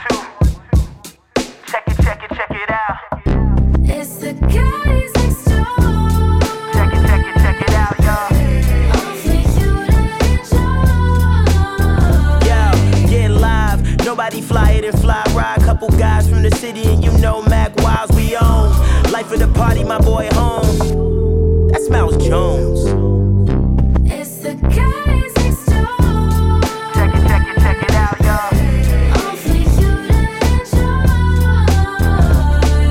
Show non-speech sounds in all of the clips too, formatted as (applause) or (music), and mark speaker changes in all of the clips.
Speaker 1: two. Check it, check it, check it out.
Speaker 2: It's the guys next
Speaker 1: Check
Speaker 2: door.
Speaker 1: it, check it, check it out, y'all.
Speaker 2: All for you to enjoy.
Speaker 3: Yo, get live. Nobody fly it and fly ride. Couple guys from the city, and you know Mac Wiles we own. Life of the party, my boy home. That's Mouse Jones.
Speaker 2: It's the guys next door.
Speaker 1: Check it, check it, check it out, y'all.
Speaker 2: All for you to enjoy.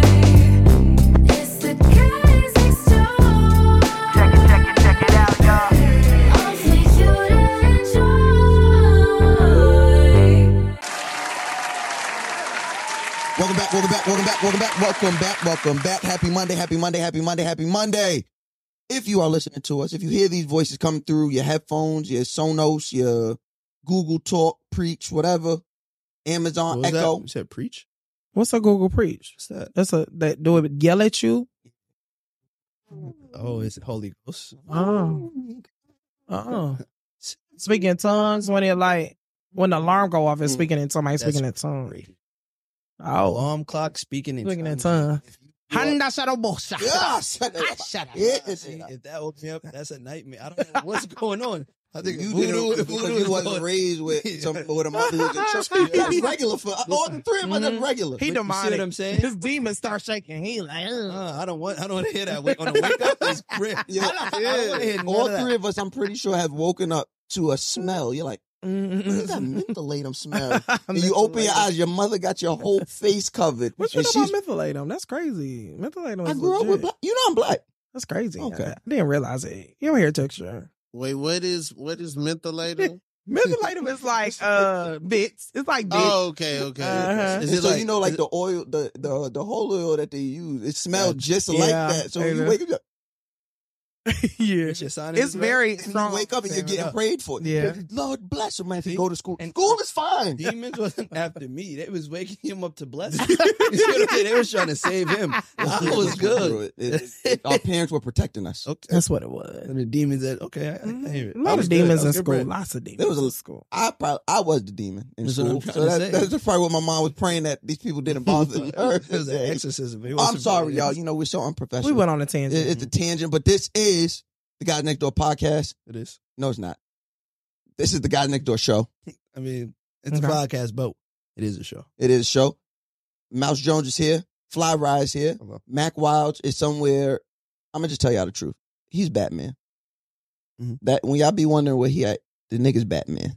Speaker 2: It's the guys next door.
Speaker 1: Check it, check it, check it out, y'all.
Speaker 2: All for you to enjoy.
Speaker 4: Welcome back, welcome back, welcome back, welcome back, welcome back, welcome back. Happy Monday, happy Monday, happy Monday, happy Monday. If you are listening to us, if you hear these voices coming through your headphones, your Sonos, your Google Talk, Preach, whatever, Amazon
Speaker 5: What was that?
Speaker 4: Echo,
Speaker 5: You said preach.
Speaker 6: What's a Google preach?
Speaker 5: What's that?
Speaker 6: That's a that do it yell at you.
Speaker 5: Oh, it's Holy Ghost.
Speaker 6: Oh,
Speaker 5: (laughs)
Speaker 6: oh. speaking in tongues when it like when the alarm go off and
Speaker 4: Mm.
Speaker 6: speaking in tongues, I ain't
Speaker 5: That's
Speaker 6: speaking in tongues.
Speaker 5: Great.
Speaker 6: Oh,
Speaker 5: Alarm clock speaking in
Speaker 6: speaking in
Speaker 5: tongues.
Speaker 6: tongues.
Speaker 4: Handa yeah, shut up.
Speaker 5: Shut up.
Speaker 4: Yeah,
Speaker 5: See,
Speaker 4: yeah.
Speaker 5: if that woke me up, that's a nightmare. I
Speaker 4: (laughs)
Speaker 5: don't know what's going on. I think
Speaker 4: you did
Speaker 5: voodoo,
Speaker 4: it
Speaker 5: voodoo
Speaker 4: because
Speaker 5: is
Speaker 4: you wasn't
Speaker 5: going-
Speaker 4: raised
Speaker 5: (laughs)
Speaker 4: with
Speaker 5: Yeah.
Speaker 4: some with a mother who was a church.
Speaker 5: (laughs)
Speaker 4: That's regular for all the three of us.
Speaker 5: Mm-hmm.
Speaker 4: That's
Speaker 6: Mhm.
Speaker 4: regular.
Speaker 6: He
Speaker 5: you see what
Speaker 6: demonic.
Speaker 5: I'm saying? (laughs)
Speaker 6: His demons start shaking. He like, ugh.
Speaker 5: Uh, I don't want. I don't want to hear that. Wait, on the wake up
Speaker 6: (laughs)
Speaker 5: is
Speaker 4: (laughs)
Speaker 5: grip.
Speaker 4: Yo,
Speaker 5: I don't, I don't want to hear none
Speaker 4: all
Speaker 5: of that.
Speaker 4: three of us, I'm pretty sure, have woken up to a smell. You're like,
Speaker 5: (laughs)
Speaker 4: what's
Speaker 6: (laughs)
Speaker 4: that
Speaker 6: Mm.
Speaker 4: mentholatum smell? And you
Speaker 6: Mentholatum.
Speaker 4: open your eyes, your mother got your whole face covered.
Speaker 6: What you
Speaker 4: and
Speaker 6: know
Speaker 4: she's,
Speaker 6: about mentholatum? That's crazy. Mentholatum.
Speaker 4: I
Speaker 6: Is
Speaker 4: grew up with
Speaker 6: legit.
Speaker 4: black. You know I'm black.
Speaker 6: That's crazy.
Speaker 4: Okay.
Speaker 6: Okay, I, didn't realize it. You don't hear texture.
Speaker 7: Wait, what is what is mentholatum?
Speaker 6: (laughs)
Speaker 5: (laughs)
Speaker 6: Mentholatum is like uh bits. It's like bits.
Speaker 7: oh, okay, okay.
Speaker 6: Uh-huh.
Speaker 5: Is
Speaker 4: And
Speaker 5: it
Speaker 4: so you know, like
Speaker 5: is
Speaker 4: the oil, the the the whole oil that they use, it smells just like
Speaker 6: Yeah,
Speaker 4: that. So
Speaker 6: I
Speaker 4: when you
Speaker 6: know.
Speaker 4: wake up,
Speaker 6: (laughs) yeah,
Speaker 5: it- is your sinus
Speaker 6: it's
Speaker 5: right?
Speaker 6: very
Speaker 4: and you
Speaker 6: strong.
Speaker 4: wake up and you're
Speaker 5: Fair
Speaker 4: getting
Speaker 5: enough.
Speaker 4: prayed for.
Speaker 6: Yeah.
Speaker 4: Lord bless him if you
Speaker 5: See?
Speaker 4: go to school.
Speaker 5: And-
Speaker 4: school is fine. (laughs)
Speaker 6: (laughs)
Speaker 5: Demons wasn't after me. They was waking him up to bless him. (laughs) You see what I'm saying? They was trying to save (laughs) him. I was good.
Speaker 4: It- it- it- our parents were protecting us.
Speaker 5: (laughs) Okay.
Speaker 6: That's what it was.
Speaker 5: And the demons said, okay, I, I hear it.
Speaker 6: Mm-hmm. A
Speaker 5: I
Speaker 6: lot
Speaker 5: was
Speaker 6: of
Speaker 5: good.
Speaker 6: demons
Speaker 5: I was
Speaker 6: in
Speaker 5: good,
Speaker 6: school.
Speaker 5: Brad.
Speaker 6: Lots of demons.
Speaker 4: There was a-
Speaker 6: in school.
Speaker 4: I probably I was the demon in
Speaker 5: That's what
Speaker 4: school.
Speaker 5: I'm trying
Speaker 4: So
Speaker 5: to
Speaker 4: that,
Speaker 5: say.
Speaker 4: that's probably what my mom was praying that these people
Speaker 6: (laughs)
Speaker 4: didn't bother her.
Speaker 5: it was
Speaker 4: (laughs)
Speaker 5: an exorcism. It
Speaker 4: I'm
Speaker 5: wasn't
Speaker 4: sorry,
Speaker 5: really-
Speaker 4: y'all. You know we're so unprofessional.
Speaker 6: We went on a
Speaker 4: It-
Speaker 6: tangent.
Speaker 4: it's a
Speaker 7: Mm-hmm.
Speaker 4: tangent, but this is the Guys Next Door podcast.
Speaker 5: It is.
Speaker 4: No, it's not. This is the Guys Next Door show.
Speaker 5: I mean, it's
Speaker 6: Okay.
Speaker 5: a podcast, but it is a show.
Speaker 4: It is a show. Mouse Jones is here. Fly Rye is here.
Speaker 5: Hello.
Speaker 4: Mac Wilds is somewhere. I'm gonna just tell y'all the truth. He's Batman.
Speaker 7: Mm-hmm.
Speaker 5: Mhm.
Speaker 4: That when y'all be wondering where he at, the nigga's Batman.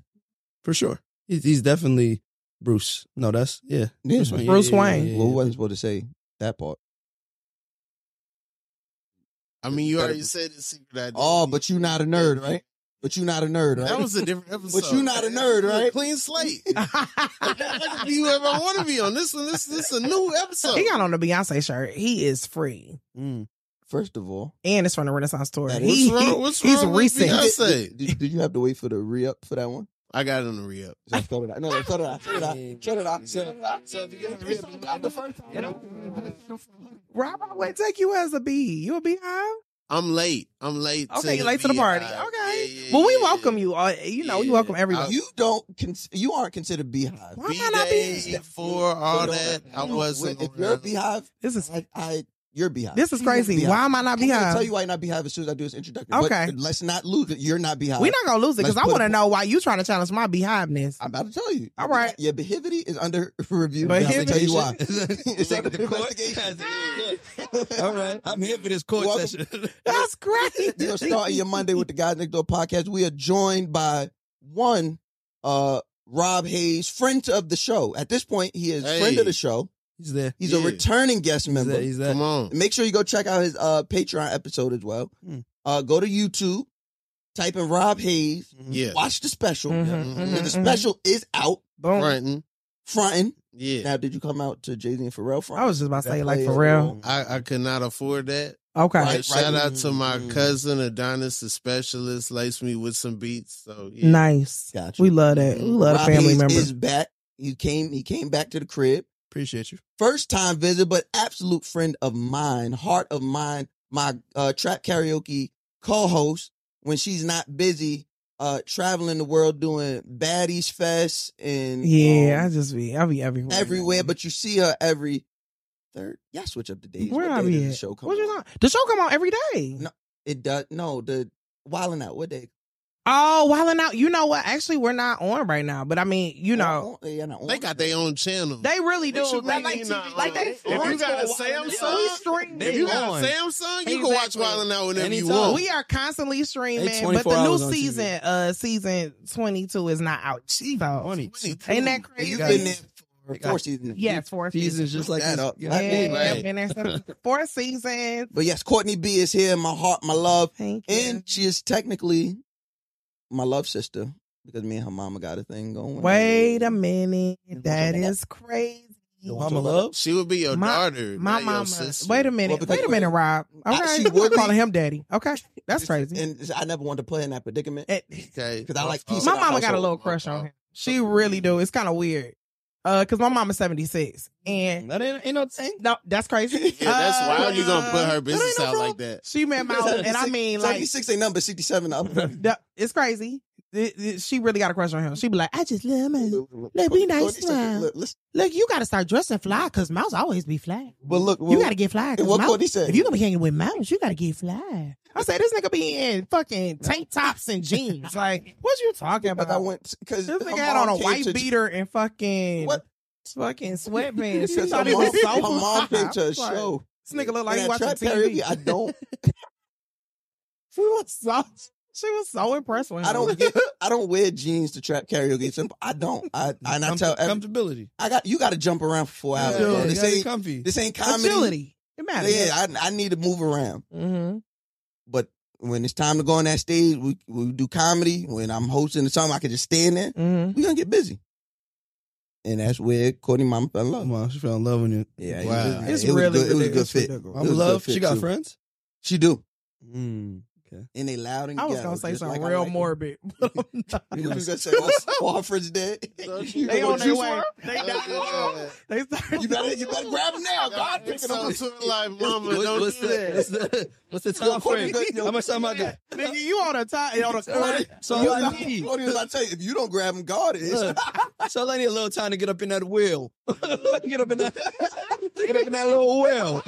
Speaker 5: For sure. He's, he's definitely Bruce. No, that's, yeah.
Speaker 4: Yeah.
Speaker 6: Bruce Wayne.
Speaker 4: Well, we wasn't supposed to say that part.
Speaker 7: I mean, you already said it's secret identity.
Speaker 4: Oh, but you not a nerd, right? But you not a nerd, right?
Speaker 7: that was a
Speaker 5: (laughs)
Speaker 7: different episode.
Speaker 4: But you not a nerd,
Speaker 7: You're a
Speaker 4: right?
Speaker 7: Clean
Speaker 6: (laughs)
Speaker 7: slate.
Speaker 4: (laughs)
Speaker 7: Whatever you ever want to be on this one? This this is a new episode.
Speaker 6: he got on the Beyonce shirt. He is free,
Speaker 5: Mm.
Speaker 4: First of all,
Speaker 6: and it's from the Renaissance tour.
Speaker 4: That
Speaker 6: He,
Speaker 4: is-
Speaker 7: What's wrong- what's
Speaker 6: he's
Speaker 7: wrong with
Speaker 6: recent.
Speaker 7: Beyonce?
Speaker 4: did,
Speaker 7: say.
Speaker 4: did- did- did you have to wait for the re up for that one?
Speaker 7: I got it on the re up.
Speaker 4: I thought it out. No, I thought it out. Shut it out. Shut it out. Shut it out. Shut it out. The first time, you know?
Speaker 6: Robert would take you as a bee. You a beehive?
Speaker 7: I'm late. I'm late.
Speaker 6: Okay,
Speaker 7: to
Speaker 6: you late to the party.
Speaker 7: beehive.
Speaker 6: Okay.
Speaker 7: Yeah, yeah,
Speaker 6: well, we
Speaker 7: yeah,
Speaker 6: welcome
Speaker 7: yeah.
Speaker 6: you. All, you know, we
Speaker 7: Yeah.
Speaker 6: welcome everyone.
Speaker 4: You don't. Cons- you aren't considered beehive.
Speaker 6: Why
Speaker 7: B
Speaker 6: am I not
Speaker 7: day
Speaker 6: being?
Speaker 7: for all
Speaker 4: You-
Speaker 7: that. I wasn't.
Speaker 4: If you're a
Speaker 7: around.
Speaker 4: beehive,
Speaker 6: This is
Speaker 4: I, I you're beehive.
Speaker 6: this is crazy.
Speaker 4: Beehive.
Speaker 6: Why am I not
Speaker 4: I'm gonna tell
Speaker 6: beehive?
Speaker 4: you why you're not beehive as soon as I do this introduction. But
Speaker 6: Okay.
Speaker 4: let's not lose it. You're not beehive.
Speaker 6: We're not gonna lose it because
Speaker 4: Let's
Speaker 6: I
Speaker 4: put
Speaker 6: want
Speaker 4: it-
Speaker 6: to know why you trying to challenge my beehiveness.
Speaker 4: I'm about to tell you.
Speaker 6: All right.
Speaker 4: Your behavity is under (laughs) review.
Speaker 6: But
Speaker 4: I'm gonna
Speaker 6: here-
Speaker 4: tell you (laughs)
Speaker 6: (laughs)
Speaker 4: why.
Speaker 5: it's
Speaker 4: It's under investigation.
Speaker 5: All right. I'm here for this court
Speaker 4: Welcome.
Speaker 5: session.
Speaker 6: That's great.
Speaker 4: You're starting your Monday with the Guys Next Door podcast. We are joined by One, uh, Rob Hayes, friend of the show. At this point, he is friend
Speaker 8: Hey.
Speaker 4: of the show.
Speaker 9: He's there.
Speaker 4: He's a
Speaker 8: Yeah.
Speaker 4: returning guest
Speaker 9: He's
Speaker 4: member.
Speaker 9: there. He's there.
Speaker 8: Come on.
Speaker 4: Make sure you go check out his uh, Patreon episode as well.
Speaker 9: Hmm.
Speaker 4: Uh, go to YouTube, type in Rob Hayes,
Speaker 8: Yeah.
Speaker 4: watch the special.
Speaker 6: Mhm,
Speaker 8: Yeah.
Speaker 4: And
Speaker 6: mhm,
Speaker 4: The
Speaker 6: mhm.
Speaker 4: special is out
Speaker 6: Boom.
Speaker 8: Frontin'.
Speaker 4: fronting.
Speaker 8: Yeah.
Speaker 4: Now, did you come out to Jay Z and Pharrell front?
Speaker 6: I was just about to
Speaker 4: That
Speaker 6: say, like,
Speaker 4: play
Speaker 6: for
Speaker 4: is
Speaker 6: real.
Speaker 4: long.
Speaker 8: I, I could not afford that.
Speaker 6: Okay.
Speaker 8: But
Speaker 4: Right,
Speaker 8: shout
Speaker 4: right.
Speaker 8: out to my
Speaker 4: Mm.
Speaker 8: cousin Adonis, the specialist, laced me with some beats. So yeah.
Speaker 6: Nice.
Speaker 4: Got you.
Speaker 6: We love that. We love
Speaker 4: Rob
Speaker 6: family
Speaker 4: Hayes
Speaker 6: members.
Speaker 4: is back. He came. He came back to the crib.
Speaker 9: Appreciate you.
Speaker 4: First time visit, but absolute friend of mine, heart of mine. My uh, trap karaoke co-host when she's not busy uh, traveling the world doing baddies fest and
Speaker 6: yeah,
Speaker 4: um,
Speaker 6: I just be, I be everywhere.
Speaker 4: everywhere. But you see her every third. Yeah, I switch up the days.
Speaker 6: where
Speaker 4: What
Speaker 6: I
Speaker 4: day
Speaker 6: be
Speaker 4: does
Speaker 6: at?
Speaker 4: The show come
Speaker 6: What you
Speaker 4: on?
Speaker 6: not? The show come on every day.
Speaker 4: No. It does. No, the wilding out. What day?
Speaker 6: Oh, wilding out. You know what? Actually, we're not on right now. But I mean, you know,
Speaker 4: Oh, yeah, not
Speaker 8: They
Speaker 4: on.
Speaker 8: got their own channel.
Speaker 6: they really do.
Speaker 8: They should
Speaker 6: They
Speaker 8: make
Speaker 6: like,
Speaker 8: you not
Speaker 6: like
Speaker 8: on.
Speaker 6: they.
Speaker 8: If you got a Samsung,
Speaker 6: we stream
Speaker 8: if you got
Speaker 9: on.
Speaker 8: a Samsung, you can watch
Speaker 6: Exactly.
Speaker 8: Wildin' Out whenever you
Speaker 9: Anytime.
Speaker 8: want.
Speaker 6: We are constantly streaming, but
Speaker 9: 24
Speaker 6: the
Speaker 9: hours
Speaker 6: new
Speaker 9: on TV.
Speaker 6: season, uh, season twenty two, is not out. She so, ain't that
Speaker 4: And
Speaker 6: crazy?
Speaker 4: you've
Speaker 9: Got
Speaker 4: been
Speaker 9: it.
Speaker 4: there for
Speaker 9: Got
Speaker 4: four
Speaker 9: it.
Speaker 4: seasons.
Speaker 6: yeah, four seasons.
Speaker 9: Seasons just like
Speaker 4: That
Speaker 9: this.
Speaker 4: up.
Speaker 9: Yeah.
Speaker 6: Yeah,
Speaker 8: Right.
Speaker 6: yeah, been
Speaker 8: (laughs)
Speaker 6: there since- four seasons.
Speaker 4: But yes, Courtney B is here. My heart, my love,
Speaker 6: Thank you.
Speaker 4: and she is technically my love sister because me and her mama got a thing going.
Speaker 6: Wait a minute, that
Speaker 4: What's up?
Speaker 6: is crazy.
Speaker 4: Yo,
Speaker 9: Mama love.
Speaker 8: She would be your
Speaker 6: My-
Speaker 8: daughter,
Speaker 6: My
Speaker 8: not your
Speaker 6: mama.
Speaker 8: sister.
Speaker 6: Wait a
Speaker 4: Well,
Speaker 6: minute.
Speaker 4: because-
Speaker 6: wait a minute, Rob.
Speaker 4: I-
Speaker 6: Okay,
Speaker 4: she
Speaker 6: you
Speaker 4: would be-
Speaker 6: calling him daddy. Okay, that's crazy.
Speaker 4: And I never wanted to put her in that predicament.
Speaker 6: Eh,
Speaker 8: Okay, uh,
Speaker 4: Because I like peace.
Speaker 6: my
Speaker 4: in our
Speaker 6: mama got a
Speaker 4: household.
Speaker 6: little crush on him. She really do. It's kind of weird. Uh, cause my mama's seventy six, and
Speaker 9: That ain't, ain't no thing.
Speaker 6: no, that's crazy.
Speaker 8: Yeah, that's
Speaker 6: Uh,
Speaker 8: wild. You gonna put her
Speaker 6: that ain't
Speaker 8: business
Speaker 6: no
Speaker 8: out
Speaker 6: problem.
Speaker 8: like that?
Speaker 6: She met my old,
Speaker 8: (laughs)
Speaker 6: and I
Speaker 4: 76 (laughs)
Speaker 6: mean like
Speaker 4: 76 ain't number, 67 up. (laughs)
Speaker 6: the- it's crazy. It- it- she really got a crush on him. She be like, I just love (laughs) him. Look, be nice
Speaker 4: Courtney said-
Speaker 6: now.
Speaker 4: look, listen,
Speaker 6: Look, you gotta start dressing fly, cause mouse always be fly.
Speaker 4: But look,
Speaker 6: you
Speaker 4: well,
Speaker 6: gotta get fly. 'cause
Speaker 4: what
Speaker 6: Mouse-
Speaker 4: Courtney said.
Speaker 6: If you gonna be hanging with mouse, you gotta get fly. I said this nigga be in fucking tank tops and jeans. Like, what you talking
Speaker 4: because
Speaker 6: about?
Speaker 4: I went because
Speaker 6: This nigga had on a white
Speaker 4: (laughs)
Speaker 6: beater and fucking
Speaker 4: What? (laughs)
Speaker 6: fucking sweatpants. She
Speaker 4: Because
Speaker 6: thought
Speaker 4: her
Speaker 6: it was
Speaker 4: mom,
Speaker 6: so
Speaker 4: (laughs) her mom
Speaker 6: fly.
Speaker 4: came to a
Speaker 6: I'm like,
Speaker 4: show.
Speaker 6: This nigga look like he
Speaker 4: And at
Speaker 6: watching
Speaker 4: Trap
Speaker 6: TV.
Speaker 4: Karaoke, I don't,
Speaker 6: (laughs) She was so she was so impressed with him.
Speaker 4: I don't
Speaker 6: (laughs)
Speaker 4: get, I don't wear jeans to trap karaoke. It's simple. I don't. I and I
Speaker 9: Com-
Speaker 4: tell, every,
Speaker 9: comfortability.
Speaker 4: I got you. Got to jump around for four hours.
Speaker 9: Yeah,
Speaker 4: bro.
Speaker 9: you
Speaker 4: This
Speaker 9: gotta be
Speaker 4: ain't,
Speaker 9: comfy.
Speaker 4: this ain't comedy.
Speaker 6: agility. It matters.
Speaker 4: Yeah, I, I need to move around.
Speaker 6: mm-hmm.
Speaker 4: But when it's time to go on that stage, we, we do comedy. When I'm hosting or something, I can just stand there.
Speaker 6: Mm-hmm.
Speaker 4: We're gonna get busy. And that's where Courtney Mama fell in love.
Speaker 9: Come on, she fell in love with you.
Speaker 4: Yeah, it
Speaker 9: Wow.
Speaker 4: was-
Speaker 6: It's
Speaker 4: it was good- it
Speaker 6: really
Speaker 4: was a good
Speaker 6: ridiculous.
Speaker 4: fit.
Speaker 6: Ridiculous.
Speaker 4: It
Speaker 9: I'm
Speaker 4: was a good
Speaker 9: love.
Speaker 4: fit,
Speaker 9: She got
Speaker 4: too.
Speaker 9: friends.
Speaker 4: She do.
Speaker 9: Mm.
Speaker 4: And they loud and
Speaker 6: I was
Speaker 4: ghetto,
Speaker 6: gonna say
Speaker 4: just
Speaker 6: something
Speaker 4: like I
Speaker 6: real
Speaker 4: like
Speaker 9: (laughs)
Speaker 4: them.
Speaker 6: morbid. (laughs) but I'm not.
Speaker 4: You was gonna say,
Speaker 6: (laughs)
Speaker 4: oh, Alfred's dead.
Speaker 6: They
Speaker 4: You
Speaker 6: on their
Speaker 9: (laughs)
Speaker 4: juice
Speaker 6: way.
Speaker 4: world?
Speaker 6: They not. (laughs) They started.
Speaker 4: You better, you
Speaker 9: (laughs)
Speaker 4: better grab him now. God,
Speaker 8: It's
Speaker 4: pick it
Speaker 8: so
Speaker 4: up.
Speaker 8: to life, mama. Don't
Speaker 9: what's,
Speaker 8: do
Speaker 9: the,
Speaker 8: that.
Speaker 9: what's the (laughs) what's the
Speaker 4: Yo,
Speaker 9: time
Speaker 4: Courtney,
Speaker 9: frame?
Speaker 4: good- yo,
Speaker 9: How much time I got?
Speaker 6: (laughs) Nigga, you on a tie? On a
Speaker 9: Alright,
Speaker 6: corner?
Speaker 9: (laughs) So
Speaker 4: you
Speaker 9: all I
Speaker 4: got-
Speaker 9: need,
Speaker 4: Courtney was about to tell you, if you don't grab him, God is. (laughs)
Speaker 9: look, so all I need a little time to get up in that wheel. (laughs) get up in that, get up in that little wheel.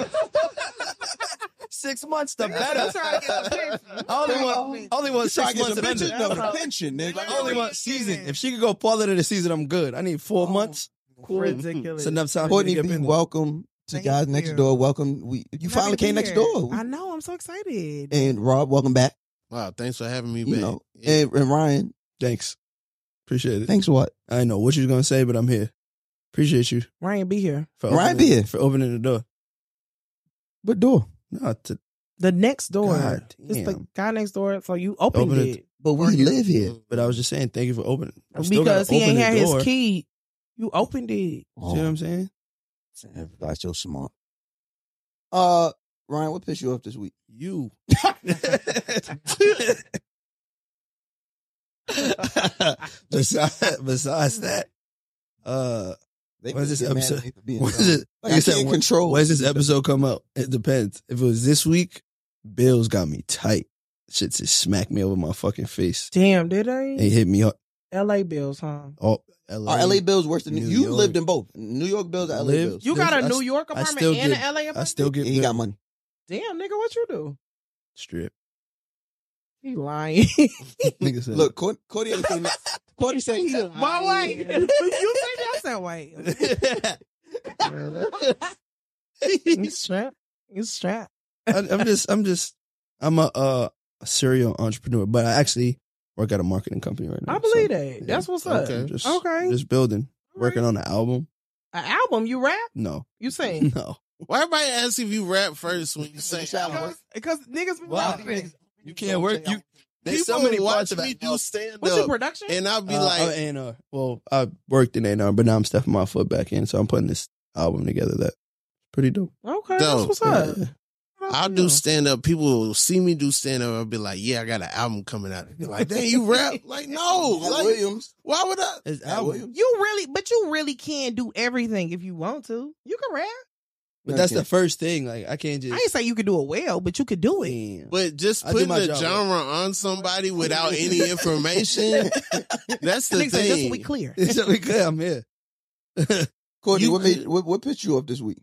Speaker 9: Six months the better. I only want, I only want six
Speaker 4: Try to get
Speaker 9: months
Speaker 4: some
Speaker 9: of
Speaker 4: pension,
Speaker 9: ending.
Speaker 4: though, pension, nigga.
Speaker 9: I only want season. If she could go farther than the season, I'm good. I need four months.
Speaker 6: Oh, Ridiculous.
Speaker 9: It's enough time for me
Speaker 4: Courtney
Speaker 9: to get up
Speaker 4: B,
Speaker 9: in there.
Speaker 4: welcome to
Speaker 6: Thank
Speaker 4: Guys Next
Speaker 6: you.
Speaker 4: Door. Welcome. We you
Speaker 6: Happy
Speaker 4: finally
Speaker 6: to be
Speaker 4: came next
Speaker 6: here.
Speaker 4: door.
Speaker 6: I know. I'm so excited.
Speaker 4: and Rob, welcome back.
Speaker 8: Wow, thanks for having me
Speaker 4: You
Speaker 8: back.
Speaker 4: know,
Speaker 8: Yeah.
Speaker 4: and, and Ryan,
Speaker 9: Thanks. Appreciate it.
Speaker 4: thanks for what?
Speaker 9: I know what you're gonna say, but I'm here. Appreciate you
Speaker 6: Ryan, be here.
Speaker 9: for
Speaker 4: Right
Speaker 9: opening,
Speaker 4: here.
Speaker 9: for opening the door.
Speaker 4: What door?
Speaker 9: No, to
Speaker 6: The next door.
Speaker 9: God
Speaker 6: it's the
Speaker 9: damn.
Speaker 6: guy next door. So you opened
Speaker 9: Open
Speaker 6: it
Speaker 9: it.
Speaker 4: But we live here.
Speaker 9: But I was just saying, thank you for opening. I still
Speaker 6: because
Speaker 9: gotta
Speaker 6: he ain't
Speaker 9: open the
Speaker 6: had
Speaker 9: door.
Speaker 6: his key. You opened it.
Speaker 9: See what I'm
Speaker 6: (laughs)
Speaker 9: saying?
Speaker 4: Everybody's so smart. Uh, Ryan, what pissed you off this week? (laughs)
Speaker 9: You. (laughs) besides, besides that, uh,
Speaker 4: They
Speaker 9: When's
Speaker 4: just
Speaker 9: this
Speaker 4: get mad at
Speaker 9: episode?
Speaker 4: me for being
Speaker 9: when's
Speaker 4: dumb.
Speaker 9: it?
Speaker 4: Like,
Speaker 9: like
Speaker 4: I
Speaker 9: I said,
Speaker 4: can't
Speaker 9: when-
Speaker 4: control.
Speaker 9: When's this episode come out? It depends. If it was this week, Bills got me tight. Shit just smacked me over my fucking (laughs) face.
Speaker 6: Damn, did
Speaker 9: They
Speaker 6: they?
Speaker 9: hit me up.
Speaker 6: L.A. Bills, huh?
Speaker 9: Oh, LA.
Speaker 4: Are LA Bills worse than New
Speaker 9: New
Speaker 4: You
Speaker 9: York.
Speaker 4: lived in both. New York Bills or LA
Speaker 9: Live-
Speaker 4: Bills.
Speaker 6: You got
Speaker 9: I
Speaker 6: a
Speaker 9: s-
Speaker 6: New York
Speaker 9: I
Speaker 6: apartment
Speaker 9: still
Speaker 6: and
Speaker 9: get-
Speaker 6: an L.A.
Speaker 9: I
Speaker 6: apartment.
Speaker 9: still get
Speaker 4: And he
Speaker 9: bills.
Speaker 4: got money.
Speaker 6: Damn, nigga, what you do?
Speaker 9: strip.
Speaker 6: He lying. (laughs)
Speaker 9: Nigga said,
Speaker 4: Look, Cor- Cody, had a thing that- Cody said he lying.
Speaker 6: My white. (laughs) you think that's that white?
Speaker 9: (laughs)
Speaker 4: (laughs)
Speaker 6: You strapped. You strapped.
Speaker 9: I, I'm just, I'm just, I'm a, uh, a serial entrepreneur, but I actually
Speaker 4: work at a marketing company right now.
Speaker 6: I believe that. That's what's up.
Speaker 4: I'm Just,
Speaker 6: Okay.
Speaker 4: Just building, working on the album.
Speaker 6: An album, you rap,
Speaker 4: No,
Speaker 6: you sing.
Speaker 4: (laughs) no.
Speaker 10: (laughs) Why everybody ask if you rap first when you sing?
Speaker 6: Because because niggas be
Speaker 4: Well,
Speaker 6: rapping.
Speaker 4: You can't work. You
Speaker 10: People
Speaker 4: there's so many
Speaker 10: watch
Speaker 4: parts of
Speaker 10: me
Speaker 4: that
Speaker 10: do stand
Speaker 6: What's your
Speaker 10: up,
Speaker 6: production?
Speaker 10: and I'll be
Speaker 4: Uh,
Speaker 10: like,
Speaker 4: oh, A&R. Well, I worked in A&R, but now I'm stepping my foot back in, so I'm putting this album together. That's pretty dope.
Speaker 6: okay,
Speaker 10: dope.
Speaker 6: that's what's up.
Speaker 4: Yeah.
Speaker 10: I'll do stand up. People will see me do stand up. I'll be like, yeah, I got an album coming out. They'll Be like, dang,
Speaker 6: (laughs)
Speaker 10: you rap? Like, no.
Speaker 3: Matt
Speaker 10: Like,
Speaker 3: Williams.
Speaker 10: why would I?
Speaker 4: It's
Speaker 3: Matt
Speaker 4: album.
Speaker 3: Williams.
Speaker 6: You really, but you really can do everything if you want to. You can rap.
Speaker 4: But that's
Speaker 3: Okay.
Speaker 4: the first thing. Like I can't just.
Speaker 6: I ain't say you can do it well, but you could do it.
Speaker 4: Damn.
Speaker 10: But just
Speaker 4: I do
Speaker 10: putting
Speaker 4: my
Speaker 10: the
Speaker 4: job.
Speaker 10: genre on somebody without any
Speaker 3: (laughs)
Speaker 10: information,
Speaker 6: (laughs)
Speaker 10: that's the
Speaker 6: Niggas say, just so
Speaker 10: thing.
Speaker 6: we clear.
Speaker 4: so we good.
Speaker 10: (laughs)
Speaker 4: I'm here.
Speaker 3: Courtney,
Speaker 10: You
Speaker 3: what, made, what what pissed you off this week?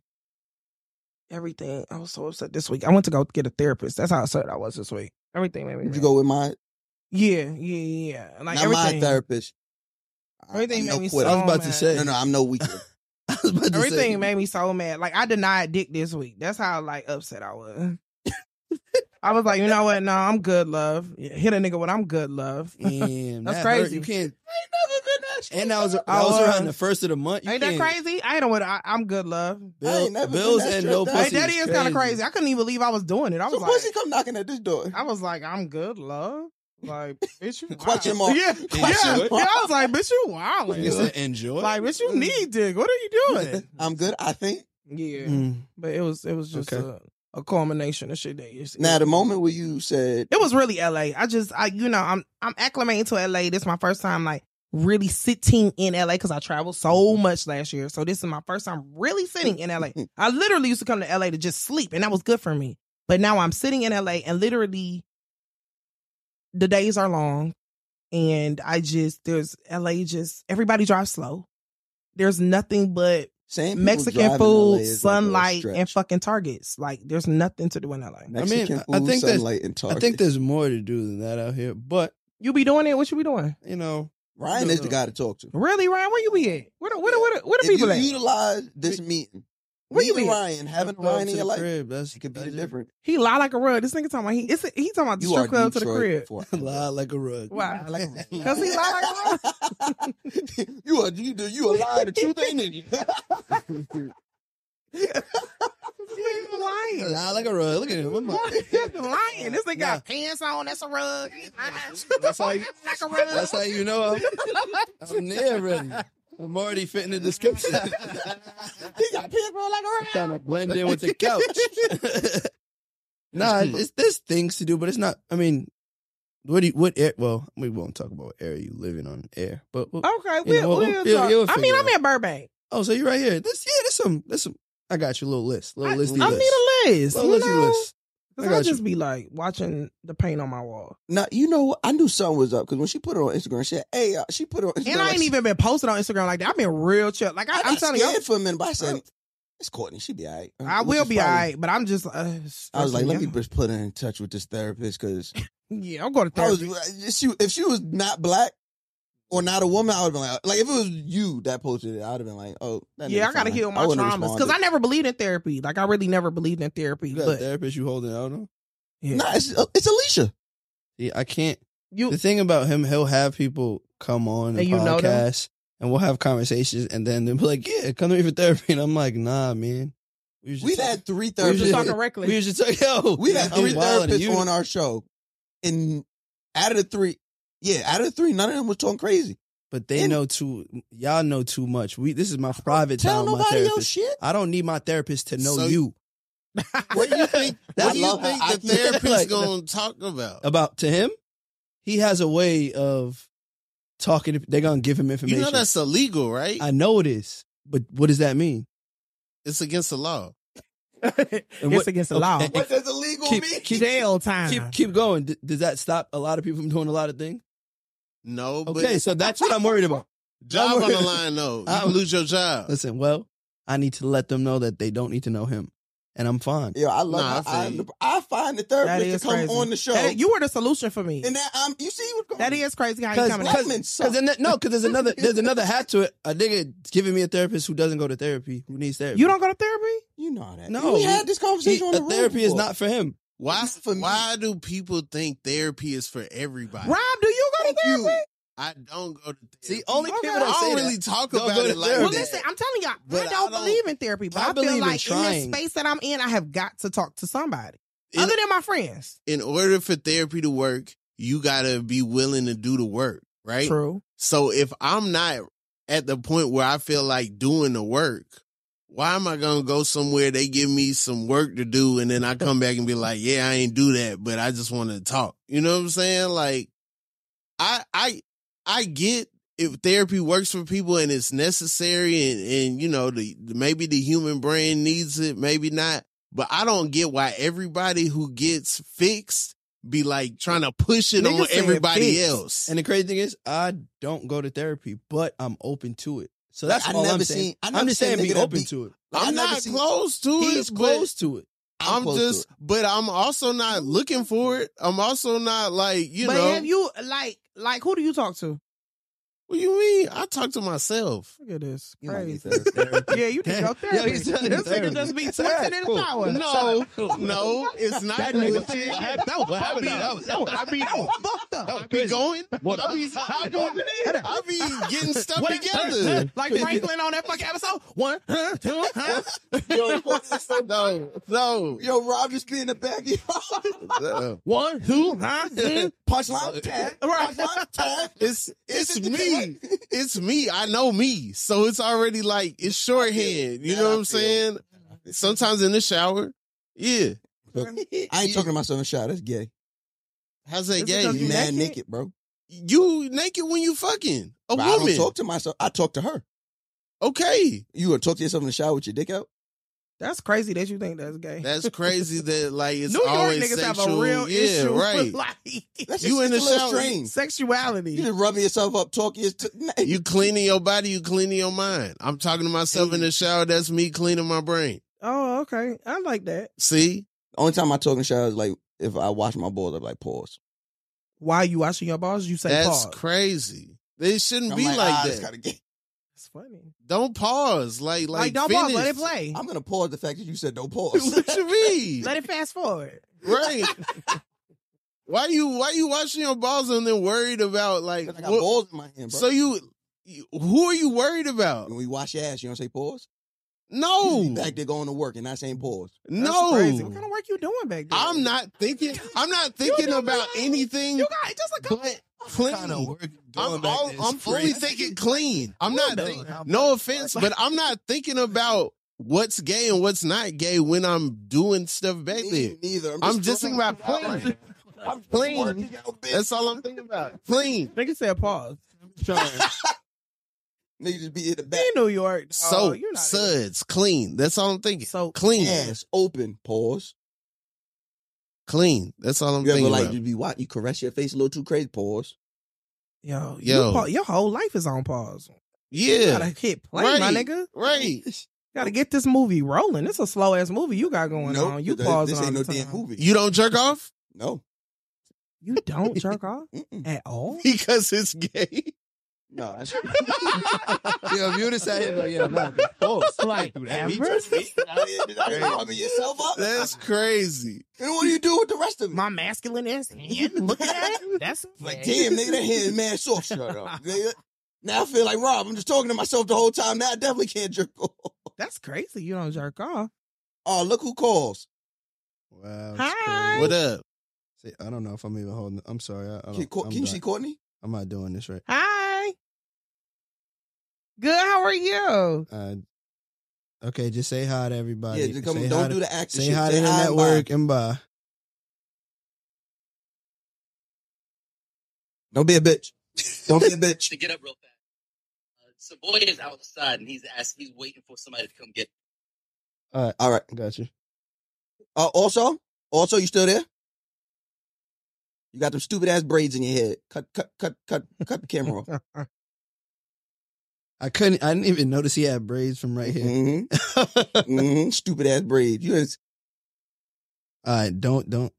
Speaker 6: Everything. I was so upset this week. I went to go get a therapist. That's how upset I was this week. Everything made me.
Speaker 3: Did you
Speaker 6: mad.
Speaker 3: go with my
Speaker 6: Yeah, yeah, yeah. yeah. Like
Speaker 3: not my
Speaker 6: everything.
Speaker 3: therapist? I-
Speaker 6: Everything
Speaker 3: I'm
Speaker 6: made
Speaker 3: no
Speaker 6: me
Speaker 3: quitter.
Speaker 4: I was
Speaker 6: Oh,
Speaker 4: about to
Speaker 6: man.
Speaker 4: say.
Speaker 3: No, no, I'm no weaker.
Speaker 4: (laughs) I was about to say.
Speaker 6: Everything made me so mad. Like I denied dick this week. That's how like upset
Speaker 4: (laughs)
Speaker 6: I was. I was like, you know what? No, I'm good, love. Yeah, hit a nigga with I'm good, love. (laughs)
Speaker 4: Damn,
Speaker 6: That's
Speaker 4: that hurt.
Speaker 6: crazy.
Speaker 4: You can't.
Speaker 6: Ain't
Speaker 4: (laughs) And I was, I
Speaker 6: I
Speaker 4: was
Speaker 6: was.
Speaker 4: around the first of the month. You
Speaker 6: that
Speaker 4: can't-
Speaker 6: crazy? I ain't know what I, I'm good, love.
Speaker 3: I
Speaker 4: Bill,
Speaker 3: ain't never been
Speaker 4: bills
Speaker 3: that
Speaker 4: and no
Speaker 3: stressed out.
Speaker 4: pussy.
Speaker 6: Like that is kind of crazy. I couldn't even believe I was doing it. I
Speaker 3: So
Speaker 6: was
Speaker 3: pussy
Speaker 6: like,
Speaker 3: come knocking at this door.
Speaker 6: I was like, I'm good, love. Like, bitch, you wild.
Speaker 3: Question mark.
Speaker 6: Yeah, yeah,
Speaker 3: Question
Speaker 6: yeah.
Speaker 3: mark.
Speaker 6: I was like, bitch, you wild.
Speaker 4: It's an enjoy.
Speaker 6: Like,
Speaker 4: Mm.
Speaker 6: bitch, you need dick. What are you
Speaker 4: (laughs)
Speaker 6: doing?
Speaker 3: I'm good. I think
Speaker 6: Yeah,
Speaker 4: Mm.
Speaker 6: but it was it was just
Speaker 4: Okay.
Speaker 6: a, a culmination of shit that you see.
Speaker 3: now the moment where you said
Speaker 6: it was really LA. I just I you know I'm I'm acclimating to LA. This is my first time like really sitting in LA because I traveled so much last year. So this is my first time really sitting in
Speaker 3: (laughs)
Speaker 6: LA. I literally used to come to LA to just sleep, and that was good for me. But now I'm sitting in LA, and literally the days are long, and I just there's LA just everybody drives slow. There's nothing but
Speaker 3: saying people
Speaker 6: Mexican
Speaker 3: driving in LA is
Speaker 6: food,
Speaker 3: like a
Speaker 6: sunlight,
Speaker 3: stretch.
Speaker 6: and fucking targets. Like there's nothing to do in LA.
Speaker 3: Mexican
Speaker 4: I
Speaker 3: food,
Speaker 4: think that's-
Speaker 3: sunlight, and
Speaker 4: I
Speaker 3: Target.
Speaker 4: think there's more to do than that out here. But
Speaker 6: You be doing it? What you be doing?
Speaker 4: you know,
Speaker 3: Ryan is the guy to talk to.
Speaker 6: Really, Ryan? Where you be at? Where the where the where the, where the
Speaker 3: if
Speaker 6: people
Speaker 3: you
Speaker 6: at?
Speaker 3: utilize this meeting,
Speaker 6: Where you
Speaker 3: meeting
Speaker 6: at?
Speaker 3: Ryan, having
Speaker 4: Go up
Speaker 3: Ryan
Speaker 4: to
Speaker 3: in your
Speaker 4: the
Speaker 3: life,
Speaker 4: crib, That's
Speaker 3: it could be
Speaker 4: that's
Speaker 3: the difference.
Speaker 6: He lie like a rug. This nigga talking about he it's, he talking about the
Speaker 3: You are
Speaker 6: strip club to the
Speaker 3: Detroit
Speaker 6: crib.
Speaker 4: (laughs)
Speaker 3: forever.
Speaker 4: Lie like a rug.
Speaker 6: Why?
Speaker 3: Like,
Speaker 4: (laughs)
Speaker 6: Cause he lie like a rug.
Speaker 3: (laughs) you are you do you a lie the truth ain't in
Speaker 6: (laughs)
Speaker 3: you.
Speaker 6: This nigga lying.
Speaker 4: Lie like a rug. Look at him. What
Speaker 6: (laughs)
Speaker 4: the-
Speaker 6: He's lying. This nigga got pants on. That's a rug.
Speaker 4: That's how you-
Speaker 6: like a rug.
Speaker 4: That's how you know I'm, I'm there ready. I'm already fitting the
Speaker 6: (laughs)
Speaker 4: description.
Speaker 3: he got pissed bro like a
Speaker 4: trying to blend in with the couch. (laughs) nah, it's there's things to do, but it's not. I mean, what do you, what? Air, well, we won't talk about what area you living on air, but well,
Speaker 6: Okay,
Speaker 4: You
Speaker 6: we
Speaker 4: know,
Speaker 6: will
Speaker 4: we'll-
Speaker 6: we'll
Speaker 4: we'll-
Speaker 6: talk.
Speaker 4: we'll
Speaker 6: I mean,
Speaker 4: figure
Speaker 6: I'm
Speaker 4: it
Speaker 6: in Burbank.
Speaker 4: oh, so you're right here. This yeah, there's some there's some. I got you, little list, little
Speaker 6: I,
Speaker 4: listy
Speaker 6: I
Speaker 4: list.
Speaker 6: need a list.
Speaker 4: Little
Speaker 6: you
Speaker 4: listy
Speaker 6: know?
Speaker 4: list. I
Speaker 6: 'Cause I,
Speaker 4: got
Speaker 6: just
Speaker 4: you.
Speaker 6: be like watching the paint on my wall,
Speaker 3: Now you know what? I knew something was up because when she put it on Instagram, she said, "Hey, uh, she put it on." Instagram,
Speaker 6: and I
Speaker 3: like,
Speaker 6: ain't even been posted on Instagram like that. I've been real chill. Like I,
Speaker 3: I
Speaker 6: I'm telling you, I'm-
Speaker 3: for a minute, but I said, "It's Courtney. She be all right."
Speaker 6: I
Speaker 3: Which
Speaker 6: will
Speaker 3: is
Speaker 6: be all
Speaker 3: probably-
Speaker 6: right, but I'm just. Uh,
Speaker 3: I was like, "Let me
Speaker 6: stressing
Speaker 3: just put her in touch with this therapist because
Speaker 6: out. Yeah, I'm going to
Speaker 3: I was uh,
Speaker 6: therapy.
Speaker 3: if she if she was not black or not a woman, I would have been like, like if it was you that posted it, I would have been like, oh, that
Speaker 6: yeah,
Speaker 3: nigga
Speaker 6: I gotta
Speaker 3: fine.
Speaker 6: heal
Speaker 3: I
Speaker 6: my
Speaker 3: wouldn't have
Speaker 6: traumas because I
Speaker 3: responded.
Speaker 6: never believed in therapy. Like I really never believed in therapy.
Speaker 4: You got a
Speaker 6: but
Speaker 4: therapist you holding out on?
Speaker 6: yeah.
Speaker 3: Nah, it's, uh, it's Alicia.
Speaker 4: Yeah, I can't.
Speaker 6: you
Speaker 4: The thing about him, he'll have people come on the
Speaker 6: And you know them?
Speaker 4: podcast, and we'll have conversations, and then they'll be like, "Yeah, come to me for therapy," and I'm like, "Nah, man." We was just
Speaker 3: We've
Speaker 4: talking-
Speaker 3: had three
Speaker 4: We was
Speaker 6: just
Speaker 4: just-
Speaker 3: therapists.
Speaker 6: talking reckless.
Speaker 4: We was just like, yo,
Speaker 3: We've had
Speaker 4: I'm
Speaker 3: three
Speaker 4: wilding.
Speaker 3: therapists
Speaker 4: You-
Speaker 3: on our show, and out of the three, yeah, out of the three, none of them was talking crazy.
Speaker 4: But they
Speaker 3: And-
Speaker 4: know too. Y'all know too much. We this is my private
Speaker 3: Tell
Speaker 4: time. with My
Speaker 3: nobody your
Speaker 4: therapist.
Speaker 3: shit.
Speaker 4: I don't need my therapist to know
Speaker 10: So-
Speaker 4: you.
Speaker 10: (laughs) What do you
Speaker 4: (laughs)
Speaker 10: think?
Speaker 4: I
Speaker 10: What do you
Speaker 3: love how
Speaker 10: think
Speaker 3: I
Speaker 10: the
Speaker 4: (laughs)
Speaker 3: keep-
Speaker 10: therapist
Speaker 4: like-
Speaker 10: gonna talk about?
Speaker 4: About to him, he has a way of talking. To, they're gonna give him
Speaker 10: You
Speaker 4: information.
Speaker 10: know that's illegal, right?
Speaker 4: I know it is, but what does
Speaker 6: (laughs)
Speaker 4: that mean?
Speaker 10: It's against the law.
Speaker 4: (laughs)
Speaker 6: it's
Speaker 4: what-
Speaker 6: against the
Speaker 4: okay,
Speaker 6: law.
Speaker 4: and-
Speaker 3: What does illegal
Speaker 4: Keep-
Speaker 3: mean?
Speaker 4: keep-
Speaker 6: Jail time.
Speaker 4: Keep keep going. D- does that stop a lot of people from doing a lot of things?
Speaker 10: No, but
Speaker 4: Okay, so that's what I'm worried about.
Speaker 10: job on the
Speaker 4: I'm-
Speaker 10: line though. You
Speaker 4: I'm-
Speaker 10: can lose your job.
Speaker 4: Listen, well, I need to let them know that they don't need to know him, and I'm fine.
Speaker 3: Yeah, I love.
Speaker 10: Nah, I
Speaker 3: how I,
Speaker 10: feel you.
Speaker 3: I find the
Speaker 6: that
Speaker 3: therapist
Speaker 6: is
Speaker 3: to come
Speaker 6: crazy.
Speaker 3: on the show,
Speaker 6: That- you were the solution for me.
Speaker 3: and that I'm. You see what's going
Speaker 6: that
Speaker 3: on?
Speaker 6: is crazy how you
Speaker 4: Cause-
Speaker 6: coming.
Speaker 3: cause-
Speaker 6: Cause,
Speaker 3: Women suck.
Speaker 4: Cause then, that- no, because there's another
Speaker 3: (laughs)
Speaker 4: there's another hat to it. A nigga giving me a therapist who doesn't go to therapy, who needs therapy.
Speaker 6: you don't go to therapy?
Speaker 3: You know that.
Speaker 4: No,
Speaker 3: we
Speaker 4: we-
Speaker 3: had this
Speaker 4: He-
Speaker 3: conversation on
Speaker 4: a
Speaker 3: the road
Speaker 4: therapy is
Speaker 3: before.
Speaker 4: not for him.
Speaker 10: Why?
Speaker 3: Not for me.
Speaker 10: why do people think therapy is for everybody?
Speaker 6: Rob, do you go to thank you.
Speaker 4: I don't go to therapy.
Speaker 5: See, only people
Speaker 4: I
Speaker 5: that say
Speaker 4: don't
Speaker 5: that
Speaker 4: really talk
Speaker 5: don't
Speaker 4: about
Speaker 5: go to
Speaker 4: it like
Speaker 5: therapy.
Speaker 3: Well,
Speaker 4: that.
Speaker 3: listen, I'm telling y'all,
Speaker 5: But
Speaker 3: I
Speaker 5: I
Speaker 3: don't
Speaker 5: don't-
Speaker 3: believe in therapy, but
Speaker 5: I
Speaker 3: I,
Speaker 5: believe
Speaker 3: feel
Speaker 5: in
Speaker 3: like in, this
Speaker 5: trying.
Speaker 3: space that I'm in, I have got to talk to somebody
Speaker 4: In-
Speaker 3: other than my friends.
Speaker 4: in order for therapy to work, you gotta be willing to do the work, right?
Speaker 3: True.
Speaker 4: So if I'm not at the point where I feel like doing the work, why am I gonna go somewhere they give me some work to do and then I come back and be like, yeah, I ain't do that, but I just want to talk. You know what I'm saying? Like, I I I get if therapy works for people and it's necessary and and you know the maybe the human brain needs it, maybe not. But I don't get why everybody who gets fixed be like trying to push it
Speaker 5: Niggas
Speaker 4: on
Speaker 5: saying
Speaker 4: everybody
Speaker 5: fixed.
Speaker 4: else.
Speaker 5: And the crazy thing is, I don't go to therapy, but I'm open to it. So that's
Speaker 6: Like, I
Speaker 5: all
Speaker 6: never
Speaker 5: I'm saying.
Speaker 6: seen- I
Speaker 5: I'm
Speaker 6: never
Speaker 5: just
Speaker 6: seen a
Speaker 5: saying, be
Speaker 6: nigga that
Speaker 5: open
Speaker 6: be-
Speaker 5: to it.
Speaker 6: I've
Speaker 4: I'm
Speaker 6: never
Speaker 4: not
Speaker 6: seen-
Speaker 4: close to
Speaker 5: He's
Speaker 4: it. but
Speaker 5: close to it.
Speaker 4: I'm
Speaker 6: close to
Speaker 4: just, but I'm also not looking for it. I'm also not like you
Speaker 3: but
Speaker 4: know.
Speaker 3: have you like like who do you talk to?
Speaker 4: what you mean? I talk to myself.
Speaker 3: Look at this.
Speaker 6: You might need
Speaker 3: Crazy. (laughs)
Speaker 6: therapy.
Speaker 3: Yeah, you need
Speaker 6: (laughs)
Speaker 3: your therapy.
Speaker 5: Yo, he's
Speaker 3: this
Speaker 5: telling
Speaker 3: nigga
Speaker 5: therapy.
Speaker 3: just be twisting
Speaker 5: Alright,
Speaker 3: in the
Speaker 5: cool.
Speaker 3: shower.
Speaker 4: No, no, it's not.
Speaker 5: That nigga said- that- that was- that was- that was- that was-
Speaker 4: I be,
Speaker 5: fucked up.
Speaker 4: I be going. I be, I be, I be getting stuff together.
Speaker 6: (laughs)
Speaker 3: Like Franklin on that fucking episode. One, huh, two, huh.
Speaker 4: (laughs)
Speaker 3: (laughs)
Speaker 4: No, no,
Speaker 6: Yo, Rob just be in the backyard.
Speaker 3: Hmm?
Speaker 4: no.
Speaker 3: One, two, huh? hmm.
Speaker 6: (laughs) Punchline tag.
Speaker 3: Right.
Speaker 6: Punchline tag.
Speaker 4: It's it's me.
Speaker 6: (laughs)
Speaker 4: It's me. I know me. So it's already like it's shorthand. You
Speaker 6: That
Speaker 4: know
Speaker 6: I
Speaker 4: what I'm
Speaker 6: feel.
Speaker 4: saying? Sometimes in the shower. Yeah. (laughs)
Speaker 6: I ain't talking to myself in shot. That's gay.
Speaker 4: How's that
Speaker 3: Is it
Speaker 4: gay?
Speaker 3: just
Speaker 6: You
Speaker 3: You
Speaker 6: mad
Speaker 3: naked?
Speaker 6: naked, bro.
Speaker 4: You naked when you fucking a
Speaker 6: But I
Speaker 4: woman.
Speaker 6: don't talk to myself. I talk to her. (laughs)
Speaker 4: okay,
Speaker 6: You gonna talk to yourself in the shower with your dick out?
Speaker 3: That's crazy that you think that's gay.
Speaker 4: that's crazy that like it's
Speaker 3: New York
Speaker 4: always
Speaker 3: niggas
Speaker 4: sexual.
Speaker 3: have a real
Speaker 4: yeah,
Speaker 3: issue
Speaker 4: right.
Speaker 3: with
Speaker 6: (laughs)
Speaker 3: like
Speaker 6: That's
Speaker 4: You
Speaker 6: just,
Speaker 4: in
Speaker 6: it's
Speaker 4: the
Speaker 6: a little
Speaker 4: shower. (laughs)
Speaker 6: strange.
Speaker 3: sexuality.
Speaker 6: You just rubbing yourself up, talking. Your t-
Speaker 4: You cleaning your body, you cleaning your mind. I'm talking to myself in the shower. That's me cleaning my brain.
Speaker 3: Oh, okay. I like that.
Speaker 4: See,
Speaker 6: Only time I talk in the shower is like if I wash my balls. I'm like pause.
Speaker 3: Why you washing your balls? You say
Speaker 4: that's
Speaker 3: pause.
Speaker 4: crazy. It shouldn't
Speaker 6: I'm
Speaker 4: be like,
Speaker 6: ah,
Speaker 4: that.
Speaker 6: that's kinda
Speaker 4: (laughs)
Speaker 6: gay.
Speaker 3: That's funny.
Speaker 4: Don't pause. Like
Speaker 3: Like,
Speaker 4: like,
Speaker 3: don't
Speaker 4: finish.
Speaker 3: pause. Let it play.
Speaker 6: I'm gonna pause the fact that you said no
Speaker 4: (laughs)
Speaker 6: pause. (laughs)
Speaker 4: what you mean?
Speaker 3: Let it fast forward.
Speaker 4: right. why you why you washing your balls and then worried about like
Speaker 6: I got
Speaker 4: what-
Speaker 6: balls in my hand, bro.
Speaker 4: So you, you- who are you worried about?
Speaker 6: when we wash your ass, you don't say pause. You
Speaker 4: No,
Speaker 6: be back there going to work and not saying pause.
Speaker 3: That's
Speaker 4: no.
Speaker 3: crazy. What kind of work you doing back
Speaker 4: (laughs)
Speaker 3: there?
Speaker 4: I'm not thinking. I'm not thinking
Speaker 3: do
Speaker 4: about
Speaker 3: not.
Speaker 4: anything.
Speaker 3: You got just like
Speaker 4: but clean. I'm, all, I'm only
Speaker 6: (laughs)
Speaker 4: thinking clean. I'm
Speaker 3: Well
Speaker 4: not.
Speaker 3: done.
Speaker 4: think- no offense, but I'm not thinking about what's gay and what's not gay when I'm doing stuff back there.
Speaker 6: Me neither.
Speaker 4: I'm just thinking about clean.
Speaker 6: playing. (laughs) I'm clean.
Speaker 4: That's all I'm thinking about. Clean.
Speaker 3: Nigga said pause.
Speaker 6: (laughs) Niggas just be in the back,
Speaker 3: In New York. dog.
Speaker 4: So
Speaker 3: Oh, You're not
Speaker 4: suds clean. That's all I'm thinking.
Speaker 3: So-
Speaker 4: clean,
Speaker 6: ass open, pause.
Speaker 4: clean. That's all I'm
Speaker 6: You ever
Speaker 4: thinking
Speaker 6: like
Speaker 4: about.
Speaker 6: just be what? You caress your face a little too crazy, pause.
Speaker 3: Yo, yo.
Speaker 4: Yo.
Speaker 3: You pa- your whole life is on pause. You
Speaker 4: Yeah,
Speaker 3: gotta hit play, my nigga.
Speaker 4: right.
Speaker 3: (laughs) Gotta get this movie rolling. It's a slow ass movie you got going
Speaker 6: Nope,
Speaker 3: on. You
Speaker 6: this-
Speaker 3: pause
Speaker 6: This
Speaker 3: all
Speaker 6: ain't no
Speaker 3: the
Speaker 6: damn
Speaker 3: time.
Speaker 6: movie.
Speaker 4: You don't jerk off (laughs)
Speaker 6: no.
Speaker 3: You don't jerk off
Speaker 6: (laughs) Mm-mm.
Speaker 3: at all.
Speaker 4: because it's gay.
Speaker 3: (laughs)
Speaker 6: No. that's-
Speaker 5: Yo, if you just sat here like, yeah, nah, pause. Like,
Speaker 3: Ever?
Speaker 6: I'm yourself up.
Speaker 3: (laughs)
Speaker 4: That's crazy.
Speaker 6: And what do you do with the rest of it?
Speaker 3: My masculine ass hand. Look at that. (laughs) That's
Speaker 6: Like, damn, nigga, that hand is mad soft. Shut up, nigga. Now I feel like Rob. I'm just talking to myself the whole time. Now I definitely can't jerk (laughs) off.
Speaker 3: That's crazy. You don't jerk off.
Speaker 6: Oh, look who calls.
Speaker 5: Wow.
Speaker 3: Hi.
Speaker 4: What up?
Speaker 5: See, I don't know if I'm even holding. I'm sorry. I, I don't,
Speaker 6: Can, Cor-
Speaker 5: I'm,
Speaker 6: can you
Speaker 5: not,
Speaker 6: see Courtney?
Speaker 5: I'm not doing this right.
Speaker 3: Hi. Good. How are you?
Speaker 5: Uh, okay, just say hi to everybody.
Speaker 6: Yeah, just come.
Speaker 5: say hi
Speaker 6: Don't
Speaker 5: to,
Speaker 6: do the accent.
Speaker 5: Say
Speaker 6: shit.
Speaker 5: hi to the
Speaker 6: and bye.
Speaker 5: network and bye.
Speaker 6: Don't be
Speaker 11: (laughs)
Speaker 6: a bitch. Don't be a bitch.
Speaker 11: to get up real fast. Uh, so boy is outside and he's asked, he's waiting for somebody to come get.
Speaker 5: All right,
Speaker 6: All right.
Speaker 5: got you.
Speaker 6: Uh, also, also, you still there? You got them stupid ass braids in your head. Cut, cut, cut, cut, cut the camera
Speaker 5: (laughs)
Speaker 6: off.
Speaker 5: I couldn't. I didn't even notice he had braids from right here.
Speaker 6: hmm
Speaker 4: (laughs)
Speaker 6: hmm Stupid ass braids. You is,
Speaker 5: All right, don't
Speaker 4: (laughs)
Speaker 5: don't.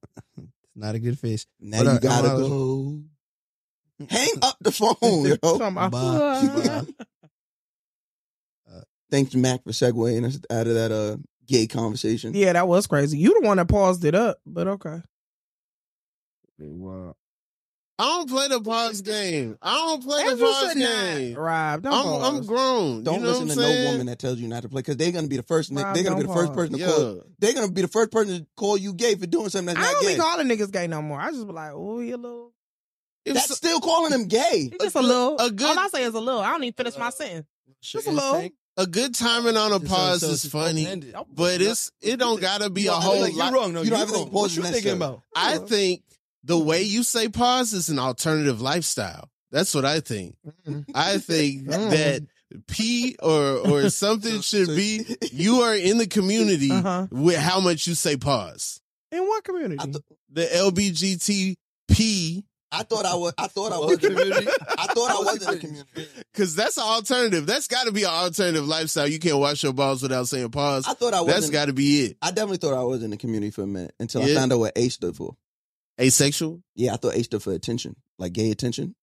Speaker 5: Not a good face.
Speaker 6: now
Speaker 5: What
Speaker 6: you
Speaker 5: up,
Speaker 6: gotta
Speaker 5: Kamala?
Speaker 6: go.
Speaker 4: (laughs)
Speaker 6: Hang up the phone, yo.
Speaker 3: Talking about,
Speaker 6: (laughs)
Speaker 5: Bye.
Speaker 4: Uh,
Speaker 6: Thanks, Mac, for segueing us out of that uh gay conversation.
Speaker 3: yeah, that was crazy. You the one that paused it up, but okay.
Speaker 5: Wow.
Speaker 4: I don't play the pause game. I don't play the
Speaker 3: Andrew
Speaker 4: pause
Speaker 3: said not,
Speaker 4: game.
Speaker 3: Rob, don't
Speaker 4: I'm, I'm
Speaker 3: pause.
Speaker 4: grown.
Speaker 6: Don't
Speaker 4: you know
Speaker 6: listen
Speaker 4: what
Speaker 6: to
Speaker 4: I'm saying?
Speaker 6: no woman that tells you not to play because they're gonna be the first. ni-
Speaker 3: Rob,
Speaker 6: they're gonna be the
Speaker 3: don't
Speaker 6: first
Speaker 3: pause.
Speaker 6: person to
Speaker 4: Yeah.
Speaker 6: call. They're gonna be the first person to call you gay for doing something that's
Speaker 3: I
Speaker 6: not
Speaker 3: don't
Speaker 6: gay.
Speaker 3: be calling niggas gay no more. I just be like, oh, you a little.
Speaker 4: If
Speaker 6: that's
Speaker 4: so-
Speaker 6: still calling them gay.
Speaker 3: It's just a, little.
Speaker 4: a good- Uh,
Speaker 3: all I say is a little. I don't even finish my sentence. Just a little.
Speaker 4: a good timing on a pause is funny, but it's it don't gotta be a whole
Speaker 6: like,
Speaker 4: lot.
Speaker 5: you wrong. No,
Speaker 6: you
Speaker 5: you wrong.
Speaker 6: don't have to think
Speaker 5: What
Speaker 6: pause
Speaker 5: you
Speaker 6: is
Speaker 5: thinking
Speaker 6: necessary.
Speaker 5: about?
Speaker 4: I think the way you say pause is an alternative lifestyle. That's what I think.
Speaker 6: (laughs)
Speaker 4: I think that P or or something should be you
Speaker 6: (laughs)
Speaker 4: are in the community
Speaker 3: Uh-huh.
Speaker 4: with how much you say pause.
Speaker 3: In what community?
Speaker 6: I th-
Speaker 4: The LBGTP
Speaker 6: I thought I was. I thought I was. I thought I was in the community.
Speaker 4: because that's an alternative. That's got to be an alternative lifestyle. You can't wash your balls without saying pause.
Speaker 6: I thought I was.
Speaker 4: That's
Speaker 6: in-
Speaker 4: got to be it.
Speaker 6: I definitely thought I was in the community for a minute until I
Speaker 4: Yeah.
Speaker 6: found out what A stood for.
Speaker 4: Asexual.
Speaker 6: Yeah, I thought A stood for attention, like gay attention,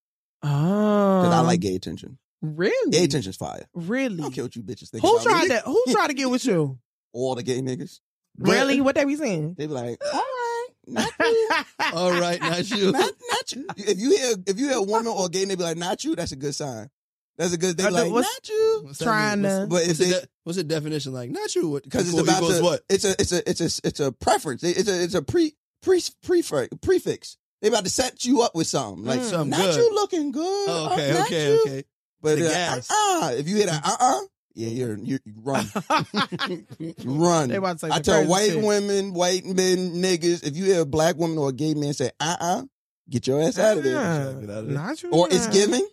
Speaker 3: oh,
Speaker 6: because I like gay attention.
Speaker 3: Really?
Speaker 6: Gay attention's fire. I
Speaker 3: Really?
Speaker 6: (laughs) don't care what you bitches think.
Speaker 3: Who
Speaker 6: about
Speaker 3: tried
Speaker 6: me.
Speaker 3: to? Who tried to get with you?
Speaker 6: All the gay niggas.
Speaker 4: But-
Speaker 3: really? What they be saying?
Speaker 6: They be like, (laughs) all right, not you, (laughs)
Speaker 5: All right, not you.
Speaker 6: not, not you. (laughs) If you hear if you hear a woman or a gay, they be like, not you. That's a good sign. That's a good. They
Speaker 3: I
Speaker 6: be like,
Speaker 3: thought- what's-
Speaker 6: not you.
Speaker 5: What's that
Speaker 3: Trying
Speaker 5: mean? What's-
Speaker 3: to.
Speaker 6: But if
Speaker 5: What's,
Speaker 6: they
Speaker 5: the de- what's the definition like? Not you. what-
Speaker 6: because it's
Speaker 5: equal
Speaker 6: about
Speaker 5: equals
Speaker 6: to, (laughs)
Speaker 5: what?
Speaker 6: it's a it's a it's a it's a preference. It- It's a it's a pre pre prefix prefix. They about to set you up with something like
Speaker 5: Mm. Something
Speaker 6: not
Speaker 5: good.
Speaker 6: you looking good.
Speaker 5: Oh,
Speaker 6: uh,
Speaker 5: okay,
Speaker 6: not
Speaker 5: okay,
Speaker 6: you.
Speaker 5: okay.
Speaker 6: But
Speaker 5: The
Speaker 6: uh,
Speaker 5: gas.
Speaker 6: uh-uh. if you hit
Speaker 5: (laughs)
Speaker 6: that uh uh, yeah, you're you you run run.
Speaker 3: They about to say
Speaker 6: I
Speaker 3: some
Speaker 6: tell
Speaker 3: crazy
Speaker 6: white
Speaker 3: shit.
Speaker 6: women, white men, niggas, if you hear a black woman or a gay man say uh uh, get your ass out of there.
Speaker 3: Ah,
Speaker 5: Get out of there.
Speaker 3: not you.
Speaker 6: Or it's
Speaker 3: nah.
Speaker 6: giving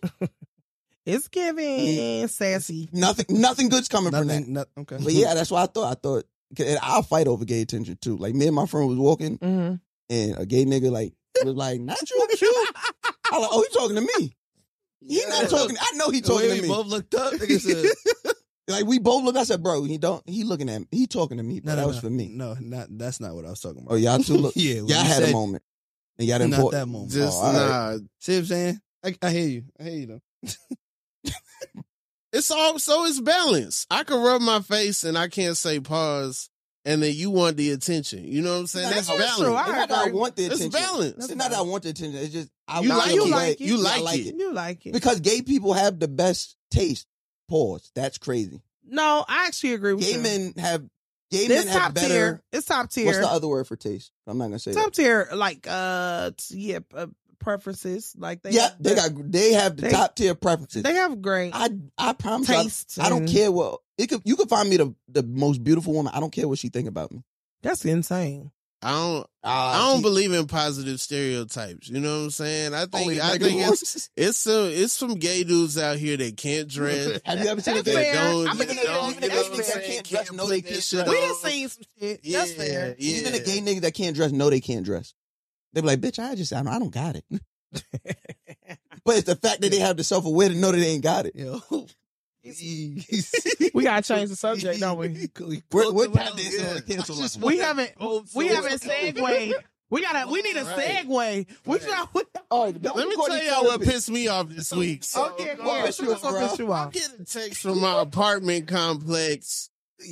Speaker 3: It's giving sassy.
Speaker 6: nothing. Nothing good's coming from that.
Speaker 5: Nothing. Not, okay.
Speaker 6: But yeah, that's what I thought. I thought 'cause- and I'll fight over gay attention too. Like me and my friend was walking,
Speaker 3: Mm-hmm.
Speaker 6: and a gay nigga like was like, "Not you, you." I like, "Oh, he talking to me? He
Speaker 5: Yeah.
Speaker 6: not talking. I know he
Speaker 5: The way
Speaker 6: talking
Speaker 5: we
Speaker 6: to me."
Speaker 5: both looked up.
Speaker 6: (laughs)
Speaker 5: Nigga said,
Speaker 6: like we both look. I said, "Bro, he don't. He looking at me. He talking to me." But
Speaker 5: no,
Speaker 6: that
Speaker 5: no,
Speaker 6: was
Speaker 5: no.
Speaker 6: for me.
Speaker 5: No, not that's not what I was talking about.
Speaker 6: Oh, y'all two look.
Speaker 5: (laughs) yeah, when
Speaker 6: y'all
Speaker 5: you
Speaker 6: had a
Speaker 5: said-
Speaker 6: moment, and y'all didn't.
Speaker 5: Not
Speaker 6: pour-
Speaker 5: that moment.
Speaker 4: Just
Speaker 6: Oh, all right.
Speaker 4: nah.
Speaker 5: See what I'm saying? I, I hear you. I hear you though.
Speaker 4: It's all so it's balance. I can rub my face and I can't say pause, and then you want the attention. You know what I'm saying?
Speaker 6: No,
Speaker 4: That's
Speaker 6: that's
Speaker 4: balance.
Speaker 3: true.
Speaker 6: It's not that I want the
Speaker 4: It's
Speaker 6: attention.
Speaker 4: balance.
Speaker 6: It's not that I want the attention. It's just I
Speaker 4: You
Speaker 6: want
Speaker 4: like
Speaker 6: to
Speaker 4: it.
Speaker 6: be
Speaker 4: You
Speaker 3: like it.
Speaker 4: You
Speaker 6: I
Speaker 4: like it.
Speaker 3: You like it?
Speaker 6: because gay people have the best taste. Pause. That's crazy.
Speaker 3: no, I actually agree with
Speaker 6: Gay
Speaker 3: you.
Speaker 6: men have gay
Speaker 3: It's
Speaker 6: men have
Speaker 3: top
Speaker 6: better.
Speaker 3: tier. It's top tier.
Speaker 6: What's the other word for taste? I'm not gonna say.
Speaker 3: top
Speaker 6: That.
Speaker 3: tier like uh t- yeah uh, preferences like they
Speaker 6: yeah,
Speaker 3: have
Speaker 6: they
Speaker 3: the-
Speaker 6: got they have the
Speaker 3: they-
Speaker 6: top tier preferences.
Speaker 3: they have great
Speaker 6: I I promise. you, I-
Speaker 3: taste.
Speaker 6: I, don't
Speaker 3: and-
Speaker 6: care what it could. You could find me the the most beautiful woman. I don't care what she think about me.
Speaker 3: That's insane.
Speaker 4: I don't. I
Speaker 6: Uh,
Speaker 4: don't
Speaker 6: she-
Speaker 4: believe in positive stereotypes. You know what I'm saying? I
Speaker 6: only
Speaker 4: think. I
Speaker 6: negative
Speaker 4: think
Speaker 3: (laughs)
Speaker 4: it's
Speaker 6: ones.
Speaker 4: it's some it's some gay dudes out here that
Speaker 5: (laughs)
Speaker 4: can't (laughs) dress.
Speaker 6: Have you ever seen a
Speaker 4: that
Speaker 3: That's
Speaker 6: gay?
Speaker 3: fair.
Speaker 4: don't,
Speaker 3: I'm
Speaker 4: you
Speaker 3: a gay
Speaker 4: know,
Speaker 3: dude.
Speaker 4: you know
Speaker 3: Even
Speaker 4: what I'm
Speaker 3: if they
Speaker 4: saying?
Speaker 6: can't dress, know
Speaker 4: put
Speaker 6: they
Speaker 4: that
Speaker 6: can't
Speaker 4: shit
Speaker 6: dress.
Speaker 3: We
Speaker 4: on.
Speaker 3: just seen some shit.
Speaker 4: Yeah,
Speaker 3: That's fair.
Speaker 4: Yeah.
Speaker 6: Even the gay niggas that can't dress know they can't dress. They be like, bitch, I just I don't, I don't got it. (laughs) But it's the fact that they have the self aware to know that they ain't got it. (laughs)
Speaker 5: Yo.
Speaker 3: we gotta change the subject, don't we?
Speaker 6: We're, we're goddamn self- cancel
Speaker 5: I just
Speaker 6: line.
Speaker 3: We haven't we
Speaker 5: so-
Speaker 3: haven't segued. We gotta we need a
Speaker 4: Right.
Speaker 3: segue. We should
Speaker 6: (laughs) Oh, don't
Speaker 4: Let me
Speaker 6: call
Speaker 4: tell
Speaker 6: these
Speaker 4: y'all what
Speaker 6: colored
Speaker 4: pissed me off this week. So,
Speaker 3: Okay,
Speaker 4: go
Speaker 3: Oh, yeah,
Speaker 4: on.
Speaker 6: piss you off,
Speaker 3: gonna piss you
Speaker 4: I'm
Speaker 3: off.
Speaker 4: getting texts from my apartment complex,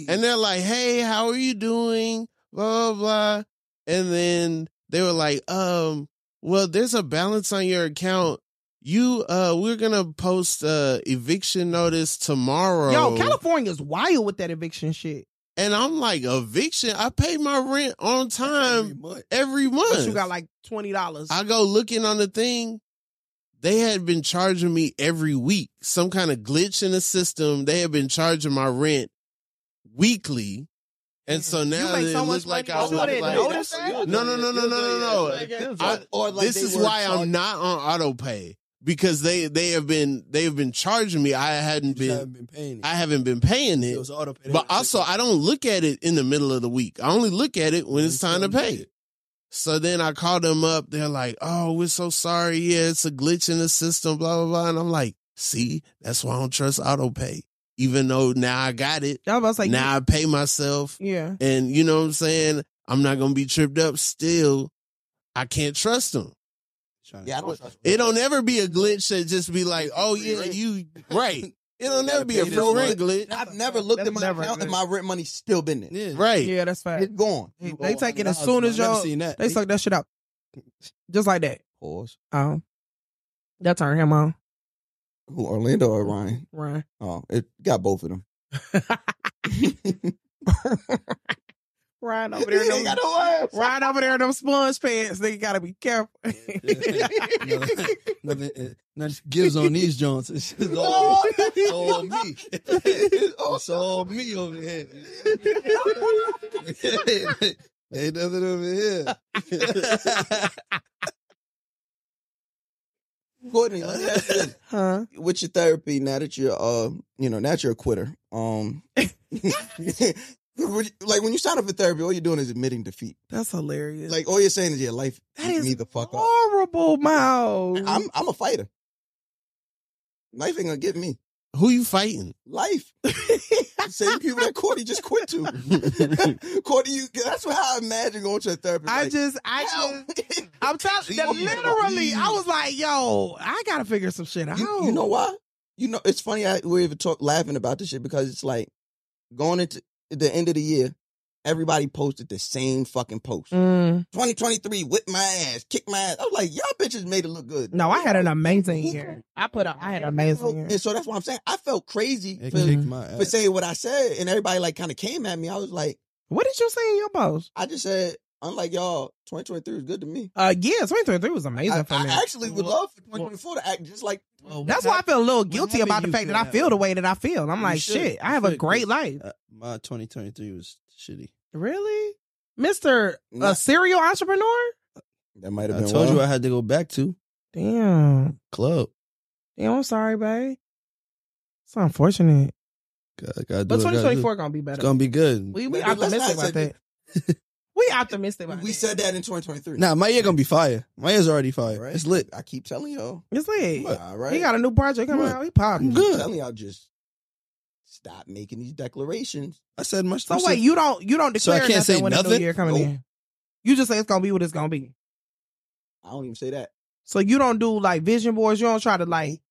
Speaker 4: and they're like, "Hey, how are you doing?" Blah blah. blah. And then they were like, "Um, well, there's a balance on your account. You, uh, we're gonna post a eviction notice tomorrow."
Speaker 3: Yo, California's wild with that eviction shit.
Speaker 4: and I'm like, "Eviction? I pay my rent on time every month.
Speaker 3: But you got like twenty dollars.
Speaker 4: I go looking on the thing. They had been charging me every week. Some kind of glitch in the system. They had been charging my rent weekly. And so now
Speaker 3: make
Speaker 4: it
Speaker 3: so much
Speaker 4: looks like
Speaker 3: money
Speaker 4: I
Speaker 3: off
Speaker 4: was
Speaker 3: of it.
Speaker 4: like,
Speaker 3: No, that's-
Speaker 4: no, no, no, no, no, no, no. I-
Speaker 6: or like
Speaker 4: this
Speaker 6: they
Speaker 4: is
Speaker 6: were
Speaker 4: why
Speaker 6: charged-
Speaker 4: I'm not on auto pay because they they have been they have been charging me. I
Speaker 5: haven't
Speaker 4: hadn't
Speaker 5: been
Speaker 4: been
Speaker 5: paying it.
Speaker 4: I haven't been paying
Speaker 5: it
Speaker 4: it.
Speaker 5: was auto pay.
Speaker 4: But also, I don't look at it in the middle of the week. I only look at it when it's
Speaker 6: Mm-hmm.
Speaker 4: time to pay. So then I call them up. They're like, "Oh, we're so sorry. Yeah, it's a glitch in the system. Blah blah blah." And I'm like, "See, that's why I don't trust auto pay. Even though now I got it,
Speaker 3: I was about to say
Speaker 4: now I pay myself,
Speaker 3: Yeah.
Speaker 4: and you know what I'm saying. I'm not gonna be tripped up. Still, I can't trust them.
Speaker 6: Yeah, I don't trust
Speaker 4: It don't ever be a glitch that just be like, "Oh yeah,
Speaker 6: (laughs)
Speaker 4: you right." It don't ever be a free rent glitch,
Speaker 6: I've never looked at my
Speaker 3: Never
Speaker 6: account and
Speaker 3: good.
Speaker 6: my rent money's still been there. (laughs)
Speaker 5: Yeah.
Speaker 4: right?
Speaker 3: Yeah, that's fact.
Speaker 6: It's gone.
Speaker 3: They,
Speaker 5: You
Speaker 3: they
Speaker 5: go
Speaker 3: take it
Speaker 5: on
Speaker 3: as
Speaker 5: the
Speaker 3: soon
Speaker 5: house,
Speaker 3: as
Speaker 5: I've never
Speaker 3: y'all.
Speaker 5: seen that.
Speaker 3: They suck that shit out, just like that.
Speaker 6: Pause.
Speaker 3: Um, That turned him on.
Speaker 6: Who Orlando or Ryan?
Speaker 3: Ryan.
Speaker 6: Oh, it got both of them.
Speaker 3: (laughs)
Speaker 6: (laughs)
Speaker 3: Ryan over there. in
Speaker 6: He ain't
Speaker 3: them-
Speaker 6: got no ass.
Speaker 3: Ryan over there in them sponge pants. They gotta be careful.
Speaker 5: nothing,
Speaker 3: (laughs)
Speaker 5: nothing, eh, nothing gives on these joints.
Speaker 6: (laughs)
Speaker 5: It's just all, it's all me. It's all me over here. Ain't nothing over here.
Speaker 6: Courtney, let me ask you this.
Speaker 3: huh?
Speaker 6: with your therapy now that you're uh you know now that you're a quitter um (laughs) would you- like when you sign up for therapy all you're doing is admitting defeat
Speaker 3: That's hilarious.
Speaker 6: like all you're saying is your life
Speaker 3: That
Speaker 6: beat
Speaker 3: is
Speaker 6: me the fuck up
Speaker 3: horrible, Miles.
Speaker 6: i'm i'm a fighter life ain't gonna get me
Speaker 4: Who you fighting?
Speaker 6: life (laughs) same people that Courtney just quit to (laughs) Courtney you that's what I imagine going to a therapy
Speaker 3: I
Speaker 6: like,
Speaker 3: just, I
Speaker 6: "Ow."
Speaker 3: just,
Speaker 6: (laughs)
Speaker 3: I'm telling you,
Speaker 6: Please,
Speaker 3: literally, I
Speaker 6: please.
Speaker 3: was like, yo, I gotta figure some shit out.
Speaker 6: You, you know why? You know, it's funny I, we're even talk, laughing about this shit because it's like going into the end of the year, everybody posted the same fucking post.
Speaker 3: Mm.
Speaker 6: 2023, whip my ass, kick my ass. I was like, y'all bitches made it look good.
Speaker 3: No, I had an amazing year. I put up, I had an amazing year.
Speaker 6: And so that's what I'm saying. I felt crazy
Speaker 5: It
Speaker 6: for,
Speaker 5: kicked my
Speaker 3: Mm.
Speaker 6: for
Speaker 5: ass.
Speaker 6: saying what I said, and everybody like kind of came at me. I was like,
Speaker 3: What did you say in your post?
Speaker 6: I just said, unlike y'all, 2023 is good to me.
Speaker 3: Uh, yeah, 2023 was amazing
Speaker 6: I,
Speaker 3: for me.
Speaker 6: I actually would love for 2024 to act just like
Speaker 3: That's why I feel a little guilty
Speaker 5: happened
Speaker 3: about the
Speaker 5: you
Speaker 3: fact
Speaker 5: feel
Speaker 3: that I
Speaker 5: that
Speaker 3: feel
Speaker 5: way?
Speaker 3: the way that I feel. I'm
Speaker 5: You
Speaker 3: like,
Speaker 5: should.
Speaker 3: shit, I
Speaker 5: You
Speaker 3: have a
Speaker 5: should,
Speaker 3: great
Speaker 5: 'cause,
Speaker 3: life.
Speaker 5: uh, my 2023 was shitty.
Speaker 3: Really? Mr.
Speaker 6: Nah.
Speaker 3: A serial entrepreneur?
Speaker 6: that might
Speaker 5: I told you I had to go back to
Speaker 3: Damn.
Speaker 5: club.
Speaker 3: Damn, I'm sorry, babe. It's unfortunate.
Speaker 5: Gotta- gotta do
Speaker 3: But
Speaker 5: what I gotta do.
Speaker 3: 2024 gonna be
Speaker 5: It's
Speaker 3: better.
Speaker 5: gonna be good.
Speaker 3: we we
Speaker 6: Man, let's not
Speaker 3: optimistic about
Speaker 6: say
Speaker 3: that. (laughs) we optimistic about
Speaker 6: we
Speaker 3: that.
Speaker 6: said that in 2023.
Speaker 5: Nah, my year gonna be fire. My year's already fire.
Speaker 6: Right?
Speaker 5: It's lit.
Speaker 6: I keep telling y'all.
Speaker 3: It's lit.
Speaker 6: All right.
Speaker 3: He got a new project coming
Speaker 5: What?
Speaker 3: out. He
Speaker 6: I'm
Speaker 3: popping.
Speaker 6: just
Speaker 5: good.
Speaker 6: telling y'all just stop making these declarations.
Speaker 5: I said my
Speaker 3: So
Speaker 5: I said-
Speaker 3: wait, you don't you don't
Speaker 5: So I
Speaker 3: declare
Speaker 5: can't
Speaker 3: nothing
Speaker 5: say
Speaker 3: when the new
Speaker 5: nothing?
Speaker 3: year coming
Speaker 6: Nope.
Speaker 3: in. You just say it's gonna be what it's gonna be.
Speaker 6: I don't even say that.
Speaker 3: So you don't do like vision boards. You don't try to like.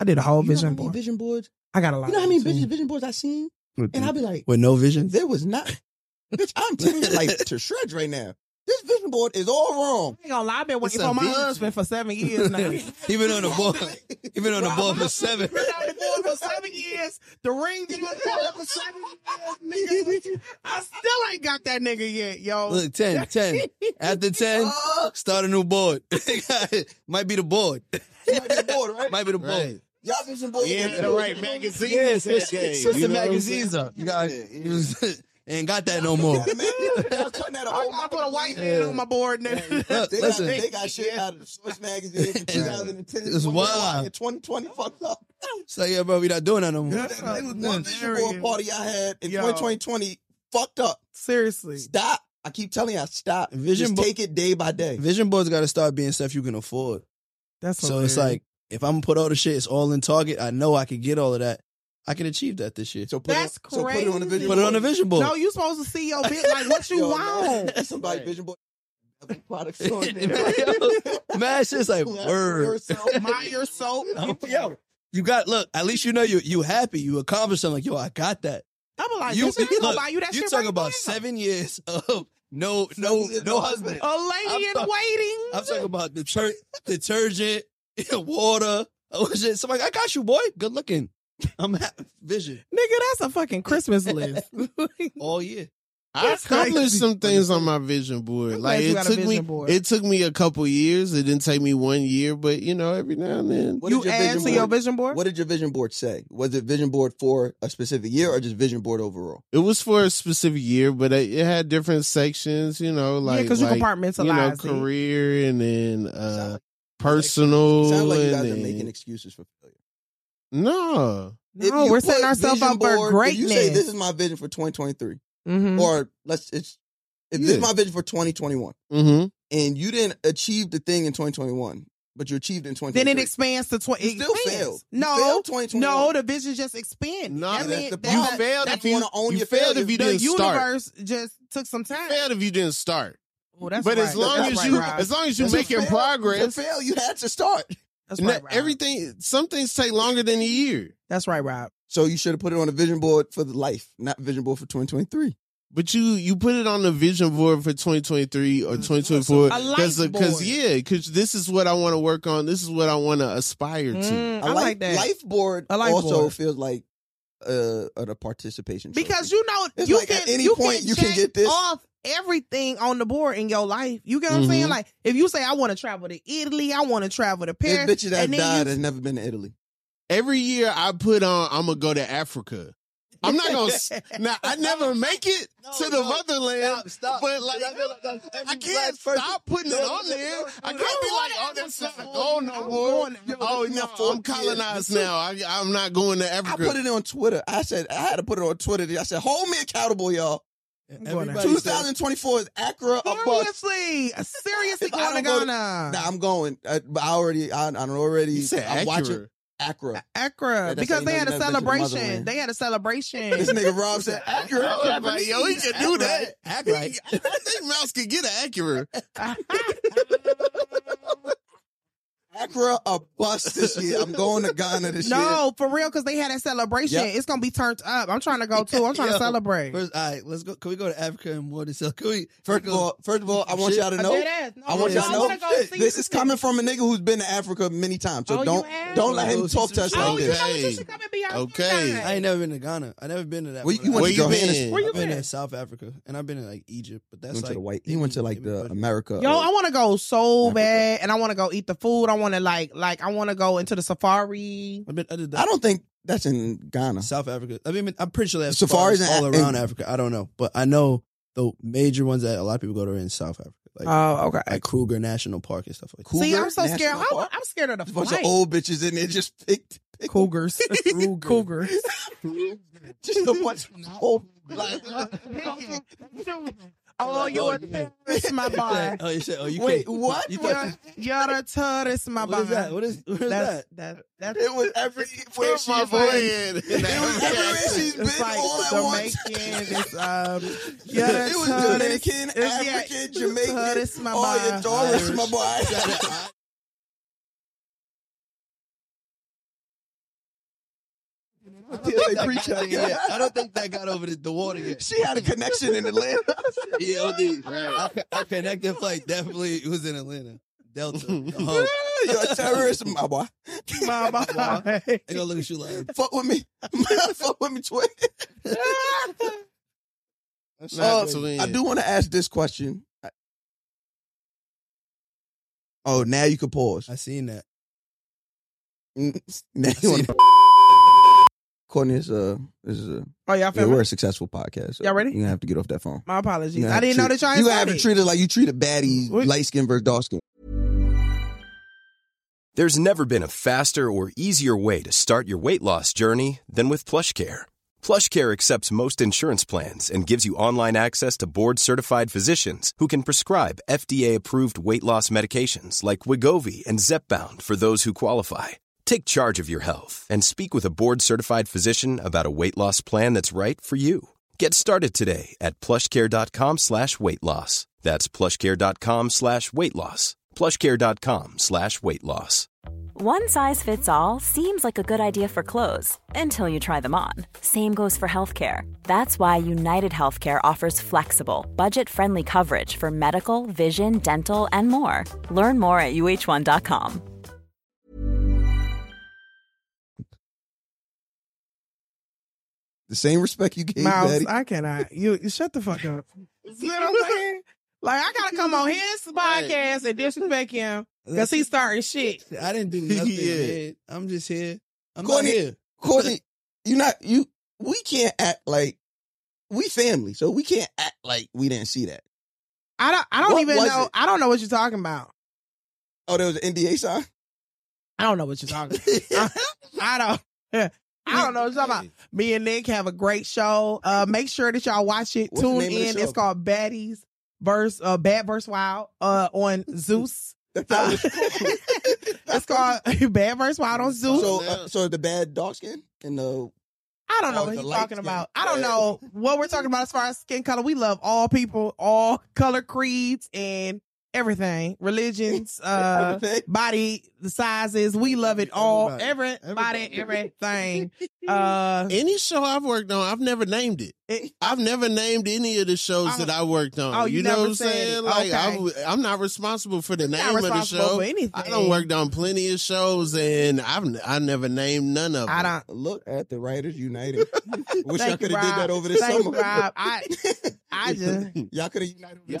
Speaker 3: I did a whole
Speaker 6: You know how
Speaker 3: vision
Speaker 6: many
Speaker 3: board.
Speaker 6: vision boards.
Speaker 3: I got a lot.
Speaker 6: You know how
Speaker 3: of
Speaker 6: many
Speaker 3: them, too.
Speaker 6: vision, vision boards I seen?
Speaker 5: with,
Speaker 6: And I'll be like,
Speaker 5: with no vision.
Speaker 6: there was
Speaker 5: (laughs)
Speaker 6: not. Bitch, I'm taking your life to shreds right now. This vision board is all wrong.
Speaker 3: I ain't gonna lie. I've been working
Speaker 5: It's a
Speaker 3: for my
Speaker 5: vision.
Speaker 3: husband for seven years
Speaker 6: (laughs)
Speaker 3: now.
Speaker 5: Even on the board,
Speaker 3: (laughs)
Speaker 5: even on the board for seven.
Speaker 3: Been on the board for seven years. The ring
Speaker 5: (laughs)
Speaker 3: been on the board for seven years. Nigga, I still ain't got that nigga yet, yo.
Speaker 5: Look, 10, 10. After 10, start a new board. (laughs) Might be the board.
Speaker 6: You might be the board, right?
Speaker 5: Might be the board.
Speaker 6: Y'all vision boards.
Speaker 4: Yeah, the right magazine.
Speaker 5: Yes, yes,
Speaker 4: Yeah,
Speaker 5: yes.
Speaker 4: you
Speaker 5: Switch
Speaker 4: know
Speaker 5: the
Speaker 4: what I'm
Speaker 5: magazines up. You got (laughs) ain't got that no more.
Speaker 6: Man, y'all cutting out a
Speaker 3: "Oh, I,
Speaker 6: whole
Speaker 3: I put a white
Speaker 5: Yeah.
Speaker 3: man on my board now.
Speaker 5: (laughs)
Speaker 3: (laughs)
Speaker 5: Look,
Speaker 6: They
Speaker 5: listen,
Speaker 6: got, they got shit out of Source
Speaker 5: (laughs)
Speaker 6: Magazine from 2010.
Speaker 5: It's wild.
Speaker 6: 2020 fucked up.
Speaker 5: so yeah, bro, we not doing that no more.
Speaker 6: It was one vision board
Speaker 3: hilarious.
Speaker 6: party I had in
Speaker 3: Yo.
Speaker 6: 2020 fucked up.
Speaker 3: Seriously.
Speaker 6: Stop. I keep telling you, stop.
Speaker 5: Vision
Speaker 6: Just
Speaker 5: bo-
Speaker 6: take it day by day.
Speaker 5: Vision boards got to start being stuff you can afford.
Speaker 3: That's
Speaker 5: So it's like if I'm gonna put all the shit, it's all in Target. I know I could get all of that. I can achieve that this year.
Speaker 6: So put
Speaker 3: That's
Speaker 6: it, So put it on the
Speaker 3: crazy.
Speaker 6: vision
Speaker 5: Put it
Speaker 6: board.
Speaker 5: on the vision board.
Speaker 3: No, you supposed to see your bit like
Speaker 6: (laughs)
Speaker 3: what you
Speaker 6: Yo,
Speaker 3: want.
Speaker 6: man, Somebody
Speaker 5: (laughs)
Speaker 6: vision board. Every product store in there.
Speaker 5: Man, it's just
Speaker 6: (laughs)
Speaker 5: like word.
Speaker 6: Yourself,
Speaker 3: Buy your soap.
Speaker 5: I'm- (laughs) Yo, you got look. At least you know you you happy. You accomplished something. Like yo, I got that.
Speaker 3: I'm like,
Speaker 5: you
Speaker 3: you, bitch, I ain't gonna
Speaker 5: look,
Speaker 3: buy you that
Speaker 5: you
Speaker 3: shit.
Speaker 5: talking
Speaker 3: right
Speaker 5: about
Speaker 3: now.
Speaker 5: seven
Speaker 6: (laughs)
Speaker 5: years of no no
Speaker 6: years
Speaker 5: no
Speaker 6: of
Speaker 5: husband.
Speaker 3: A lady
Speaker 5: I'm
Speaker 3: in
Speaker 5: talk-
Speaker 3: waiting.
Speaker 5: I'm talking about deter-
Speaker 6: (laughs)
Speaker 5: detergent, water. Oh shit! Somebody, I got you, boy. Good
Speaker 6: (laughs)
Speaker 5: looking. I'm happy. Vision
Speaker 3: Nigga, that's a fucking Christmas (laughs) list.
Speaker 5: all year.
Speaker 4: I
Speaker 3: That's crazy.
Speaker 4: accomplished some things on my vision board.
Speaker 3: I'm
Speaker 4: Like
Speaker 3: glad you
Speaker 4: it
Speaker 3: got a
Speaker 4: took
Speaker 3: vision
Speaker 4: me,
Speaker 3: board.
Speaker 4: it took me a couple years. It didn't take me one year, but you know, every now and then.
Speaker 6: What
Speaker 3: you
Speaker 6: did your
Speaker 3: add to
Speaker 6: vision
Speaker 3: your
Speaker 6: board-
Speaker 3: vision board?
Speaker 6: What did your vision board say? Was it vision board for a specific year or just vision board overall?
Speaker 4: It was for a specific year, but it, it had different sections. You know, like
Speaker 3: yeah, because you
Speaker 4: like,
Speaker 3: compartmentalize
Speaker 4: you know,
Speaker 3: it.
Speaker 4: career and then
Speaker 6: Sound
Speaker 4: uh
Speaker 6: like-
Speaker 4: personal.
Speaker 6: Sounds like you
Speaker 4: and
Speaker 6: guys are
Speaker 4: then-
Speaker 6: making excuses for failure.
Speaker 4: no,
Speaker 6: If
Speaker 3: No,
Speaker 6: you
Speaker 3: we're setting
Speaker 6: put
Speaker 3: ourselves
Speaker 6: vision
Speaker 3: up for
Speaker 6: board- if
Speaker 3: greatness.
Speaker 6: You say this is my vision for 2023,
Speaker 3: Mhm.
Speaker 6: or let's it's if this
Speaker 4: Yeah.
Speaker 6: is my vision for 2021,
Speaker 4: hmm
Speaker 6: and you didn't achieve the thing in 2021, but you achieved it in 2023.
Speaker 3: then it expands to twenty.
Speaker 6: You still
Speaker 3: expands.
Speaker 6: failed. You
Speaker 3: No,
Speaker 6: failed 2021.
Speaker 3: no, the vision just expanded.
Speaker 4: No,
Speaker 3: That
Speaker 4: that's
Speaker 3: mean-
Speaker 4: the
Speaker 3: that-
Speaker 4: problem.
Speaker 3: that-
Speaker 4: You failed
Speaker 3: that-
Speaker 4: if you-
Speaker 6: wanna own
Speaker 4: you
Speaker 6: your
Speaker 4: failed
Speaker 6: failure.
Speaker 4: if you
Speaker 6: The
Speaker 3: the
Speaker 4: didn't start.
Speaker 3: universe just took some time.
Speaker 4: Failed if you didn't start.
Speaker 3: Oh, that's
Speaker 4: but
Speaker 3: right.
Speaker 4: as long
Speaker 3: That's
Speaker 4: as
Speaker 3: right,
Speaker 4: you,
Speaker 3: Rob.
Speaker 4: as long as you
Speaker 6: That's a
Speaker 4: making
Speaker 6: fail. To
Speaker 4: progress,
Speaker 6: fail, you had to start.
Speaker 3: that's
Speaker 4: and
Speaker 3: right,
Speaker 4: that-
Speaker 3: Rob.
Speaker 4: everything. Some things take longer than a year.
Speaker 3: That's right, Rob.
Speaker 6: So you should have put it on a vision board for the life, not vision board for 2023.
Speaker 4: But you you put it on the vision board for 2023 or 2024
Speaker 1: Mm-hmm. A life
Speaker 4: because
Speaker 1: board.
Speaker 4: yeah because this is what I want to work on. This is what I want to aspire to.
Speaker 1: Mm, I,
Speaker 6: A
Speaker 1: like that.
Speaker 6: Life board
Speaker 1: A life
Speaker 6: also
Speaker 1: board.
Speaker 6: feels like uh, uh the participation trophy.
Speaker 1: Because you know,
Speaker 6: It's
Speaker 1: you
Speaker 6: like,
Speaker 1: can
Speaker 6: at any
Speaker 1: you
Speaker 6: point,
Speaker 1: can
Speaker 6: you can
Speaker 1: check
Speaker 6: get this.
Speaker 1: off everything on the board in your life. You get what I'm saying?
Speaker 4: Mhm.
Speaker 1: Like if you say I want to travel to Italy, I want to travel to
Speaker 6: there's
Speaker 1: Paris,
Speaker 6: bitches that
Speaker 1: and then
Speaker 6: died
Speaker 1: you-
Speaker 6: has never been to Italy.
Speaker 4: Every year I put on I'm gonna go to Africa. I'm not gonna s- now I never make it to the motherland.
Speaker 12: stop.
Speaker 4: But like I can't stop putting it on there. I can't be like, oh, that's not going no more. Oh no, I'm colonized now. I, I'm not going to
Speaker 6: I
Speaker 4: Africa. (laughs)
Speaker 6: put it on Twitter. I said I had to put it on Twitter. I said, "Hold me accountable, y'all."
Speaker 12: Everybody said-
Speaker 6: 2024 is Accra a bust.
Speaker 1: seriously, seriously
Speaker 6: If I
Speaker 1: going to
Speaker 6: don't go to-
Speaker 1: Ghana,
Speaker 6: Nah, I'm going. I, but I already, I, I
Speaker 4: You
Speaker 6: already.
Speaker 4: said
Speaker 6: I'm watching
Speaker 4: accurate.
Speaker 6: Accra.
Speaker 1: Accra,
Speaker 6: That's
Speaker 1: because
Speaker 6: how you
Speaker 1: they
Speaker 6: know
Speaker 1: had
Speaker 6: you
Speaker 1: a
Speaker 6: never been to the
Speaker 1: celebration.
Speaker 6: motherland.
Speaker 1: They had a
Speaker 6: This
Speaker 1: celebration.
Speaker 6: nigga
Speaker 1: (laughs)
Speaker 6: Rob said Accra.
Speaker 4: I was like, yo, he can do that.
Speaker 12: Act
Speaker 4: He-
Speaker 12: right.
Speaker 4: I think Mouse could get an Acura.
Speaker 6: Accra a bust this year. I'm going to Ghana this year.
Speaker 1: no, for real, because they had a celebration.
Speaker 6: Yep.
Speaker 1: It's gonna be turned up. Uh, I'm trying to go too. I'm
Speaker 12: (laughs)
Speaker 1: trying
Speaker 12: Yo,
Speaker 1: to celebrate.
Speaker 12: First, all right, let's go. Can we go to Africa and more than so? Can we
Speaker 6: First of all, first of all, I want
Speaker 12: Shit.
Speaker 6: y'all to
Speaker 1: A
Speaker 6: know.
Speaker 1: dead ass. No,
Speaker 6: I want
Speaker 1: no,
Speaker 6: y'all to
Speaker 1: I wanna go
Speaker 6: know.
Speaker 1: see
Speaker 6: This
Speaker 1: some
Speaker 6: is coming from a nigga who's been to Africa many times.
Speaker 1: Oh,
Speaker 6: So
Speaker 1: you
Speaker 6: don't
Speaker 1: have?
Speaker 6: don't let him talk to us
Speaker 1: shit.
Speaker 6: like
Speaker 1: Oh, you know
Speaker 6: this.
Speaker 1: what? You
Speaker 4: Okay.
Speaker 1: should come and be our
Speaker 4: Okay.
Speaker 1: guest.
Speaker 12: I ain't never been to Ghana. I never been to that.
Speaker 6: Well,
Speaker 12: part
Speaker 6: you
Speaker 12: of
Speaker 6: went
Speaker 4: Where
Speaker 6: to
Speaker 12: Africa.
Speaker 4: you
Speaker 6: Johannesburg.
Speaker 4: been?
Speaker 1: Where you
Speaker 12: I've been
Speaker 1: been?
Speaker 12: to South Africa and I've been to like Egypt, but that's
Speaker 6: He went
Speaker 12: like
Speaker 6: to the white. He went to like the America.
Speaker 1: Yo,
Speaker 6: uh,
Speaker 1: I want to go so
Speaker 6: Africa.
Speaker 1: bad, and I want to go eat the food. I want to like, like, I want to go into the safari.
Speaker 12: I've been other than
Speaker 6: I don't think that's in Ghana.
Speaker 12: South Africa. I mean, I'm pretty sure they have
Speaker 6: Safaris
Speaker 12: safaris
Speaker 6: and-
Speaker 12: all
Speaker 6: and-
Speaker 12: around Africa. I don't know, but I know the major ones that a lot of people go to are in South Africa, like,
Speaker 1: Oh, okay.
Speaker 12: like Kruger National Park and stuff like that.
Speaker 1: See,
Speaker 6: Cougar
Speaker 1: I'm so
Speaker 6: National
Speaker 1: scared. I'm,
Speaker 6: Park?
Speaker 1: I'm scared of the
Speaker 6: There's a bunch
Speaker 1: flight.
Speaker 6: of old bitches in there just picked. picked (laughs)
Speaker 1: cougars,
Speaker 6: Cougar.
Speaker 12: (laughs)
Speaker 1: cougars.
Speaker 6: Just a (laughs) bunch of old. Like, (laughs)
Speaker 1: Oh, you're a
Speaker 12: (laughs)
Speaker 1: terrorist, my boy.
Speaker 12: Oh, you said, oh, you
Speaker 6: wait,
Speaker 12: can't-
Speaker 6: what?
Speaker 12: You
Speaker 1: You're,
Speaker 12: thought,
Speaker 1: you're a terrorist, my boy.
Speaker 12: what is that? What is, what is
Speaker 1: That's
Speaker 12: that?
Speaker 1: that.
Speaker 6: It
Speaker 1: That's
Speaker 6: was every where
Speaker 4: Where's
Speaker 6: she
Speaker 4: my
Speaker 6: was
Speaker 4: boy?
Speaker 6: like-
Speaker 4: in?
Speaker 1: (laughs)
Speaker 6: It was everywhere she's been
Speaker 1: it's like
Speaker 6: all at once.
Speaker 1: Jamaican. It's um. You're a
Speaker 6: (laughs) It was
Speaker 1: terrorist.
Speaker 6: Dominican,
Speaker 1: It's- yeah,
Speaker 6: African, Jamaican.
Speaker 1: terrorist, my
Speaker 6: oh, your
Speaker 1: boy.
Speaker 6: Doris,
Speaker 1: (laughs)
Speaker 6: my boy.
Speaker 12: That preacher thing, yeah. I don't think that got over the, the water yet.
Speaker 6: she had a connection in Atlanta.
Speaker 12: (laughs) Yeah, I, I connected flight definitely it was in Atlanta.
Speaker 6: (laughs)
Speaker 12: Delta. Oh,
Speaker 6: You're a terrorist, my boy. (laughs)
Speaker 1: My boy.
Speaker 12: they gonna look at you like
Speaker 1: (laughs)
Speaker 6: Fuck with me. (laughs) Fuck with me, twin. Uh, I do want to ask this question. I- Oh, now you can pause.
Speaker 12: I seen that.
Speaker 6: Mm, (laughs) Now you want to. (laughs) Courtney, is a this is a
Speaker 1: Oh, y'all
Speaker 6: yeah,
Speaker 1: feel
Speaker 6: we're a
Speaker 1: me?
Speaker 6: successful podcast. so
Speaker 1: Y'all ready?
Speaker 6: You're gonna have to get off that phone.
Speaker 1: My apologies.
Speaker 6: You're gonna
Speaker 1: I
Speaker 6: have to
Speaker 1: didn't know
Speaker 6: treat-
Speaker 1: that y'all.
Speaker 6: You
Speaker 1: had
Speaker 6: have to
Speaker 1: started.
Speaker 6: treat it like you treat a baddie,
Speaker 1: What-
Speaker 6: light skin versus dark skin.
Speaker 13: There's never been a faster or easier way to start your weight loss journey than with PlushCare. PlushCare accepts most insurance plans and gives you online access to board-certified physicians who can prescribe FDA-approved weight loss medications like Wigovi and Zepbound for those who qualify. Take charge of your health and speak with a board-certified physician about a weight loss plan that's right for you. Get started today at plushcare.com slash weight loss. That's plushcare.com slash weight loss. plushcare.com slash weight loss.
Speaker 14: One size fits all seems like a good idea for clothes until you try them on. Same goes for healthcare. That's why United Healthcare offers flexible, budget friendly coverage for medical, vision, dental, and more. Learn more at uh1.com.
Speaker 6: The same respect you gave
Speaker 1: Miles,
Speaker 6: baddie.
Speaker 1: I cannot. You, you shut the fuck up. (laughs) You know what I'm saying? Like I gotta come on his (laughs) podcast and disrespect him because he's starting shit.
Speaker 12: (laughs) I didn't
Speaker 1: (laughs)
Speaker 12: do nothing.
Speaker 4: Yeah.
Speaker 12: man. I'm just here. I'm not
Speaker 6: Courtney-
Speaker 12: here.
Speaker 6: Courtney, you not you. We can't act like we family, so we can't act like we didn't see that.
Speaker 1: I don't. I don't
Speaker 6: What
Speaker 1: even
Speaker 6: was
Speaker 1: know.
Speaker 6: it?
Speaker 1: I don't know what you're talking about.
Speaker 6: Oh, there was an
Speaker 5: (laughs)
Speaker 6: NDA sign.
Speaker 1: I don't know what
Speaker 12: (laughs)
Speaker 1: you're talking. about. (laughs) I, I don't. I don't know what you're
Speaker 4: (laughs)
Speaker 1: talking about. Me and Nick have a great show. Uh, make sure that y'all watch it.
Speaker 6: What's the
Speaker 1: Tune
Speaker 6: name of the
Speaker 1: in.
Speaker 6: show?
Speaker 1: It's called Baddies verse uh, Bad verse Wild uh,
Speaker 6: (laughs)
Speaker 1: on Zeus.
Speaker 6: That's how
Speaker 1: Uh,
Speaker 6: it's called.
Speaker 1: (laughs) it's
Speaker 6: (laughs)
Speaker 1: called Uh, Bad verse Wild on Zeus.
Speaker 6: So, uh, so the bad dark skin and the
Speaker 1: I don't know
Speaker 6: Oh,
Speaker 1: what
Speaker 6: the
Speaker 1: he's
Speaker 6: light
Speaker 1: talking
Speaker 6: skin.
Speaker 1: about. I don't
Speaker 6: (laughs)
Speaker 1: know what we're talking about as far as skin color. We love all people, all color creeds and everything, religions, uh,
Speaker 6: everything.
Speaker 1: body the sizes. We love it all. Everybody,
Speaker 12: Everybody.
Speaker 1: everything. Uh,
Speaker 4: Any show I've worked on, I've never named it. I've never named any of the shows that I worked on.
Speaker 5: Eh. Oh, you
Speaker 4: you, know
Speaker 5: never
Speaker 4: what I'm
Speaker 5: said
Speaker 4: saying?
Speaker 5: it.
Speaker 4: Like
Speaker 5: Okay.
Speaker 4: I w- I'm not responsible for the
Speaker 5: You're not
Speaker 4: name of the
Speaker 5: responsible
Speaker 4: show.
Speaker 5: for anything.
Speaker 4: I don't worked on plenty of shows, and I've n- I never named none of them.
Speaker 3: I don't
Speaker 6: look at the
Speaker 1: (laughs)
Speaker 6: Writers United. Wish I
Speaker 3: Thank you,
Speaker 6: could have did
Speaker 3: Rob.
Speaker 6: that over the
Speaker 3: Thank you,
Speaker 6: summer.
Speaker 3: Rob. I, I
Speaker 6: (laughs)
Speaker 3: just
Speaker 6: y'all could have united over the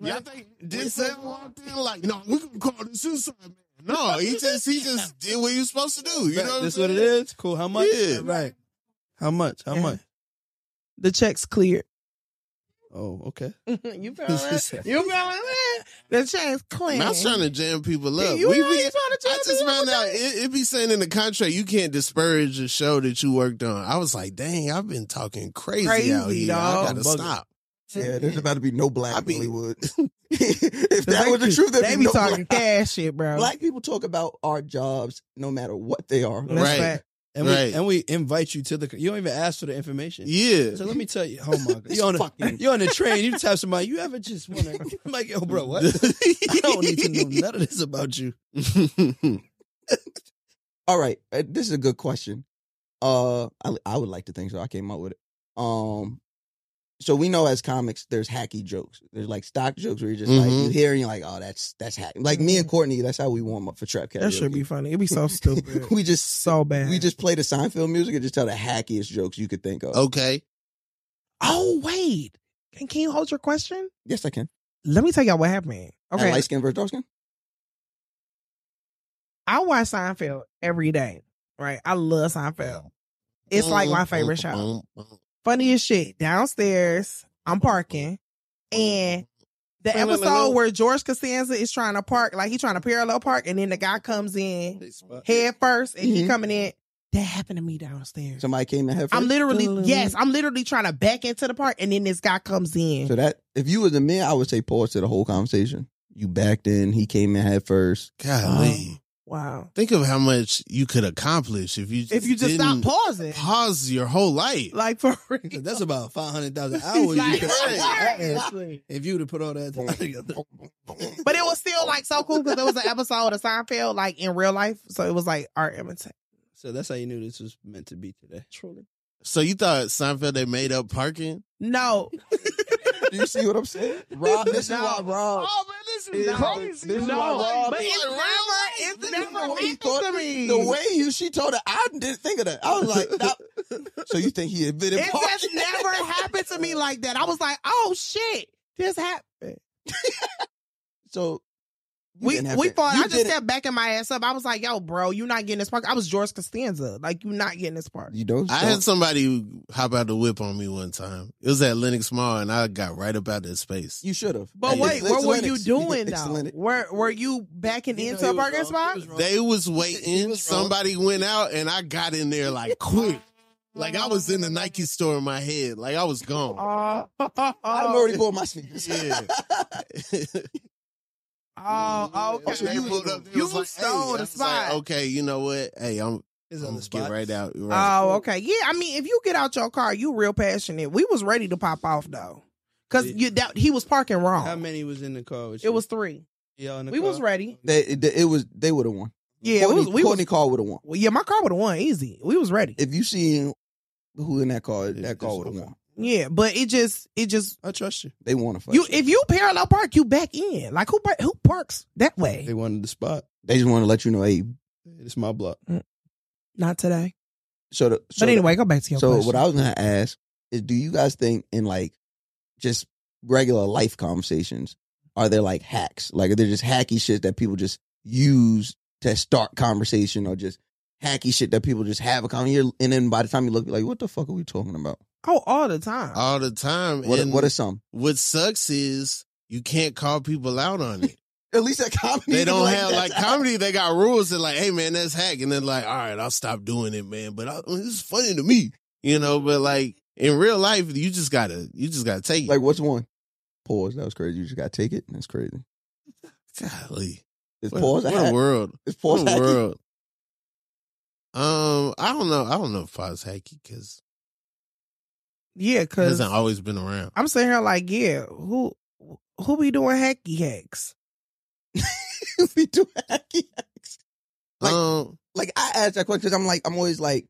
Speaker 4: (laughs) Y'all think Denzel walked in like, no, we gonna call this suicide man. No, he just
Speaker 5: (laughs)
Speaker 4: he just did what he was supposed to do. You know, what I'm
Speaker 5: That's what it
Speaker 4: saying?
Speaker 5: is. Cool. How much?
Speaker 4: Yeah.
Speaker 5: Right. How much? How much?
Speaker 3: The check's cleared.
Speaker 5: Oh, okay.
Speaker 3: you feeling
Speaker 6: (laughs)
Speaker 3: that? You feeling that? The check's clean.
Speaker 4: I was trying to jam people up.
Speaker 3: You
Speaker 4: We
Speaker 3: always
Speaker 4: be-
Speaker 3: trying to jam
Speaker 4: I just
Speaker 3: people
Speaker 4: found
Speaker 3: up.
Speaker 4: out it, it be saying in the contract you can't disparage the show that you worked on. I was like, dang, I've been talking crazy, out
Speaker 3: Crazy,
Speaker 4: here.
Speaker 3: dog.
Speaker 4: I gotta
Speaker 3: Bugging.
Speaker 4: stop.
Speaker 6: Yeah, there's about to be no black in (laughs) Hollywood. if
Speaker 3: They
Speaker 6: that was the
Speaker 3: be-
Speaker 6: truth, there'd
Speaker 3: they
Speaker 6: be,
Speaker 3: be
Speaker 6: no
Speaker 3: talking
Speaker 6: black.
Speaker 3: cash shit, bro.
Speaker 6: Black people talk about our jobs no matter what they are.
Speaker 3: That's Right. fact.
Speaker 5: And
Speaker 4: Right.
Speaker 5: we and we invite you to the. You don't even ask for the information.
Speaker 4: Yeah.
Speaker 5: So let me tell you. Oh
Speaker 6: (laughs)
Speaker 5: my god.
Speaker 6: This
Speaker 5: You on a,
Speaker 6: fucking-
Speaker 5: you on the train. You just have somebody. You ever just want to? (laughs) I'm like, yo, bro,
Speaker 3: (laughs)
Speaker 4: (laughs)
Speaker 5: what?
Speaker 6: (laughs)
Speaker 5: I don't need to know none of this about you.
Speaker 6: All right, uh, this is a good question. Uh, I I would like to think so. I came up with it. Um, so we know as comics, there's hacky jokes. There's like stock jokes where you're just like
Speaker 4: Mhm.
Speaker 3: Mm-hmm.
Speaker 6: you hear and you're like, oh, that's that's hacky. Like me and Courtney, that's how we warm up for trap karaoke.
Speaker 3: That should be funny. It'd be so
Speaker 6: (laughs)
Speaker 3: stupid.
Speaker 6: we just
Speaker 3: so bad.
Speaker 6: we just play the Seinfeld music and just tell the hackiest jokes you could think of.
Speaker 4: Okay.
Speaker 3: Oh wait, can, can you hold your question?
Speaker 6: Yes, I can.
Speaker 3: Let me tell y'all what happened.
Speaker 6: Okay,
Speaker 3: Okay,
Speaker 6: light skin versus dark skin.
Speaker 3: I watch Seinfeld every day. Right, I love Seinfeld. It's like my favorite show. Funniest shit. Downstairs, I'm parking, and the episode where George Costanza is trying to park, like he's trying to parallel park, and then the guy comes in head first, and he
Speaker 6: Mhm.
Speaker 3: coming in. That happened to me downstairs.
Speaker 6: Somebody came to have.
Speaker 3: I'm
Speaker 6: first.
Speaker 3: literally yes, I'm literally trying to back into the park, and then this guy comes in.
Speaker 6: So that if you was a man, I would say pause to the whole conversation. You backed in. He came in head first.
Speaker 4: Golly.
Speaker 3: Um, Wow.
Speaker 4: Think of how much you could accomplish if you just
Speaker 3: If you just
Speaker 4: didn't
Speaker 3: stop pausing,
Speaker 4: pause your whole life.
Speaker 3: like for (laughs) real.
Speaker 5: That's about five hundred
Speaker 3: (laughs)
Speaker 5: thousand hours.
Speaker 3: Like,
Speaker 5: you could-
Speaker 3: seriously.
Speaker 5: if you would have put all that time together.
Speaker 3: But it was still like so cool because it was an episode of Seinfeld like in real life, so it was like art imitation.
Speaker 5: So that's how you knew this was meant to be today. Truly.
Speaker 4: So you thought Seinfeld they made up parking?
Speaker 3: No,
Speaker 6: (laughs) Do you see what I'm saying? Rob, this is why
Speaker 3: (laughs) No.
Speaker 6: Rob.
Speaker 4: Oh man, this
Speaker 6: is No. crazy. This is why Rob-
Speaker 3: but it's never,
Speaker 4: Like,
Speaker 3: it's
Speaker 6: You know
Speaker 3: never
Speaker 6: what he
Speaker 3: meant
Speaker 6: thought?
Speaker 3: to me.
Speaker 6: The way you she told her, I didn't think of that. I was like,
Speaker 3: (laughs)
Speaker 6: that- so you think he admitted?
Speaker 3: it just
Speaker 6: (laughs)
Speaker 3: never happened to me like that. I was like, oh shit, this happened.
Speaker 6: (laughs) So you
Speaker 3: We
Speaker 6: didn't have
Speaker 3: we
Speaker 6: to-
Speaker 3: fought.
Speaker 6: you
Speaker 3: I just
Speaker 6: didn't-
Speaker 3: kept backing my ass up. I was like, yo, bro, you not getting this part. I was George Costanza. Like, you not getting this part.
Speaker 6: You don't.
Speaker 4: I
Speaker 6: don't-
Speaker 4: had somebody hop out the whip on me one time. It was at Lennox Mall, and I got right up out of space.
Speaker 6: You should have.
Speaker 3: But
Speaker 4: Hey,
Speaker 3: wait,
Speaker 4: it's-
Speaker 3: what
Speaker 6: it's
Speaker 3: were
Speaker 6: Lennox. (laughs)
Speaker 3: you doing
Speaker 6: It's
Speaker 3: though?
Speaker 6: Lennox.
Speaker 3: Were were you backing
Speaker 5: He
Speaker 3: into
Speaker 5: know
Speaker 3: a
Speaker 5: he was wrong.
Speaker 3: parking spot?
Speaker 5: He was wrong.
Speaker 4: They was
Speaker 5: He
Speaker 4: waiting.
Speaker 5: was wrong.
Speaker 4: Somebody went out, and I got in there like quick. Like I was in the Nike store in my head. Like I was gone.
Speaker 3: Oh,
Speaker 6: I've already bought my sneakers. (laughs)
Speaker 4: Yeah.
Speaker 3: oh, okay.
Speaker 4: They pulled up. They
Speaker 3: You
Speaker 4: was like, hey.
Speaker 3: stole
Speaker 4: I
Speaker 3: the
Speaker 4: was like,
Speaker 3: spot.
Speaker 4: okay, you know what? Hey, I'm,
Speaker 5: Is
Speaker 4: I'm
Speaker 5: on
Speaker 4: gonna
Speaker 5: the spot.
Speaker 4: get right out. Right.
Speaker 3: Oh, okay. Yeah, I mean, if you get out your car, you real passionate. We was ready to pop off though, cause you that he was parking
Speaker 5: How
Speaker 3: wrong.
Speaker 5: many was in the car? With
Speaker 3: Oh. It was three.
Speaker 5: Yeah, in the
Speaker 3: We
Speaker 5: car?
Speaker 3: was ready.
Speaker 6: They, they- it was. They would have won.
Speaker 3: Yeah, it
Speaker 6: Courtney,
Speaker 3: was, we was.
Speaker 6: Courtney Carr would have won.
Speaker 3: Well, yeah, my car would have won easy. We was ready.
Speaker 6: If you seen who in that car, that
Speaker 5: It's-
Speaker 6: car
Speaker 5: it's
Speaker 6: would have
Speaker 5: okay.
Speaker 6: won.
Speaker 3: Yeah, but it just, it just
Speaker 5: I trust you.
Speaker 6: They won a fight.
Speaker 3: you. If you parallel park, you back in. Like who par- who parks that way?
Speaker 5: They wanted the spot.
Speaker 6: they just want to let you know, hey.
Speaker 5: It's my block.
Speaker 3: Not today.
Speaker 6: So, the, so
Speaker 3: But
Speaker 6: the-
Speaker 3: anyway, go back to your
Speaker 6: so
Speaker 3: question.
Speaker 6: what I was gonna ask is, do you guys think in like just regular life conversations are there like hacks? Like are there just hacky shit that people just use to start conversation, or just hacky shit that people just have a conversation, and then by the time you look, you're like, what the fuck are we talking about?
Speaker 3: oh, all the time.
Speaker 4: All the time.
Speaker 6: What
Speaker 4: and
Speaker 6: what are some?
Speaker 4: what sucks is you can't call people out on it.
Speaker 6: At least that comedy.
Speaker 4: They don't
Speaker 6: like,
Speaker 4: have
Speaker 6: that's-
Speaker 4: like comedy. They got rules that like, hey man, that's hack, and they're like, all right, I'll stop doing it, man. But I, it's funny to me, you know. But like in real life, you just gotta, you just gotta take it.
Speaker 6: Like what's one? Pause. That was crazy. You just gotta take it. That's crazy.
Speaker 4: golly,
Speaker 6: It's
Speaker 4: what,
Speaker 6: pause. a
Speaker 4: what
Speaker 6: hack?
Speaker 4: a world,
Speaker 6: It's pause.
Speaker 4: what
Speaker 6: hacky?
Speaker 4: a world. Um, I don't know, I don't know if pause hacky because
Speaker 3: yeah,
Speaker 4: it
Speaker 3: because
Speaker 4: hasn't always been around.
Speaker 3: I'm sitting here like, yeah, who who be doing hacky hacks?
Speaker 6: (laughs) we do hacky hacks. Like-
Speaker 4: um,
Speaker 6: like I asked that question because I'm like I'm always like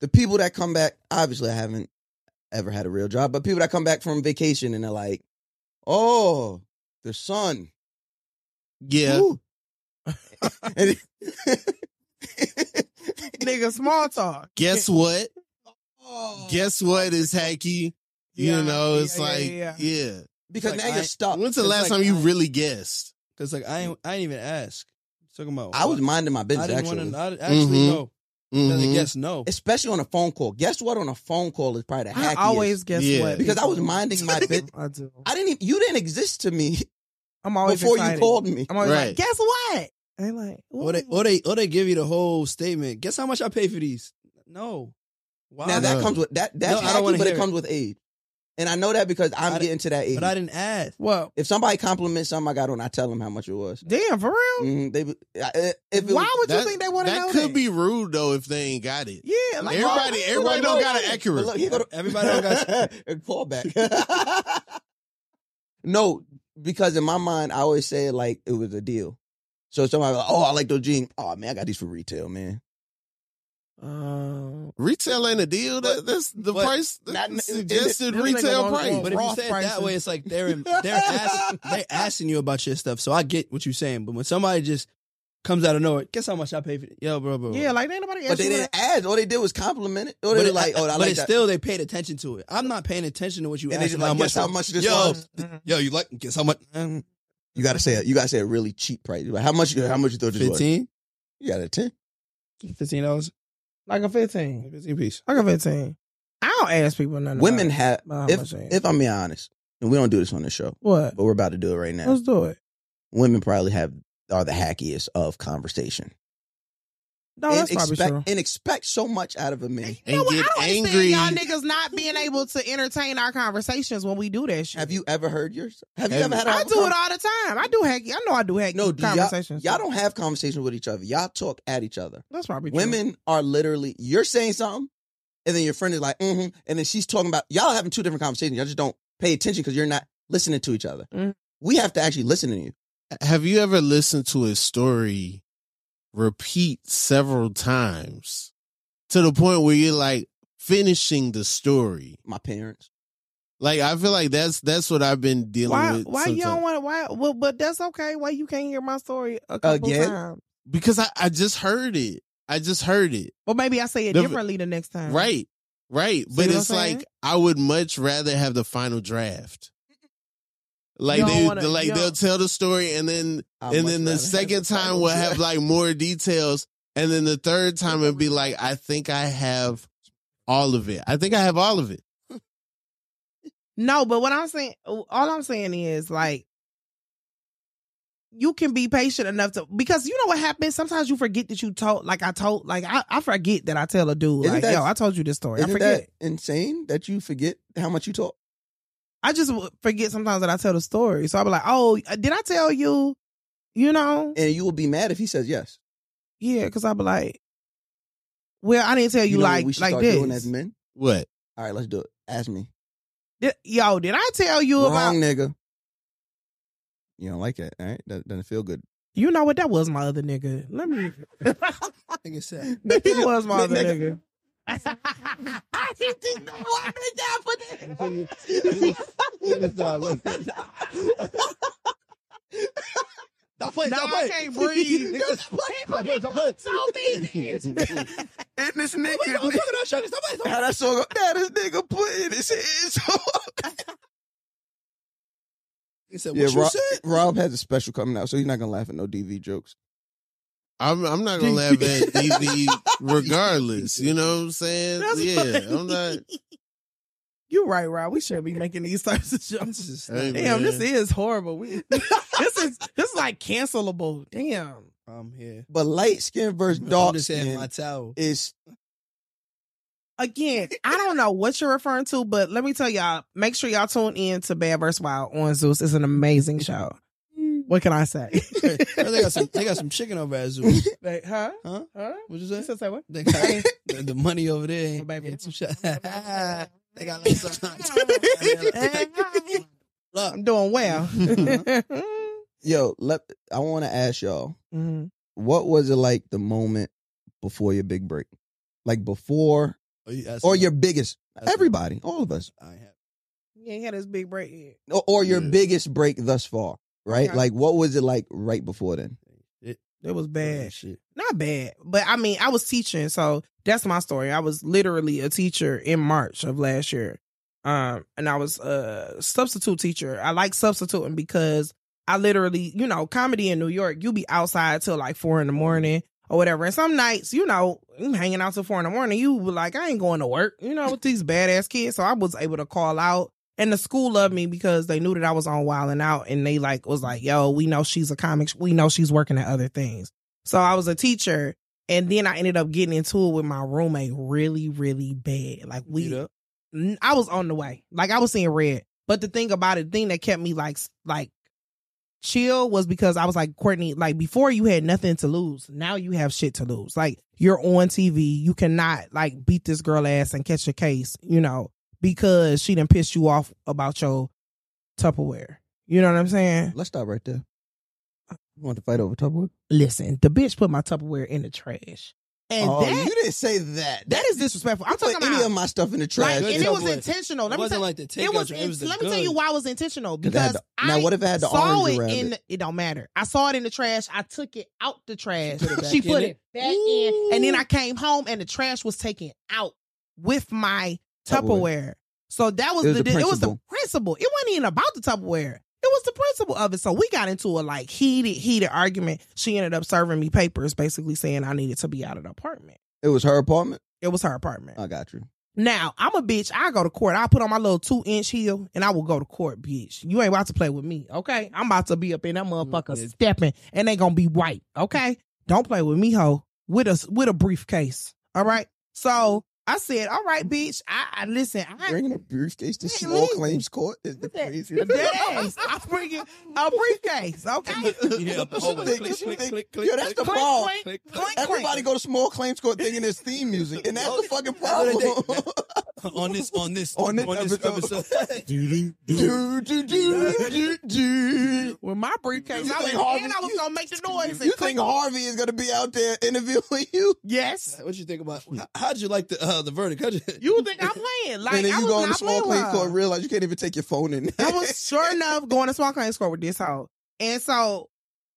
Speaker 6: the people that come back. Obviously, I haven't ever had a real job, but people that come back from vacation and they're like, oh, the sun.
Speaker 4: Yeah.
Speaker 5: (laughs)
Speaker 6: Woo. And-
Speaker 3: Nigga, small talk.
Speaker 4: Guess what?
Speaker 5: Oh,
Speaker 4: Guess what is hacky? You
Speaker 5: Yeah,
Speaker 4: know,
Speaker 5: yeah,
Speaker 4: it's
Speaker 5: yeah,
Speaker 4: like,
Speaker 5: yeah,
Speaker 4: yeah.
Speaker 6: (laughs) Because
Speaker 5: Like,
Speaker 6: now
Speaker 5: I-
Speaker 6: you're stuck.
Speaker 4: When's the
Speaker 5: It's
Speaker 4: last
Speaker 5: like
Speaker 4: time you
Speaker 5: I-
Speaker 4: really guessed?
Speaker 5: Because like I ain't, I ain't even ask. talking about
Speaker 6: I was minding my business
Speaker 5: I didn't
Speaker 6: actually. Mm-hmm.
Speaker 5: Wanna, I didn't- actually
Speaker 4: Mhm.
Speaker 5: no. Then I
Speaker 4: Mhm.
Speaker 5: guess no.
Speaker 6: Especially on a phone call. Guess what? On a phone call is probably the
Speaker 3: I
Speaker 6: hackiest.
Speaker 3: always guess
Speaker 4: Yeah.
Speaker 3: what
Speaker 6: because
Speaker 5: (laughs)
Speaker 6: I was minding my business.
Speaker 3: I do.
Speaker 6: I didn't. Even, you didn't exist to me
Speaker 3: I'm always
Speaker 6: before
Speaker 3: excited.
Speaker 6: you called me.
Speaker 3: I'm always like,
Speaker 4: Right.
Speaker 3: guess what? And like,
Speaker 5: Or they, or they, or they give you the whole statement. Guess how much I pay for these? No. Why?
Speaker 6: Now that
Speaker 4: No.
Speaker 6: comes with that. That's
Speaker 5: No, I don't
Speaker 6: hacky,
Speaker 5: wanna
Speaker 6: but it
Speaker 5: hear it.
Speaker 6: comes with age. And I know that because I'm
Speaker 5: I di-
Speaker 6: getting to that age.
Speaker 5: but I didn't ask.
Speaker 3: well,
Speaker 6: if somebody compliments something I got on, I tell them how much it was.
Speaker 3: damn, for real?
Speaker 5: Mm-hmm.
Speaker 6: Mhm, they, I- I- if it
Speaker 3: Why
Speaker 6: was-
Speaker 3: would you think they want to
Speaker 4: that
Speaker 3: know
Speaker 4: could
Speaker 3: that?
Speaker 4: be rude though if they ain't got it.
Speaker 3: Yeah, like
Speaker 4: Everybody-
Speaker 3: why-
Speaker 4: everybody
Speaker 3: like,
Speaker 4: don't
Speaker 3: why-
Speaker 4: got it accurate.
Speaker 6: But oh, look, he gotta-
Speaker 5: Everybody don't got-
Speaker 6: (laughs) a callback. (laughs) no, because in my mind, I always say it like it was a deal. So somebody like, oh, I like those jeans. Oh man, I got these for retail, man.
Speaker 3: Um,
Speaker 4: Retail ain't a deal. That, that's the
Speaker 5: but
Speaker 4: price.
Speaker 6: not-
Speaker 4: That's suggested
Speaker 3: Them niggas
Speaker 4: retail
Speaker 3: won't-
Speaker 4: price.
Speaker 3: won't-
Speaker 5: But if you
Speaker 3: Ross
Speaker 5: say it that
Speaker 3: prices.
Speaker 5: way, it's like they're they're asking, they're asking you about your stuff. So I get what you're saying. But when somebody just comes out of nowhere, guess how much I pay for it? Yo, bro, bro. bro.
Speaker 3: yeah, like ain't nobody.
Speaker 6: But they didn't ask. All they did was compliment it. Or
Speaker 5: But
Speaker 6: they were
Speaker 5: it,
Speaker 6: like, oh, I
Speaker 5: but
Speaker 6: like
Speaker 5: it's
Speaker 6: that.
Speaker 5: still they paid attention to it. I'm not paying attention to what you
Speaker 6: And they
Speaker 5: asked.
Speaker 6: just like, guess how much this
Speaker 5: yo,
Speaker 6: was.
Speaker 3: Mm-hmm.
Speaker 5: Yo, you like guess how much? Um,
Speaker 6: You gotta say it. You gotta say a really cheap price. Like, how much? How much you thought this was?
Speaker 5: 15
Speaker 6: You got a ten.
Speaker 5: dollars,
Speaker 3: like a fifteen,
Speaker 5: fifteen piece.
Speaker 3: like a fifteen. I don't ask people nothing.
Speaker 6: Women
Speaker 3: about-
Speaker 6: have.
Speaker 3: about how
Speaker 6: If
Speaker 3: much they-
Speaker 6: if Oh, I'm being honest, and we don't do this on the show,
Speaker 3: what?
Speaker 6: but we're about to do it right now.
Speaker 3: Let's do it.
Speaker 6: Women probably have are the hackiest of conversation.
Speaker 3: No,
Speaker 6: and,
Speaker 3: that's probably
Speaker 6: expect,
Speaker 3: true.
Speaker 6: and expect so much out of a man.
Speaker 4: And
Speaker 3: what?
Speaker 4: get
Speaker 3: I don't understand
Speaker 4: angry.
Speaker 3: y'all niggas not being able to entertain our conversations when we do that shit.
Speaker 6: Have you ever heard yours? Have, you
Speaker 4: Have
Speaker 6: ever
Speaker 4: you-
Speaker 6: had? a
Speaker 3: I do
Speaker 6: conver-
Speaker 3: it all the time. I do hacky. I know I do hacky
Speaker 6: No, do y'all,
Speaker 3: conversations.
Speaker 6: y'all don't have conversations with each other. Y'all talk at each other.
Speaker 3: That's probably true.
Speaker 6: Women are literally you're saying something, and then your friend is like, mm-hmm, and then she's talking about y'all having two different conversations. Y'all just don't pay attention because you're not listening to each other.
Speaker 3: Mhm.
Speaker 6: We have to actually listen to you.
Speaker 4: Have you ever listened to a story repeat several times to the point where you're like finishing the story?
Speaker 6: My parents.
Speaker 4: Like I feel like that's that's what I've been dealing
Speaker 3: Why?
Speaker 4: with.
Speaker 3: Why you
Speaker 4: sometimes.
Speaker 3: don't want to? Why? Well, but that's okay. Why you can't hear my story a couple
Speaker 6: Again?
Speaker 3: times?
Speaker 4: because I, I just heard it. I just heard it.
Speaker 3: Well, maybe I say it
Speaker 4: The-
Speaker 3: differently the next time.
Speaker 4: Right. Right.
Speaker 3: See
Speaker 4: but
Speaker 3: what I'm
Speaker 4: it's
Speaker 3: saying?
Speaker 4: like I would much rather have the final draft. Like
Speaker 3: You don't
Speaker 4: they
Speaker 3: wanna-
Speaker 4: like
Speaker 3: you
Speaker 4: they'll
Speaker 3: don't-
Speaker 4: tell the story and then
Speaker 6: I'd
Speaker 4: and
Speaker 6: much
Speaker 4: then
Speaker 6: rather
Speaker 4: the
Speaker 6: have
Speaker 4: second time
Speaker 6: final
Speaker 4: we'll
Speaker 6: draft.
Speaker 4: have like more details and then the third time it'll be like I think I have all of it. I think I have all of it.
Speaker 3: No, but what I'm saying, all I'm saying is like, you can be patient enough to because you know what happens. Sometimes you forget that you told. Like I told. Like I, I forget that I tell a dude.
Speaker 6: Isn't
Speaker 3: like
Speaker 6: that-
Speaker 3: yo, I told you this story. I
Speaker 6: Isn't
Speaker 3: forget.
Speaker 6: that insane that you forget how much you talk?
Speaker 3: I just w- forget sometimes that I tell the story. So I'll be like, oh, did I tell you? You know.
Speaker 6: And you will be mad if he says yes.
Speaker 3: Yeah, because I'll be like, well, I didn't tell you,
Speaker 6: know what
Speaker 3: like
Speaker 6: we should
Speaker 3: like
Speaker 6: start
Speaker 3: this.
Speaker 6: doing as men.
Speaker 4: What?
Speaker 6: All right, let's do it. Ask me.
Speaker 3: Did- yo, did I tell you
Speaker 6: Wrong
Speaker 3: about?
Speaker 6: nigga. You don't like that, all right? That doesn't feel good.
Speaker 3: You know what? That was my other nigga. Let me.
Speaker 5: (laughs) Nigga said.
Speaker 3: (laughs) That was my other
Speaker 6: Nigga.
Speaker 3: nigga.
Speaker 6: I didn't think no one did that for this.
Speaker 5: Don't play.
Speaker 3: Nah,
Speaker 5: don't
Speaker 3: I
Speaker 5: play.
Speaker 3: can't
Speaker 5: (laughs)
Speaker 3: breathe.
Speaker 5: Nigga, stop playing. Stop playing. Stop playing.
Speaker 6: And this
Speaker 5: Don't
Speaker 6: nigga.
Speaker 5: play, don't play, don't play, don't play.
Speaker 6: How that song go, now this nigga putting his hands on.
Speaker 5: (laughs) He said,
Speaker 6: Yeah,
Speaker 5: what you
Speaker 6: Rob,
Speaker 5: said?
Speaker 6: Rob has a special coming out, so he's not gonna laugh at no DV jokes.
Speaker 4: I'm I'm not gonna laugh at
Speaker 3: (laughs)
Speaker 4: DV regardless. You know what I'm saying?
Speaker 3: That's
Speaker 4: yeah.
Speaker 3: funny.
Speaker 4: I'm not
Speaker 3: You right, Rob. We should be making these types of jokes.
Speaker 4: Hey,
Speaker 3: Damn,
Speaker 4: man.
Speaker 3: this is horrible.
Speaker 6: (laughs)
Speaker 3: We, this is this is like cancelable. Damn.
Speaker 5: I'm here.
Speaker 6: But light skin versus
Speaker 5: (laughs) I'm
Speaker 6: dark
Speaker 5: just saying
Speaker 6: skin
Speaker 5: my towel.
Speaker 6: is
Speaker 3: (laughs) Again, I don't know what you're referring to, but let me tell y'all. Make sure y'all tune in to Bad vs Wild on Zeus. It's an amazing show. What can I say?
Speaker 5: Hey, (laughs) they got some. They got some chicken over at Zoo.
Speaker 3: Like, huh?
Speaker 5: Huh?
Speaker 3: Huh?
Speaker 5: What you
Speaker 3: You
Speaker 5: say?
Speaker 3: said say what?
Speaker 5: They got the, the money over there. ain't-
Speaker 3: Baby.
Speaker 5: ain't some shit. (laughs) they got like
Speaker 3: (laughs)
Speaker 5: some.
Speaker 3: I'm
Speaker 5: (laughs)
Speaker 3: doing well.
Speaker 5: Uh-huh.
Speaker 6: yo. Let I want to ask y'all,
Speaker 3: Mhm.
Speaker 6: what was it like the moment before your big break, like before
Speaker 5: Oh,
Speaker 6: or your biggest. Everybody, all of us.
Speaker 4: You ain't had this big break yet.
Speaker 6: Or, or your biggest break thus far, right?
Speaker 4: Okay.
Speaker 6: Like, what was it like right before then?
Speaker 15: It,
Speaker 4: that was bad.
Speaker 15: Shit.
Speaker 4: Not bad, but I mean, I was teaching, so that's my story. I was literally a teacher in March of last year, um, and I was a substitute teacher. I like substituting because I literally, you know, comedy in New York, you be outside till like four in the morning or whatever. And some nights, you know, you hanging out till four in the morning, you were like, I ain't going to work, you know, with these badass kids. So I was able to call out. And the school loved me because they knew that I was on Wild and Out and they like was like, yo, we know she's a comic. We know she's working at other things. So I was a teacher. And then I ended up getting into it with my roommate really, really bad. Like we N- I was on the way. Like I was seeing red. But the thing about it, the thing that kept me like s- like chill was because I was like, Courtney, like before you had nothing to lose. Now you have shit to lose. Like you're on TV. You cannot like beat this girl ass and catch a case, you know, because she done pissed you off about your Tupperware. You know what I'm saying?
Speaker 6: Let's stop right there. You want to fight over Tupperware?
Speaker 4: Listen, the bitch put my Tupperware in the trash. And
Speaker 6: oh,
Speaker 4: that-
Speaker 6: you didn't say that.
Speaker 4: That is disrespectful. I'm
Speaker 6: You put
Speaker 4: talking
Speaker 6: any
Speaker 4: about-
Speaker 6: of my stuff in the trash.
Speaker 4: Like, and it was
Speaker 6: Tupperware.
Speaker 4: intentional. Let
Speaker 15: It
Speaker 4: me
Speaker 15: wasn't
Speaker 4: tell-
Speaker 15: like the takeout
Speaker 4: It was.
Speaker 15: joint, it was the
Speaker 4: let me tell
Speaker 15: good.
Speaker 4: you why it was intentional
Speaker 6: Because I had
Speaker 4: because
Speaker 6: the- now
Speaker 4: I
Speaker 6: what if I had the
Speaker 4: saw
Speaker 6: orange
Speaker 4: it
Speaker 6: around
Speaker 4: in.
Speaker 6: it?
Speaker 4: It don't matter. I saw it in the trash. I took it out the trash. She
Speaker 6: put
Speaker 4: put
Speaker 6: it
Speaker 4: (laughs) it
Speaker 6: back
Speaker 4: back,
Speaker 6: in it?
Speaker 4: in, and then I came home and the trash was taken out with my
Speaker 6: Tupperware.
Speaker 4: Tupperware. So that was,
Speaker 6: It was
Speaker 4: the,
Speaker 6: the
Speaker 4: it was the
Speaker 6: principle.
Speaker 4: principle. It wasn't even about the Tupperware. It was the principle of it. So we got into a like heated, heated argument. She ended up serving me papers, basically saying I needed to be out of the apartment.
Speaker 6: It was her apartment.
Speaker 4: It was her apartment.
Speaker 6: I got you.
Speaker 4: Now, I'm a bitch. I go to court. I put on my little two inch heel and I will go to court, bitch. You ain't about to play with me, okay? I'm about to be up in that motherfucker
Speaker 6: Mm-hmm.
Speaker 4: stepping and they gonna be white, okay? Don't play with me, ho, with a, with a briefcase, all right? So I said, all right, bitch, I, I listen, I (laughs)
Speaker 6: Bringing a briefcase to
Speaker 4: Man,
Speaker 6: small
Speaker 4: leave.
Speaker 6: claims court is the craziest.
Speaker 4: Dead
Speaker 6: (laughs)
Speaker 4: ass. I'm bringing a briefcase, okay?
Speaker 15: Yeah,
Speaker 6: Click, click, click, Yo, that's the
Speaker 4: click,
Speaker 6: ball.
Speaker 4: click, click, click.
Speaker 6: Everybody go to small claims court thinking it's theme music, and that's the fucking
Speaker 15: That's
Speaker 6: problem.
Speaker 15: what they- on this, on this, on
Speaker 6: On this
Speaker 15: this, on this
Speaker 6: episode.
Speaker 15: episode.
Speaker 6: do, do, do, do, do.
Speaker 4: With my briefcase,
Speaker 6: You
Speaker 4: I was,
Speaker 6: think Harvey-
Speaker 4: and I was gonna make the noise. and
Speaker 6: (laughs) You
Speaker 4: click.
Speaker 6: think Harvey is gonna be out there interviewing you?
Speaker 4: Yes.
Speaker 15: what you think about? How, how'd you like the uh, the verdict? How'd you,
Speaker 4: You think I'm playing? Like
Speaker 6: and then
Speaker 4: I
Speaker 6: you
Speaker 4: was
Speaker 6: go
Speaker 4: not
Speaker 6: on the small
Speaker 4: playing
Speaker 6: claims
Speaker 4: with
Speaker 6: court
Speaker 4: her.
Speaker 6: and realize you can't even take your phone in.
Speaker 4: I was sure enough going to small claims court with this hoe. And so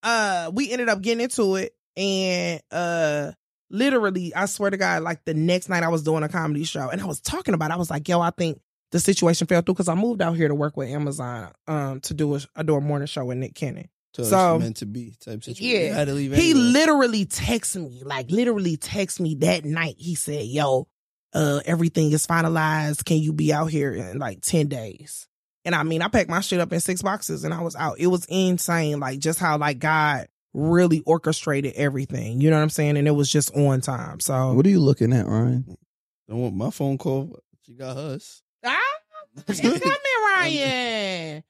Speaker 4: uh we ended up getting into it and uh literally I swear to God, like the next night I was doing a comedy show and I was talking about it. I was like, yo, I think the situation fell through because I moved out here to work with Amazon um to do a, I do a morning show with Nick Cannon.
Speaker 15: so, it's
Speaker 4: So-
Speaker 15: meant to be type situation.
Speaker 4: Yeah.
Speaker 15: You had to leave
Speaker 4: He
Speaker 15: anyway.
Speaker 4: literally texted me, like literally texted me that night. He said, "Yo, uh, everything is finalized. Can you be out here in like ten days?" And I mean, I packed my shit up in six boxes and I was out. It was insane, like just how like God really orchestrated everything. You know what I'm saying? And it was just on time. So
Speaker 6: What are you looking at, Ryan?
Speaker 15: Don't want my phone call. She got hers.
Speaker 4: Ah,
Speaker 15: (laughs)
Speaker 4: it's coming, Ryan.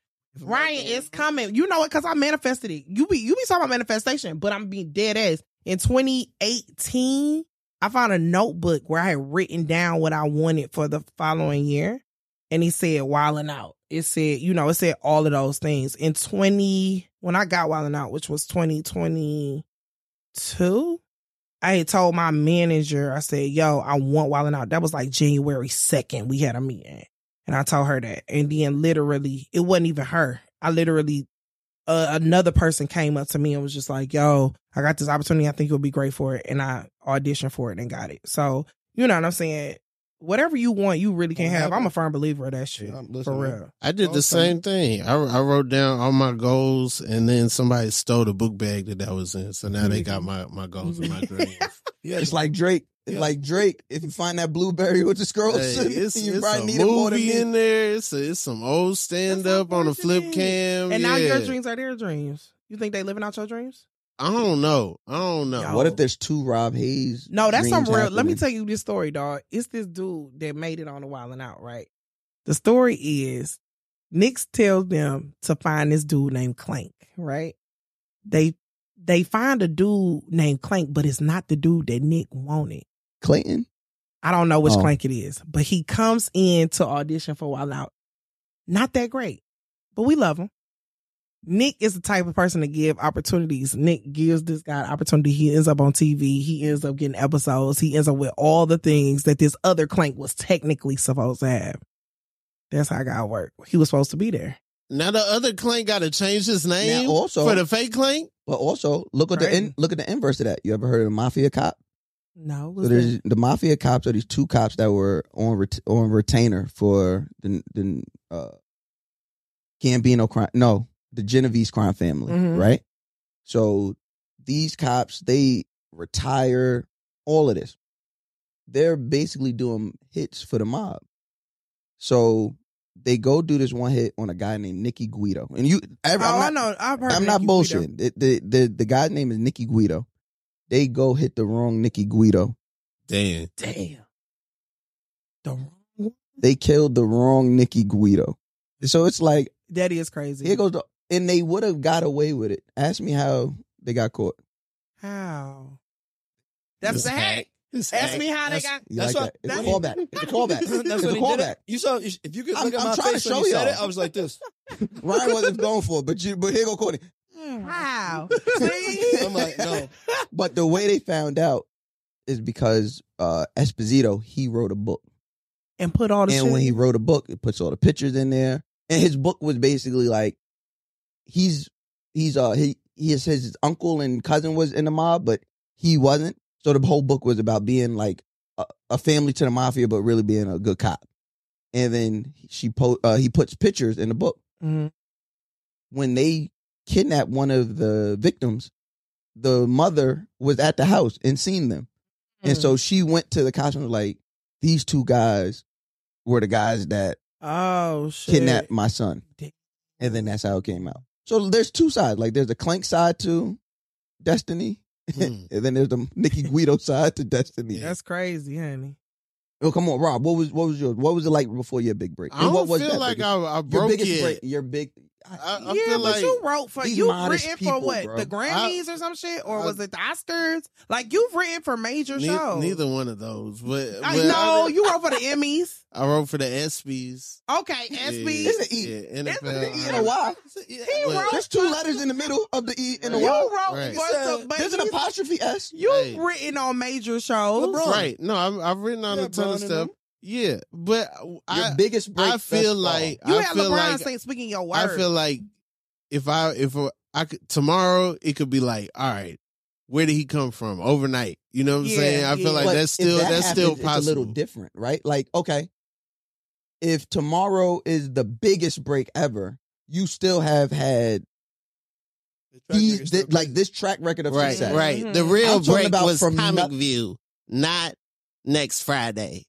Speaker 4: Ryan, it's coming. You know what? Because I manifested it. You be you be talking about manifestation, but I'm being dead ass. In 2018, I found a notebook where I had written down what I wanted for the following year, and he said wilding out. It said, you know, it said all of those things. In 20, when I got wilding out, which was 2022, I had told my manager, I said, yo, I want Wildin' Out. That was like January 2nd. We had a meeting. And I told her that. And then literally, it wasn't even her. I literally, uh, another person came up to me and was just like, yo, I got this opportunity. I think you'll be great for it. And I auditioned for it and got it. So, you know what I'm saying? Whatever you want, you really can
Speaker 15: Don't
Speaker 4: have.
Speaker 15: have
Speaker 4: I'm
Speaker 15: it.
Speaker 4: a firm believer of that shit.
Speaker 15: I'm
Speaker 4: for
Speaker 15: listening.
Speaker 4: real.
Speaker 16: I did
Speaker 15: Okay.
Speaker 16: the same thing. I, I wrote down all my goals, and then somebody stole the book bag that I was in. So now they got my, my goals and my dreams.
Speaker 4: (laughs)
Speaker 15: Yeah,
Speaker 6: It's like Drake. It's
Speaker 15: Yeah.
Speaker 6: Like Drake, if you find that blueberry with the scroll,
Speaker 16: Hey, it's,
Speaker 6: (laughs) you
Speaker 16: it's
Speaker 6: probably
Speaker 16: a
Speaker 6: need it more than
Speaker 16: movie
Speaker 6: me.
Speaker 16: in there. It's, a, it's some old stand up on a flip
Speaker 6: Oh,
Speaker 16: cam.
Speaker 4: And now your
Speaker 16: Yeah.
Speaker 4: dreams are their dreams. You think they living out your dreams?
Speaker 16: I don't know. I don't know.
Speaker 6: What if there's two Rob Hayes?
Speaker 4: No, that's some
Speaker 6: dreams
Speaker 4: real. Let me
Speaker 6: happening?
Speaker 4: tell you this story, dog. It's this dude that made it on the Wild and Out, right? The story is Nick tells them to find this dude named Clank, right? They they find a dude named Clank, but it's not the dude that Nick wanted.
Speaker 6: Clayton.
Speaker 4: I don't know which
Speaker 6: Oh.
Speaker 4: Clank it is, but he comes in to audition for Wild Out. Not that great, but we love him. Nick is the type of person to give opportunities. Nick gives this guy an opportunity. He ends up on TV. He ends up getting episodes. He ends up with all the things that this other clank was technically supposed to have. That's how God worked. He was supposed to be there.
Speaker 6: Now the other clank got to change his name
Speaker 3: Now, also-
Speaker 6: for the fake clank.
Speaker 3: But also, look at the
Speaker 4: Crazy.
Speaker 3: in, look at the inverse of that. You ever heard of the mafia cop?
Speaker 4: No,
Speaker 3: So there's the mafia cops are these two cops that were on ret- on retainer for the the uh, Gambino crime. No, the Genovese crime family,
Speaker 4: Mhm.
Speaker 3: right? So these cops they retire. All of this, they're basically doing hits for the mob. So they go do this one hit on a guy named Nicky Guido, and you.
Speaker 4: oh,
Speaker 3: I'm
Speaker 4: I
Speaker 3: not-
Speaker 4: know. I've heard.
Speaker 3: I'm not
Speaker 4: Nicky Guido.
Speaker 3: bullshitting. The, the the the guy's name is Nicky Guido. They go hit the wrong Nicky Guido.
Speaker 6: Damn.
Speaker 4: Damn. The wrong-
Speaker 3: They killed the wrong Nicky Guido. So it's like
Speaker 4: that is crazy.
Speaker 3: here goes the, and they would have got away with it. Ask me how they got caught.
Speaker 4: How? That's
Speaker 6: This
Speaker 4: the hack.
Speaker 6: This
Speaker 4: Ask
Speaker 6: hack.
Speaker 4: me how they
Speaker 6: That's-
Speaker 4: got.
Speaker 3: You
Speaker 17: That's
Speaker 3: like
Speaker 17: what-
Speaker 3: that? It's a
Speaker 17: that's-
Speaker 3: callback. It's
Speaker 6: (laughs)
Speaker 3: a callback.
Speaker 17: (laughs) That's
Speaker 3: it's a
Speaker 17: when he did
Speaker 3: callback.
Speaker 17: it. You saw you sh- if you could
Speaker 3: I'm-
Speaker 17: look at
Speaker 3: I'm
Speaker 17: my
Speaker 3: trying to
Speaker 17: face
Speaker 3: show
Speaker 17: when you said
Speaker 3: y'all.
Speaker 17: it, I was like this.
Speaker 3: (laughs) Ryan wasn't going for it, but you but here go Courtney.
Speaker 17: (laughs)
Speaker 4: How?
Speaker 6: (laughs)
Speaker 17: I'm
Speaker 3: (laughs)
Speaker 17: like, no.
Speaker 3: But the way they found out is because uh Esposito he wrote a book.
Speaker 4: and put all the
Speaker 3: and
Speaker 4: shit.
Speaker 3: when he wrote a book, it puts all the pictures in there. And his book was basically like he's he's uh he his his uncle and cousin was in the mob, but he wasn't. So the whole book was about being like a, a family to the mafia, but really being a good cop. And then she po- uh, he puts pictures in the book
Speaker 4: Mhm.
Speaker 3: when they kidnapped one of the victims. The mother was at the house and seen them. And so she went to the cops and was like, these two guys were the guys that
Speaker 4: Oh shit.
Speaker 3: kidnapped my son.
Speaker 4: Damn.
Speaker 3: And then that's how it came out. So there's two sides. Like there's the Clank side to Destiny,
Speaker 6: Hmm.
Speaker 3: (laughs) and then there's the Nikki Guido side to Destiny.
Speaker 4: That's crazy, honey.
Speaker 3: Oh, come on, Rob. What was what was yours? What was it like before your big break?
Speaker 6: I don't
Speaker 3: what was
Speaker 6: feel
Speaker 3: that
Speaker 6: like
Speaker 3: biggest-
Speaker 6: I, I
Speaker 3: your
Speaker 6: broke
Speaker 3: biggest
Speaker 6: it.
Speaker 3: break. Your big. I,
Speaker 6: I- I
Speaker 4: yeah, but
Speaker 6: feel like
Speaker 4: you wrote for
Speaker 3: these
Speaker 4: you've
Speaker 3: modest
Speaker 4: written
Speaker 3: people,
Speaker 4: for what
Speaker 3: bro.
Speaker 4: the Grammys or some shit, or
Speaker 6: I-
Speaker 4: was it the Oscars? Like you've written for major
Speaker 6: Ne-
Speaker 4: shows.
Speaker 6: Neither one of those. But,
Speaker 4: (laughs) I,
Speaker 6: but
Speaker 4: no, you wrote for the Emmys.
Speaker 6: I, I wrote for the ESPYS.
Speaker 4: Okay, SB.
Speaker 3: It's an E.
Speaker 6: Yeah, NFL.
Speaker 3: It's an E and a Y.
Speaker 4: He
Speaker 6: Well,
Speaker 4: wrote.
Speaker 3: There's two letters in the middle of the E and the
Speaker 4: You
Speaker 3: Y.
Speaker 4: wrote
Speaker 6: Right.
Speaker 4: for some, but
Speaker 3: There's an
Speaker 4: he's-
Speaker 3: apostrophe S.
Speaker 4: you've
Speaker 6: Hey.
Speaker 4: written on major shows.
Speaker 6: Right. No, I've, I've written on
Speaker 17: Yeah,
Speaker 6: a ton
Speaker 17: Brown
Speaker 6: of
Speaker 17: and
Speaker 6: stuff.
Speaker 17: them.
Speaker 6: Yeah, but
Speaker 3: Your
Speaker 6: I
Speaker 3: biggest break.
Speaker 6: I
Speaker 3: thus
Speaker 6: feel
Speaker 3: far.
Speaker 6: like
Speaker 4: You
Speaker 6: I
Speaker 4: had
Speaker 6: feel
Speaker 4: LeBron
Speaker 6: like
Speaker 4: saying speaking your word.
Speaker 6: I feel (laughs) like if I if I could tomorrow it could be like all right, where did he come from overnight? You know what I'm
Speaker 4: Yeah,
Speaker 6: saying? I
Speaker 4: yeah.
Speaker 6: feel like
Speaker 3: But
Speaker 6: that's
Speaker 3: if
Speaker 6: still
Speaker 3: that
Speaker 6: that's still
Speaker 3: happens,
Speaker 6: possible.
Speaker 3: It's a little different, right? Like, okay, if tomorrow is the biggest break ever, you still have had these thi- like this track record of
Speaker 6: right,
Speaker 3: success.
Speaker 6: right.
Speaker 4: Mhm.
Speaker 6: The real
Speaker 3: I'm talking
Speaker 6: break
Speaker 3: about
Speaker 6: was
Speaker 3: from
Speaker 6: Comic
Speaker 3: not-
Speaker 6: View, not next Friday.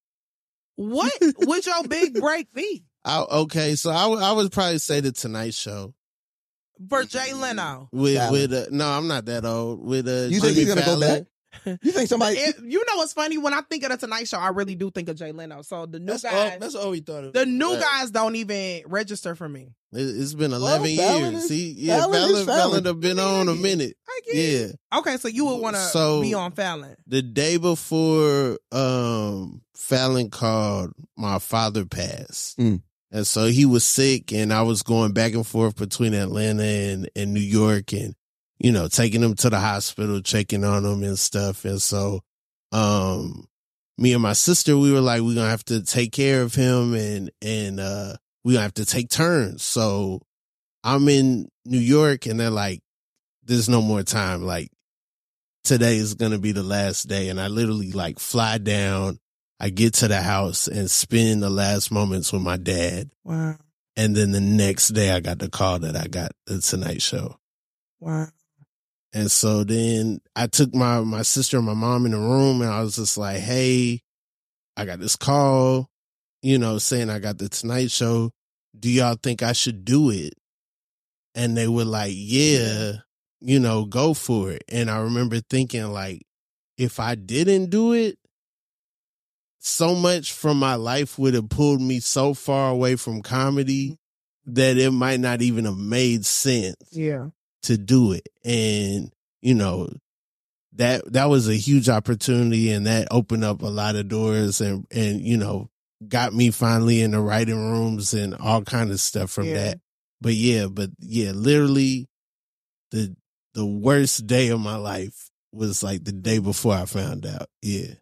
Speaker 4: what would your big break be
Speaker 6: I, okay, so I would- I would probably say the Tonight Show
Speaker 4: for Jay Leno?
Speaker 6: with
Speaker 3: Fallon.
Speaker 6: with uh, no, I'm not that old. With uh,
Speaker 3: You think
Speaker 6: Jimmy
Speaker 3: he's gonna
Speaker 6: Fallon.
Speaker 3: go back? You think somebody?
Speaker 4: It- you know what's funny? When I think of the Tonight Show, I really do think of Jay Leno. So the new
Speaker 17: That's all,
Speaker 4: guys,
Speaker 17: that's all we thought of.
Speaker 4: the new
Speaker 17: Right.
Speaker 4: guys don't even register for me.
Speaker 6: It, it's been 11
Speaker 3: Oh, Fallon
Speaker 6: years.
Speaker 3: is-
Speaker 6: he, yeah,
Speaker 3: Fallon is
Speaker 6: Fallon, Fallon,
Speaker 3: Fallon.
Speaker 6: have been on a minute.
Speaker 4: I get it.
Speaker 6: Yeah.
Speaker 4: Okay, so you would want to
Speaker 6: So-
Speaker 4: be on Fallon.
Speaker 6: The day before um Fallon called, my father passed.
Speaker 3: Mm.
Speaker 6: And so he was sick and I was going back and forth between Atlanta and, and New York and, you know, taking him to the hospital, checking on him and stuff. And so um me and my sister, we were like, we're gonna have to take care of him and and uh we gonna have to take turns. So I'm in New York and they're like, There's no more time. Like today is gonna be the last day. And I literally like fly down, I get to the house and spend the last moments with my dad.
Speaker 4: Wow,
Speaker 6: And then the next day I got the call that I got the Tonight Show.
Speaker 4: wow.
Speaker 6: And so then I took my my sister and my mom in the room and I was just like, "Hey, I got this call, you know, saying I got the Tonight Show. Do y'all think I should do it?" And they were like, "Yeah, you know, go for it." And I remember thinking like, if I didn't do it, so much from my life would have pulled me so far away from comedy that it might not even have made sense
Speaker 4: Yeah,
Speaker 6: to do it and you know that that was a huge opportunity and that opened up a lot of doors and and you know got me finally in the writing rooms and all kind of stuff from
Speaker 4: Yeah.
Speaker 6: that
Speaker 18: But yeah, but yeah, literally the the worst day of my life was like the day before I found out. Yeah.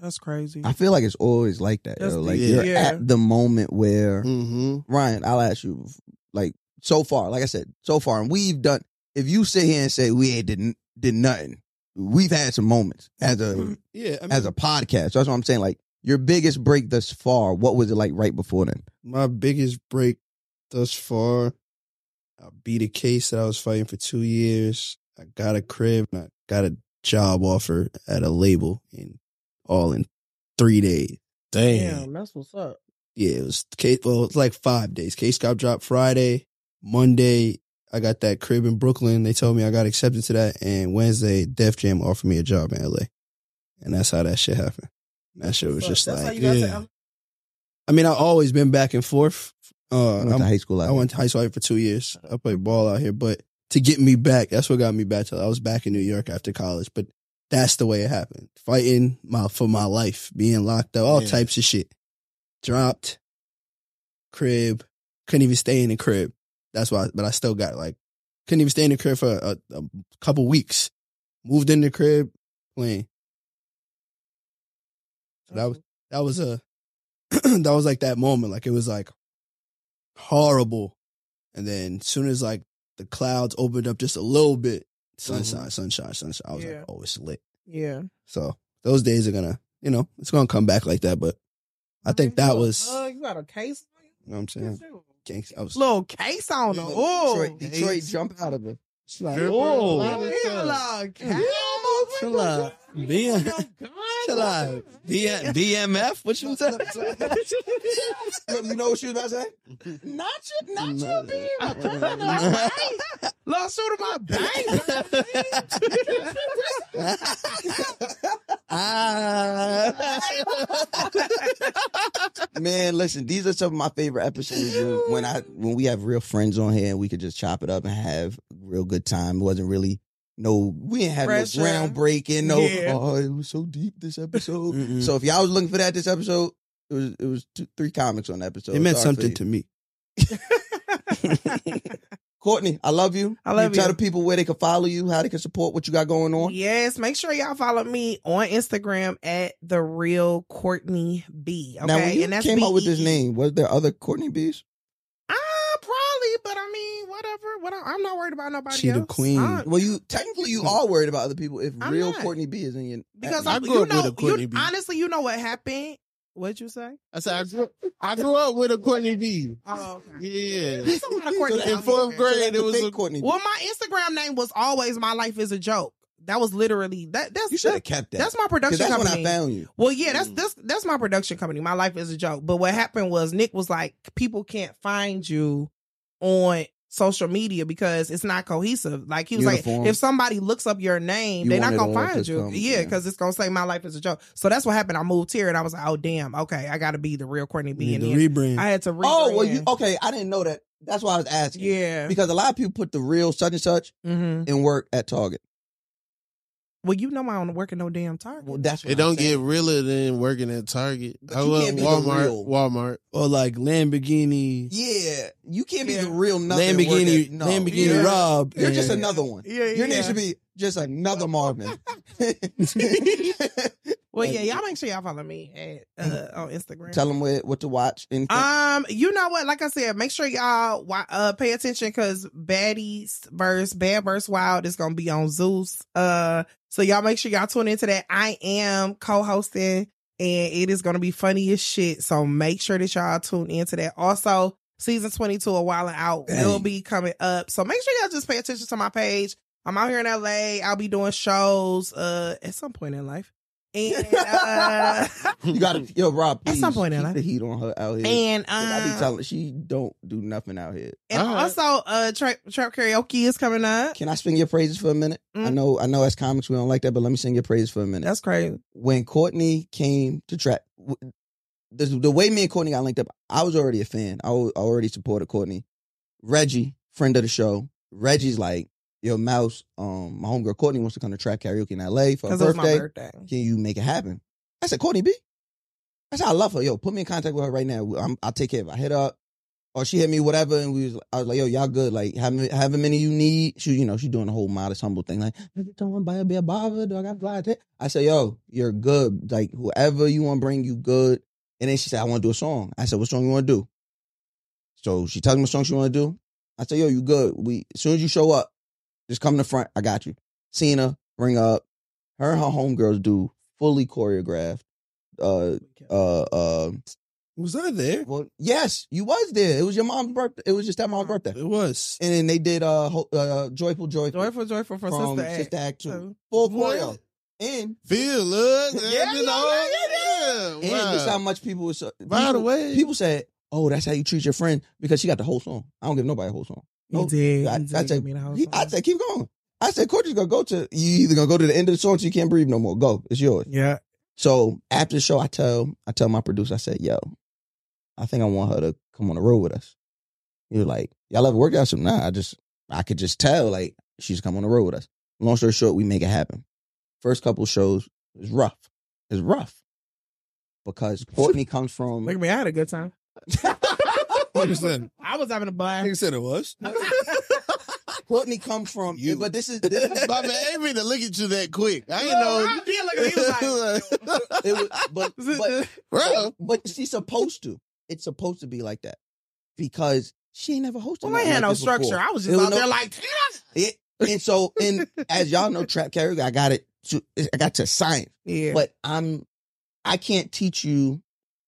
Speaker 4: That's crazy.
Speaker 3: I feel like it's always like that.
Speaker 4: That's
Speaker 3: yo.
Speaker 4: the-
Speaker 3: Like
Speaker 18: yeah.
Speaker 3: you're
Speaker 4: Yeah.
Speaker 3: at the moment where
Speaker 18: Mm-hmm.
Speaker 3: Ryan, I'll ask you. Like so far, like I said, so far, and we've done. If you sit here and say we ain't did did nothing, we've had some moments as a
Speaker 6: Yeah, I mean,
Speaker 3: as a podcast. So that's what I'm saying. Like your biggest break thus far, what was it like right before then?
Speaker 6: my biggest break thus far, I beat a case that I was fighting for two years. I got a crib and I got a job offer at a label in all in three days.
Speaker 18: Damn.
Speaker 4: Damn, that's what's up.
Speaker 6: Yeah, it was case. Well, it's like five days. Case got dropped Friday, Monday. I got that crib in Brooklyn. They told me I got accepted to that, and Wednesday, Def Jam offered me a job in LA, and that's how that shit happened. That shit was
Speaker 4: Fuck,
Speaker 6: just
Speaker 4: that's how
Speaker 6: like,
Speaker 4: you got
Speaker 18: yeah.
Speaker 4: to
Speaker 6: I mean, I always been back and forth.
Speaker 3: I
Speaker 6: Uh,
Speaker 3: went
Speaker 6: I'm-
Speaker 3: to high school.
Speaker 6: I went to high school out here for two years. I played ball out here, but to get me back, that's what got me back to. I was back in New York after college, but that's the way it happened. Fighting my for my life, being locked up, all
Speaker 18: Yeah.
Speaker 6: types of shit. Dropped, crib, couldn't even stay in the crib. That's why, but I still got like, (clears throat) couldn't even stay in the crib for a, a couple weeks. Moved in the crib, playing. So that was that was a that was like that moment. Like it was like horrible. And then soon as like the clouds opened up just a little bit,
Speaker 3: Mm-hmm.
Speaker 6: sunshine, sunshine, sunshine. I was
Speaker 4: Yeah.
Speaker 6: like, oh, it's lit.
Speaker 4: Yeah.
Speaker 6: So those days are gonna, you know, it's gonna come back like that. But I think that was, you
Speaker 4: you got a case.
Speaker 6: know what I'm saying? Gangs- I (laughs) was,
Speaker 4: Little case on her. Oh,
Speaker 3: Detroit, Detroit jump out of it.
Speaker 6: it's like,
Speaker 18: Dripper,
Speaker 6: whoa,
Speaker 18: lot of stuff.
Speaker 6: chill out, (laughs)
Speaker 3: (laughs)
Speaker 6: BM, chill out, BM, BMF. What you saying?
Speaker 3: Look, you know what she was about to say?
Speaker 4: Not you, not
Speaker 6: No.
Speaker 4: you, being a little shoot my bang.
Speaker 3: Ah. Man, listen, these are some of my favorite episodes of when (laughs) I when we have real friends on here and we could just chop it up and have a real good time. It wasn't really no we didn't have
Speaker 4: Pressure.
Speaker 3: no groundbreaking, no
Speaker 4: Yeah.
Speaker 3: oh it was so deep this episode.
Speaker 6: Mm-mm.
Speaker 3: so if y'all was looking for that this episode, it was it was two, three comics on the episode.
Speaker 6: it meant
Speaker 3: Sorry for
Speaker 6: something
Speaker 3: you.
Speaker 6: to me.
Speaker 3: (laughs) Courtney, I love you.
Speaker 4: I love
Speaker 3: Tell
Speaker 4: you.
Speaker 3: the people where they can follow you, how they can support what you got going on.
Speaker 4: Yes, make sure y'all follow me on Instagram at the real Courtney B. Okay,
Speaker 3: Now when you
Speaker 4: and that's
Speaker 3: came up with this
Speaker 4: B E E.
Speaker 3: name, was there other Courtney Bees?
Speaker 4: Ah, probably, but I mean, whatever. What I- I'm not worried about nobody
Speaker 6: She the
Speaker 4: else.
Speaker 6: queen.
Speaker 4: I'm-
Speaker 3: Well, you technically you are worried about other people if
Speaker 4: I'm
Speaker 3: real
Speaker 4: not.
Speaker 3: Courtney B is in your
Speaker 4: because
Speaker 18: I
Speaker 4: I,
Speaker 18: grew
Speaker 4: you
Speaker 18: up
Speaker 4: know,
Speaker 18: with a Courtney
Speaker 4: you,
Speaker 18: B.
Speaker 4: honestly, you know what happened. What'd you say?
Speaker 18: I said I grew, I grew up with a Courtney B.
Speaker 4: Oh, okay.
Speaker 18: Yeah.
Speaker 4: There's a lot of Courtney
Speaker 18: in
Speaker 4: out
Speaker 18: fourth
Speaker 4: here.
Speaker 18: grade,
Speaker 3: That's
Speaker 18: it
Speaker 3: the
Speaker 18: was
Speaker 3: fake
Speaker 18: a-
Speaker 3: Courtney. B.
Speaker 4: Well, my Instagram name was always "My Life Is a Joke." That was literally that. That's
Speaker 3: you should have kept that.
Speaker 4: that's my
Speaker 3: 'Cause
Speaker 4: production
Speaker 3: that's
Speaker 4: company.
Speaker 3: when I found you.
Speaker 4: Well, yeah, that's
Speaker 18: Mm.
Speaker 4: that's that's my production company. My life is a joke. But what happened was Nick was like, people can't find you on social media because it's not cohesive. Like he was
Speaker 3: Uniform.
Speaker 4: like, if somebody looks up your name,
Speaker 3: You
Speaker 4: they're
Speaker 3: want
Speaker 4: not
Speaker 3: it
Speaker 4: gonna
Speaker 3: all
Speaker 4: find
Speaker 3: to
Speaker 4: you.
Speaker 3: come-
Speaker 4: yeah,
Speaker 3: yeah.
Speaker 4: because it's gonna say my life is a joke. So that's what happened. I moved here and I was like, oh damn, okay, I gotta be the real Courtney B.
Speaker 6: Need
Speaker 4: And
Speaker 6: to
Speaker 4: then
Speaker 6: rebrand.
Speaker 4: I had to. Rebrand.
Speaker 3: Oh well, you okay? I didn't know that. That's why I was asking.
Speaker 4: Yeah.
Speaker 3: because a lot of people put the real such and such
Speaker 4: hmm
Speaker 3: and work at Target.
Speaker 4: Well, you know I don't work at no damn Target.
Speaker 3: Well, that's what
Speaker 18: It
Speaker 3: I'm
Speaker 18: don't get
Speaker 3: saying.
Speaker 18: realer than working at Target.
Speaker 3: But
Speaker 18: I
Speaker 3: you
Speaker 18: love
Speaker 3: can't be the real-
Speaker 18: Walmart. Walmart.
Speaker 6: or like Lamborghini,
Speaker 3: Yeah, you can't be
Speaker 4: Yeah.
Speaker 3: the real nothing. and work
Speaker 6: Lamborghini,
Speaker 3: at- no.
Speaker 6: Lamborghini
Speaker 4: Yeah.
Speaker 6: Rob.
Speaker 3: You're just
Speaker 6: and-
Speaker 3: another one.
Speaker 4: Yeah,
Speaker 3: Your
Speaker 4: yeah.
Speaker 3: name should be just another
Speaker 4: (laughs)
Speaker 3: Marvin.
Speaker 4: Well, yeah, y'all make sure y'all follow me at, uh, on Instagram.
Speaker 3: Tell them what, what to watch. And
Speaker 4: Um, you know what? Like I said, make sure y'all wa- uh pay attention because Baddies verse Bad verse Wild is gonna be on Zeus. Uh, so y'all make sure y'all tune into that. I am co-hosting, and it is gonna be funny as shit. So make sure that y'all tune into that. Also, season twenty two of Wild and Out will
Speaker 3: Dang.
Speaker 4: be coming up. So make sure y'all just pay attention to my page. I'm out here in LA. I'll be doing shows uh at some point in life,
Speaker 3: (laughs)
Speaker 4: and uh,
Speaker 3: you got to yo Rob.
Speaker 4: At
Speaker 3: please
Speaker 4: some point in
Speaker 3: keep
Speaker 4: life.
Speaker 3: the heat on her out here.
Speaker 4: and um,
Speaker 3: I be telling she don't do nothing out here.
Speaker 4: And
Speaker 18: All right.
Speaker 4: also, uh, trap, trap karaoke is coming up.
Speaker 3: Can I sing your praises for a minute? I
Speaker 4: Mm.
Speaker 3: know, I know, as comics we don't like that, but let me sing your praises for a minute.
Speaker 4: That's crazy.
Speaker 3: when Courtney came to track, w- the, the way me and Courtney got linked up, I was already a fan. I al- I already supported Courtney. Reggie, friend of the show, Reggie's like, "Yo, Mouse, um, my homegirl Courtney wants to come to track karaoke in L.A. for her
Speaker 4: Because it was my
Speaker 3: birthday.
Speaker 4: birthday.
Speaker 3: Can you make it happen?" I said, "Courtney B." I said, "I love her. Yo, put me in contact with her right now. I'm, I'll take care of. it. I hit her up.
Speaker 6: or she hit me whatever, and we was I was like, yo, y'all good? Like, having having many you need? She, you know, she doing the whole modest humble thing. Like, I just don't want to be a bother. Do I got fly? I said, yo, you're good. Like, whoever you want to bring, you good. And then she said, I want to do a song. I said, what song you want to do? So she tells me what song she want to do. I said, yo, you good? We as soon as you show up, just come in the front. I got you. Cena, bring up. Her and her homegirls do fully choreographed. Uh, uh, uh.
Speaker 5: Was I there?
Speaker 6: Well, yes, you was there. It was your mom's birthday. It was your stepmom's birthday.
Speaker 5: It was.
Speaker 6: And then they did uh, ho- uh joyful, joyful,
Speaker 3: Joyful, joyful for
Speaker 6: from
Speaker 3: Sister Act.
Speaker 6: Sister Act Two,
Speaker 3: So-
Speaker 6: full
Speaker 3: What?
Speaker 6: choreo. And
Speaker 4: Feel it. Yeah,
Speaker 6: Yeah, yeah,
Speaker 4: yeah,
Speaker 6: yeah, and that's how much people was.
Speaker 4: By the
Speaker 6: people-
Speaker 4: way-
Speaker 6: people said, "Oh, that's how you treat your friend," because she got the whole song. I don't give nobody a whole song.
Speaker 3: You
Speaker 6: Nope.
Speaker 3: did.
Speaker 6: Oh, I,
Speaker 3: You
Speaker 6: I
Speaker 3: did
Speaker 6: said,
Speaker 3: give me the whole
Speaker 6: he- I
Speaker 3: song.
Speaker 6: said, keep going. I said, Coach is gonna go to you. Either gonna go to the end of the song, so you can't breathe no more. Go, it's yours.
Speaker 3: Yeah.
Speaker 6: So after the show, I tell I tell my producer, I said, "Yo, I think I want her to come on the road with us." He was like, "Y'all ever work out some?" Nah, I just I could just tell like she's come on the road with us. Long story short, we make it happen. First couple shows is rough. It's rough because Courtney comes from
Speaker 3: Look at me. I had a good
Speaker 6: (laughs)
Speaker 3: time.
Speaker 5: What you said?
Speaker 3: I was having a
Speaker 5: I
Speaker 3: blast.
Speaker 5: said it
Speaker 3: (laughs)
Speaker 5: was.
Speaker 6: Courtney comes from.
Speaker 4: You.
Speaker 6: But this is, this (laughs) is
Speaker 4: My man, ain't mean to look at you that quick.
Speaker 3: Look,
Speaker 4: I didn't
Speaker 6: (laughs)
Speaker 4: know.
Speaker 3: I did look at him, he
Speaker 6: it was, but
Speaker 3: (laughs)
Speaker 6: (laughs) but
Speaker 4: Bro,
Speaker 6: But she's supposed to. It's supposed to be like that because she ain't never hosted.
Speaker 3: Well, I
Speaker 6: nothing
Speaker 3: had
Speaker 6: like
Speaker 3: no
Speaker 6: this before.
Speaker 3: structure. I was
Speaker 6: It
Speaker 3: just
Speaker 6: was
Speaker 3: out
Speaker 6: no-
Speaker 3: there like,
Speaker 6: It, and so, and as y'all know, trap karaoke, I got it. To, I got to science,
Speaker 3: yeah.
Speaker 6: but I'm, I can't teach you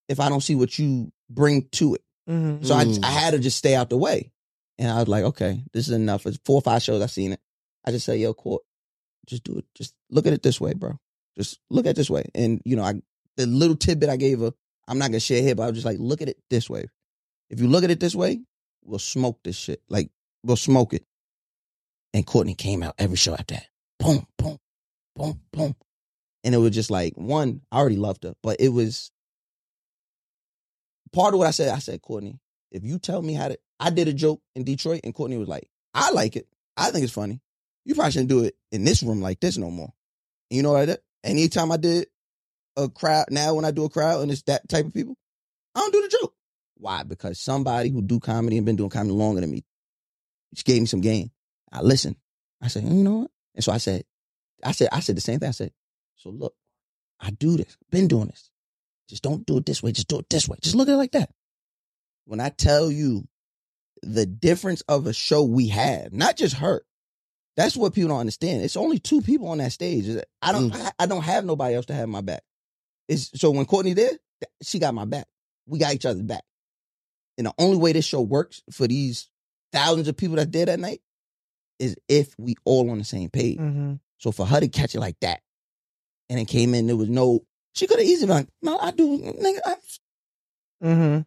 Speaker 6: if I don't see what you bring to it.
Speaker 3: Mhm.
Speaker 6: So
Speaker 4: Mm.
Speaker 6: I, I had to just stay out the way, and I was like, okay, this is enough. It's four or five shows I've seen it. I just say, yo, court, just do it. Just look at it this way, bro. Just look at it this way, and you know, I the little tidbit I gave her, I'm not gonna share here, but I was just like, look at it this way. If you look at it this way, we'll smoke this shit. Like we'll smoke it. And Courtney came out every show after that. Boom, boom, boom, boom. And it was just like one. I already loved her, but it was part of what I said. I said, Courtney, if you tell me how to, I did a joke in Detroit, and Courtney was like, I like it. I think it's funny. You probably shouldn't do it in this room like this no more. And you know what I did? Anytime I did a crowd, now when I do a crowd and it's that type of people, I don't do the joke. Why? Because somebody who do comedy and been doing comedy longer than me, she gave me some game. I listened. I said, you know what? And so I said, I said, I said the same thing. I said, so look, I do this, been doing this. Just don't do it this way. Just do it this way. Just look at it like that. When I tell you the difference of a show we had, not just her, that's what people don't understand. It's only two people on that stage. I don't, I, I don't have nobody else to have my back. It's, so when Courtney there, th- she got my back. We got each other's back. And the only way this show works for these thousands of people that there that night is if we all on the same page.
Speaker 3: Mhm.
Speaker 6: So for her to catch it like that, and it came in, there was no. She could have easily been like, "No, I do, nigga." I,
Speaker 3: Mhm.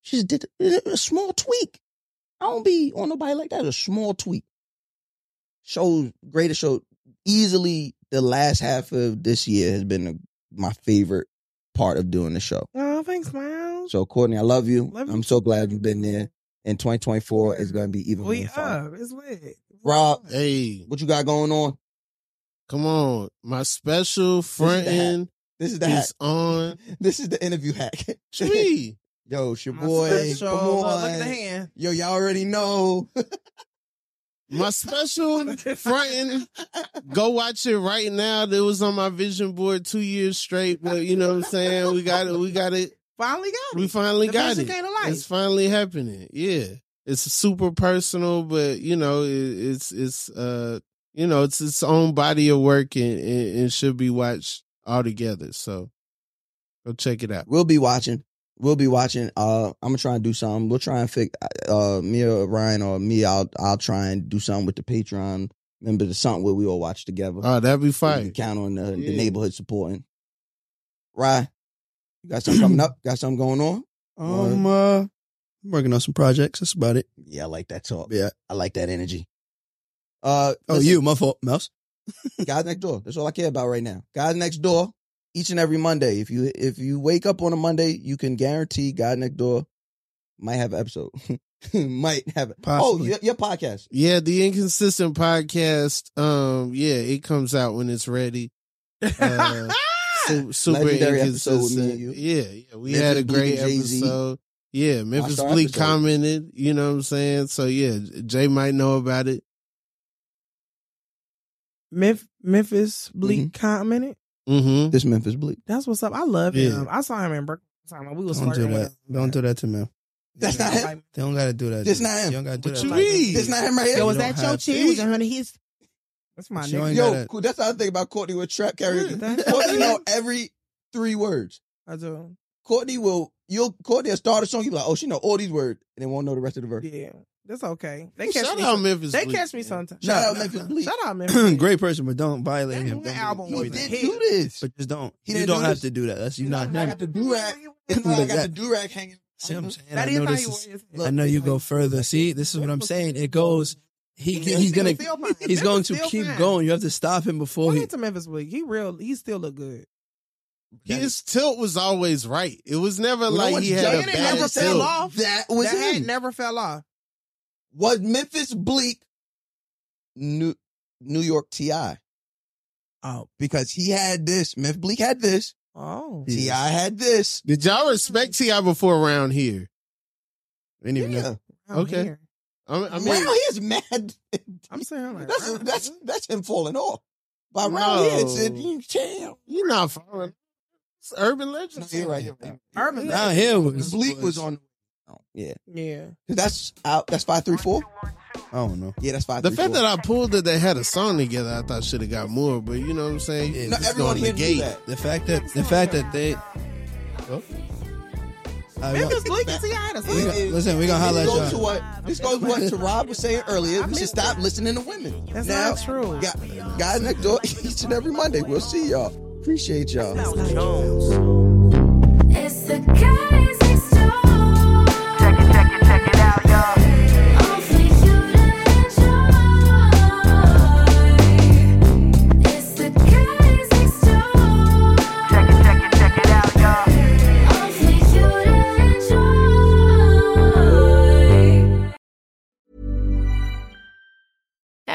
Speaker 6: she just did a, a small tweak. I don't be on nobody like that. A small tweak. Shows greatest show easily the last half of this year has been the my favorite part of doing the show.
Speaker 3: Oh, thanks, Miles.
Speaker 6: So Courtney, I love you.
Speaker 3: Love you
Speaker 6: I'm so glad you've been there. And 2024 is going to be even more
Speaker 3: We
Speaker 6: fun.
Speaker 3: up. It's lit.
Speaker 6: Rob,
Speaker 4: hey,
Speaker 6: what you got going on?
Speaker 4: come on. My special front
Speaker 6: This is the
Speaker 4: end
Speaker 6: This is the hack.
Speaker 4: is on
Speaker 6: (laughs) This is the interview (laughs) hack.
Speaker 4: me.
Speaker 6: Yo, it's your
Speaker 3: My
Speaker 6: boy.
Speaker 3: special-
Speaker 6: Come
Speaker 3: Look, look at the
Speaker 6: on.
Speaker 3: hand.
Speaker 6: Yo, y'all already know.
Speaker 4: My special front end. Go watch it right now. It was on my vision board two years straight, but you know what I'm saying? We got it. We got it.
Speaker 3: Finally got it.
Speaker 4: We finally
Speaker 3: The
Speaker 4: got
Speaker 3: vision
Speaker 4: it.
Speaker 3: came to life.
Speaker 4: It's finally happening. Yeah. It's super personal, but you know, it, it's it's uh you know, it's its own body of work and, and, and should be watched all together. So go check it out.
Speaker 6: (laughs) We'll be watching. We'll be watching. Uh, I'm gonna try and do something. We'll try and fix. Uh, me or Ryan or me. I'll I'll try and do something with the Patreon members or something where we all watch together.
Speaker 4: Oh, that'd be
Speaker 6: So you
Speaker 4: fire.
Speaker 6: can count on uh, the, the
Speaker 4: Yeah.
Speaker 6: neighborhood supporting. Ryan, you got
Speaker 5: (clears throat)
Speaker 6: something coming up? Got something going on?
Speaker 5: Um, uh, I'm working on some projects. That's about it.
Speaker 6: Yeah, I like that talk.
Speaker 5: Yeah.
Speaker 6: I like that energy. Uh,
Speaker 5: Oh,
Speaker 6: listen,
Speaker 5: you, my fault, Mouse. (laughs)
Speaker 6: guys next door. That's all I care about right now. Guys next door. Each and every Monday. If you if you wake up on a Monday, you can guarantee God next door might have an episode. (laughs) might have it. Oh,
Speaker 5: Possibly.
Speaker 6: your, your podcast.
Speaker 4: Yeah, the inconsistent podcast. Um, yeah, it comes out when it's ready. Uh, su- super
Speaker 6: Legendary episode with me
Speaker 4: inconsistent.
Speaker 6: and you.
Speaker 4: Yeah, yeah. We
Speaker 6: Memphis
Speaker 4: had a
Speaker 6: Bleak
Speaker 4: great
Speaker 6: and Jay-Z.
Speaker 4: episode. Yeah, Memphis
Speaker 6: our
Speaker 4: Bleak
Speaker 6: episode.
Speaker 4: commented. You know what I'm saying? So yeah, Jay might know about it.
Speaker 3: Memf- Memphis Bleak commented.
Speaker 4: Mm-hmm.
Speaker 6: This Memphis Bleak.
Speaker 3: That's what's up. I love
Speaker 5: Yeah.
Speaker 3: him. I saw him in Brooklyn. one time, and We was
Speaker 5: Don't do
Speaker 3: flirting
Speaker 5: that.
Speaker 3: with
Speaker 5: Don't do that to me.
Speaker 6: That's not him.
Speaker 3: him.
Speaker 5: They don't gotta do that.
Speaker 6: That's
Speaker 5: to me.
Speaker 6: not him.
Speaker 5: You don't gotta do
Speaker 4: What
Speaker 5: that.
Speaker 4: you
Speaker 5: to me.
Speaker 4: mean?
Speaker 6: That's not him right here.
Speaker 3: Yo, was
Speaker 5: You don't
Speaker 3: that your
Speaker 5: have
Speaker 3: chill?
Speaker 5: to.
Speaker 3: Was that her his? That's my
Speaker 5: She
Speaker 3: nigga.
Speaker 5: ain't
Speaker 6: Yo,
Speaker 5: gotta-
Speaker 6: cool. that's the other thing about Courtney with trap karaoke.
Speaker 3: Mm, that's-
Speaker 6: Courtney know every three words.
Speaker 3: I do.
Speaker 6: Courtney will you'll Courtney will start a song. You be like, oh, she know all these words, and then won't know the rest of the verse.
Speaker 3: Yeah, that's okay. They
Speaker 4: Well,
Speaker 3: catch
Speaker 4: shout
Speaker 3: me.
Speaker 4: out
Speaker 3: some-
Speaker 4: Memphis
Speaker 3: They
Speaker 4: Bleak,
Speaker 3: catch me
Speaker 4: man.
Speaker 3: sometimes.
Speaker 6: Shout
Speaker 3: No,
Speaker 6: out
Speaker 3: no,
Speaker 6: Memphis
Speaker 3: no.
Speaker 6: Bleak.
Speaker 5: (clears throat)
Speaker 3: Shout
Speaker 4: (clears throat)
Speaker 3: out Memphis.
Speaker 5: Great person, but don't violate
Speaker 3: That
Speaker 5: him.
Speaker 3: one
Speaker 5: Don't do
Speaker 3: album
Speaker 5: that.
Speaker 6: You
Speaker 3: was
Speaker 6: did
Speaker 3: hit.
Speaker 6: do this.
Speaker 5: But just don't.
Speaker 6: He
Speaker 5: you
Speaker 6: didn't
Speaker 5: don't
Speaker 6: do
Speaker 5: have
Speaker 6: this.
Speaker 5: to do that. That's you
Speaker 6: I
Speaker 5: not.
Speaker 6: got the do rag. It's not I got the do rag hanging.
Speaker 5: See what I'm saying?
Speaker 3: That
Speaker 5: I
Speaker 3: is
Speaker 5: know
Speaker 3: how
Speaker 5: this
Speaker 3: you
Speaker 5: is-
Speaker 3: is.
Speaker 5: I know you go further. See, this is what I'm saying. It goes. He he's gonna he's going to keep going. You have to stop him before
Speaker 3: Point
Speaker 5: he.
Speaker 3: to Memphis Bleak. He real. He still look good.
Speaker 4: His tilt was always right. It was never
Speaker 6: No
Speaker 4: like
Speaker 6: one's
Speaker 4: he had a
Speaker 6: judging it.
Speaker 4: bad
Speaker 3: Never
Speaker 4: tilt.
Speaker 3: fell off.
Speaker 6: That was
Speaker 3: that hat
Speaker 6: him.
Speaker 3: never fell off.
Speaker 6: was Memphis Bleak New New York Ti
Speaker 3: Oh,
Speaker 6: because he had this. Memphis Bleak had this.
Speaker 3: oh.
Speaker 6: Ti had this.
Speaker 4: Did y'all respect Ti before around here? I didn't even know.
Speaker 6: Yeah.
Speaker 3: I'm
Speaker 4: Okay.
Speaker 3: here.
Speaker 4: I I mean,
Speaker 6: Wow, he is mad. (laughs)
Speaker 3: I'm saying I'm like,
Speaker 6: That's
Speaker 3: wow.
Speaker 6: that's that's him falling off. By
Speaker 4: No.
Speaker 6: round here, it's it, damn.
Speaker 4: you're not following. It's urban
Speaker 6: No,
Speaker 4: legends.
Speaker 6: you're right. You're right.
Speaker 3: Urban
Speaker 5: Down here was
Speaker 6: Bleak was on. Oh, yeah,
Speaker 3: yeah.
Speaker 6: 'Cause that's out. That's five three four.
Speaker 5: I don't know.
Speaker 6: Yeah, that's five.
Speaker 4: The fact that I pulled that they had a song together, I thought should have got more. But you know what I'm saying?
Speaker 5: Yeah,
Speaker 6: no,
Speaker 4: It's
Speaker 6: everyone
Speaker 4: gonna
Speaker 6: here knew
Speaker 4: negate.
Speaker 6: that.
Speaker 5: The fact that the fact that they. Oh. I want-
Speaker 3: Memphis Bleak and T.I. had a
Speaker 5: We
Speaker 3: song.
Speaker 5: got- listen, we gonna holla at
Speaker 6: This goes to
Speaker 5: y'all.
Speaker 6: what this goes to what Rob was saying earlier. We should stop listening to women.
Speaker 3: That's
Speaker 6: now,
Speaker 3: not true.
Speaker 6: Guy, guys next door (laughs) each and every Monday. We'll see y'all. Appreciate y'all.
Speaker 2: It's the guys next door.
Speaker 1: Check it, check it, check it out, y'all.
Speaker 2: Only you enjoy. It's the guys next door.
Speaker 1: Check it, check it, check it out, y'all.
Speaker 2: Only you enjoy.